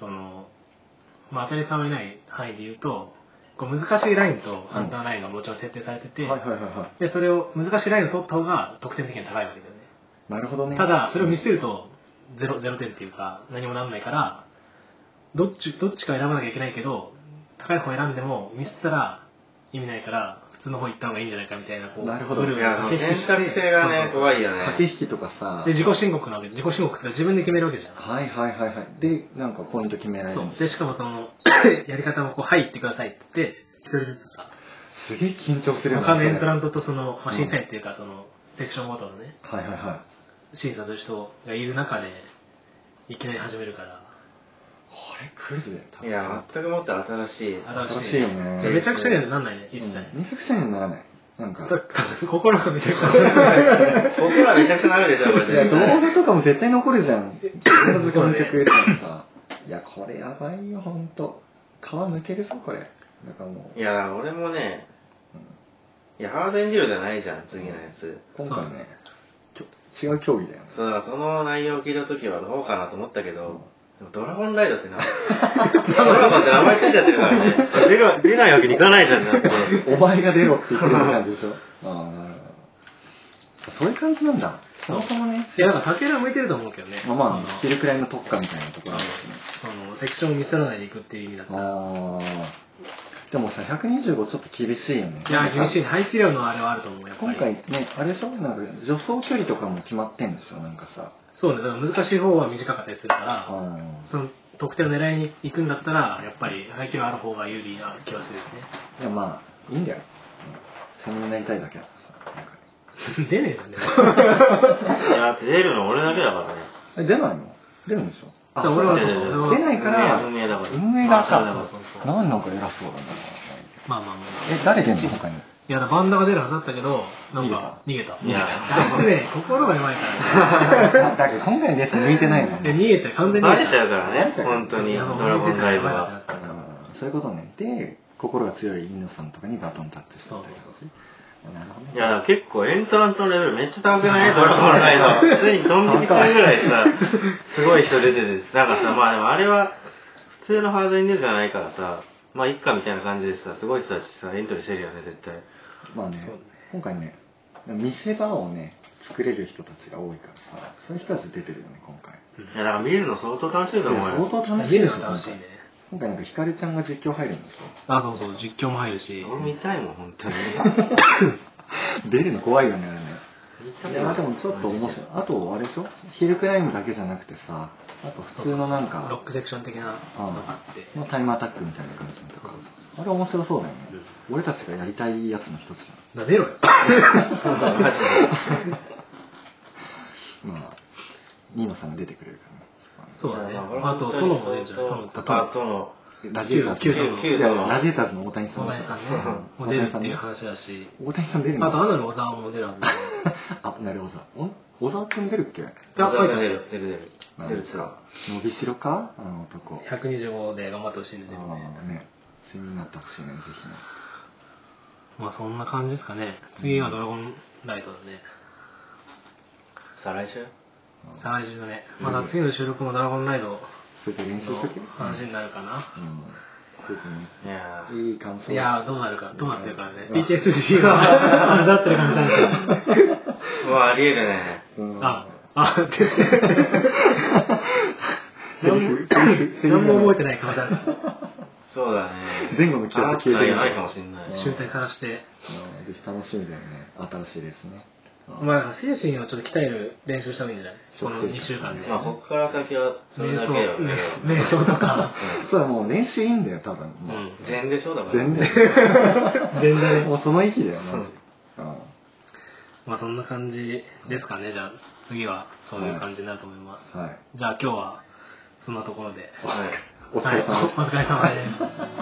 Speaker 1: その、まあ、当たり障りない範囲で言うと、こう難しいラインと簡単なラインがもちろん設定されてて、
Speaker 3: はいはいはいは
Speaker 1: で、それを、難しいラインを取った方が得点的には高いわけだよね。
Speaker 3: いなるほどね
Speaker 1: ただ、それを見せると、ゼロ、ゼロ点っていうか、何もなんないから、どっち、どっちか選ばなきゃいけないけど、高い方選んでも、見せたら意味ないから、普通の方行った方がいいんじゃないかみたいな、こう、
Speaker 3: なるほど
Speaker 1: ルー
Speaker 2: い
Speaker 1: ル
Speaker 2: や、
Speaker 1: が
Speaker 2: あの
Speaker 1: 駆け
Speaker 2: 選
Speaker 1: 引きして
Speaker 2: 択性がね、
Speaker 1: そうそう
Speaker 2: 怖いよね。
Speaker 3: 駆け引きとかさ
Speaker 1: で、自己申告なわけで、自己申告って自分で決めるわけじゃん。
Speaker 3: はいはいはいはいでなんかポイント決められる
Speaker 1: そう。で、しかもそ の、やり方もこう、はい行ってくださいって言って、一人ずつさ、
Speaker 3: すげえ緊張するよね
Speaker 1: 他の
Speaker 3: それ
Speaker 1: エントラントとその、まあ、審査員っていうか、その、セクションごとのね、
Speaker 3: はいはいはい
Speaker 1: 審査する人がいる中で、いきなり始めるから、
Speaker 3: これクイズだよ多
Speaker 2: い
Speaker 3: 分
Speaker 2: や、全くもって新しい。
Speaker 3: 新しいよね
Speaker 1: めちゃくちゃにはなんないね、
Speaker 3: うん
Speaker 1: 一切。
Speaker 3: めちゃくちゃにならないなんか
Speaker 1: 心がめちゃくち ゃ。
Speaker 2: 僕らめちゃくちゃなるでしょ、これ
Speaker 3: いや
Speaker 2: 絶
Speaker 3: 動
Speaker 2: 対。
Speaker 3: 画とかも絶対残るじゃん必ずこの曲いるからさいやこれやばいよほんと皮抜けるぞこれなんかもう
Speaker 2: いや、俺もね、いや、ハードエンデューロじゃないじゃん、次のやつ。
Speaker 3: 今回ねきょ違う競技だよね
Speaker 2: そうだからその内容を聞いた時はどうかなと思ったけど、でもドラゴンライドってな、ドラゴンって名前ついちゃってるからね、出る出ないわけにいかないじゃん、だって。
Speaker 3: お前が出ろって言ってるような感じでしょ ああなるほどそういう感じなんだそもそもね
Speaker 1: いや、なんか竹田向いてると思うけどね。
Speaker 3: まあまあ
Speaker 1: そ
Speaker 3: 切るくらいの特化みたいなところあるしね
Speaker 1: のその、セクションを見せらないでいくっていう意味だったら。
Speaker 3: あでもさ125ちょっと厳しいよね
Speaker 1: いや厳しい
Speaker 3: い
Speaker 1: ね排気量のあれはあると思うやっぱ
Speaker 3: 今
Speaker 1: り
Speaker 3: 回ねあれでしょなんか助走距離とかも決まってんでしょなんかさ
Speaker 1: そうねだから難しい方は短かったりするから
Speaker 3: あ
Speaker 1: その得点を狙いに行くんだったらやっぱり排気量ある方が有利な気はするよ
Speaker 3: いやまあいいんだよ、うん、そんなになりたいだけだからさなんか
Speaker 1: ね出ねえよね
Speaker 2: いや、出るの俺だけだからね。
Speaker 3: え出ないの出るんでしょあ
Speaker 1: そう
Speaker 3: そう
Speaker 1: 俺は
Speaker 3: だ
Speaker 1: そう
Speaker 3: よね
Speaker 1: 俺は
Speaker 3: 出ないから
Speaker 2: 運営だから。
Speaker 3: 運営が
Speaker 1: そう
Speaker 3: か
Speaker 1: そうそうそう
Speaker 3: なんなんか偉そうだな
Speaker 1: まあまあまあ
Speaker 3: え誰出んの他 に
Speaker 1: いやだバンダが出るはずだったけだけどなんか逃げた
Speaker 2: いや、
Speaker 1: あいつね心が弱いから ね
Speaker 3: だから今回のレース向いてないの
Speaker 1: え逃げて完全に
Speaker 2: バレち
Speaker 1: よ
Speaker 2: ゃうからね、本当に、ドラゴンダイブは。
Speaker 3: うんそういうことねで心が強い犬さんとかにバトンタッチした
Speaker 1: そう
Speaker 3: って
Speaker 1: そう
Speaker 3: こと
Speaker 1: そう
Speaker 3: なるほどね
Speaker 2: いや、結構エントラントのレベルめっちゃ高くない ドラゴンダイブは。 普通にドン引きするぐらいさ、すごい人出てて、なんかさ、まあでもあれは、普通のハードエンドじゃないからさ、まあ一家みたいな感じでさ、すごい人たちさ、エントリーしてるよね、絶対。
Speaker 3: まあね
Speaker 1: そうね
Speaker 3: 今回ね見せ場をね作れる人たちが多いからさそういう人たち出てるよね今回
Speaker 2: いや、だから見るの相当楽しいと思う
Speaker 3: 相
Speaker 2: よ。
Speaker 3: 当楽し
Speaker 1: 見
Speaker 3: いで
Speaker 1: る
Speaker 3: し
Speaker 1: の
Speaker 3: ょ
Speaker 1: 楽しいね
Speaker 3: 今回なんかひかるちゃんが実況入るんでしょ
Speaker 1: あそうそう実況も入るし
Speaker 2: 俺見たいもん、本当 に。
Speaker 3: 出るの怖いよねあれね
Speaker 2: 見た
Speaker 3: い
Speaker 2: い
Speaker 3: や
Speaker 2: よ
Speaker 3: でもちょっと面白いあとあれでしょヒルクライムだけじゃなくてさあと普通のなんか
Speaker 1: ロックセクション的なのがあって
Speaker 3: のタイムアタックみたいな感じのとかあれ面白そうだよね、俺たちがやりたいやつの一つじ
Speaker 1: だ出ろよ
Speaker 2: マジで。
Speaker 3: ゃんまあニーノさんが出てくれるからね
Speaker 1: そうだねあとトノも出んじゃないトノと
Speaker 2: あ、トノ。
Speaker 3: ラジエーターズ
Speaker 1: キュー
Speaker 2: キューキュー
Speaker 3: いやラジエーターズの大谷さん
Speaker 1: 大
Speaker 3: で
Speaker 1: 谷
Speaker 3: し
Speaker 1: さんね
Speaker 3: ょ
Speaker 1: も
Speaker 3: う
Speaker 1: うん出るって
Speaker 3: 大谷さん
Speaker 1: いう
Speaker 3: ね
Speaker 1: 話だし
Speaker 3: 大谷さん出るの
Speaker 1: あとアナル小沢も出るはずだ
Speaker 3: あなるほどん小沢君出るっけ
Speaker 1: やっぱり
Speaker 2: 出る、出る、出る。出る、
Speaker 3: 伸びしろかあの男
Speaker 1: 125で頑張ってほしいんで
Speaker 3: あ
Speaker 1: 出るね
Speaker 3: ーね睡眠になってほしいねぜひね
Speaker 1: まあそんな感じですかね次はドラゴンライトだね
Speaker 2: 再来週
Speaker 1: 再来週だねまた次の収録もドラゴンライド
Speaker 3: それで練習
Speaker 1: の
Speaker 3: しとけ
Speaker 1: 話になるかな、
Speaker 3: うんそうですね
Speaker 2: いやー
Speaker 3: いい感想
Speaker 1: いやーどうなるかどうなってるからね
Speaker 3: うん
Speaker 1: PTSD が混ざってる感じなんですよね
Speaker 2: うわ、ありえるね。
Speaker 3: うん
Speaker 1: ああって
Speaker 3: セリフセリフセリ
Speaker 1: 何
Speaker 3: フ
Speaker 1: も覚えて
Speaker 3: い
Speaker 1: ない可能性ある
Speaker 2: そうだね。
Speaker 3: 前後の期待と消えてる
Speaker 2: あないかもしんない。
Speaker 3: うん
Speaker 1: 集大さらして
Speaker 3: ぜひ楽しみだよね新しいですね
Speaker 1: お前なんか精神をちょっと鍛える練習した方がいいんじゃないこの2週間で
Speaker 2: まあ、こっから先はそれ
Speaker 1: 瞑
Speaker 2: だ
Speaker 1: 想
Speaker 2: けよね。
Speaker 1: 瞑想とか
Speaker 3: そうだもう練習いいんだよ多分
Speaker 2: う。
Speaker 3: もうん
Speaker 2: 全でしょだから。
Speaker 3: 全然
Speaker 1: 全然
Speaker 3: もうその域だよマジうん
Speaker 1: まあそんな感じですかねじゃあ次はそういう感じになると思います、
Speaker 3: はい
Speaker 1: じゃあ今日はそんなところで
Speaker 2: はい。
Speaker 3: お疲れ様でした
Speaker 1: はいお疲れ様です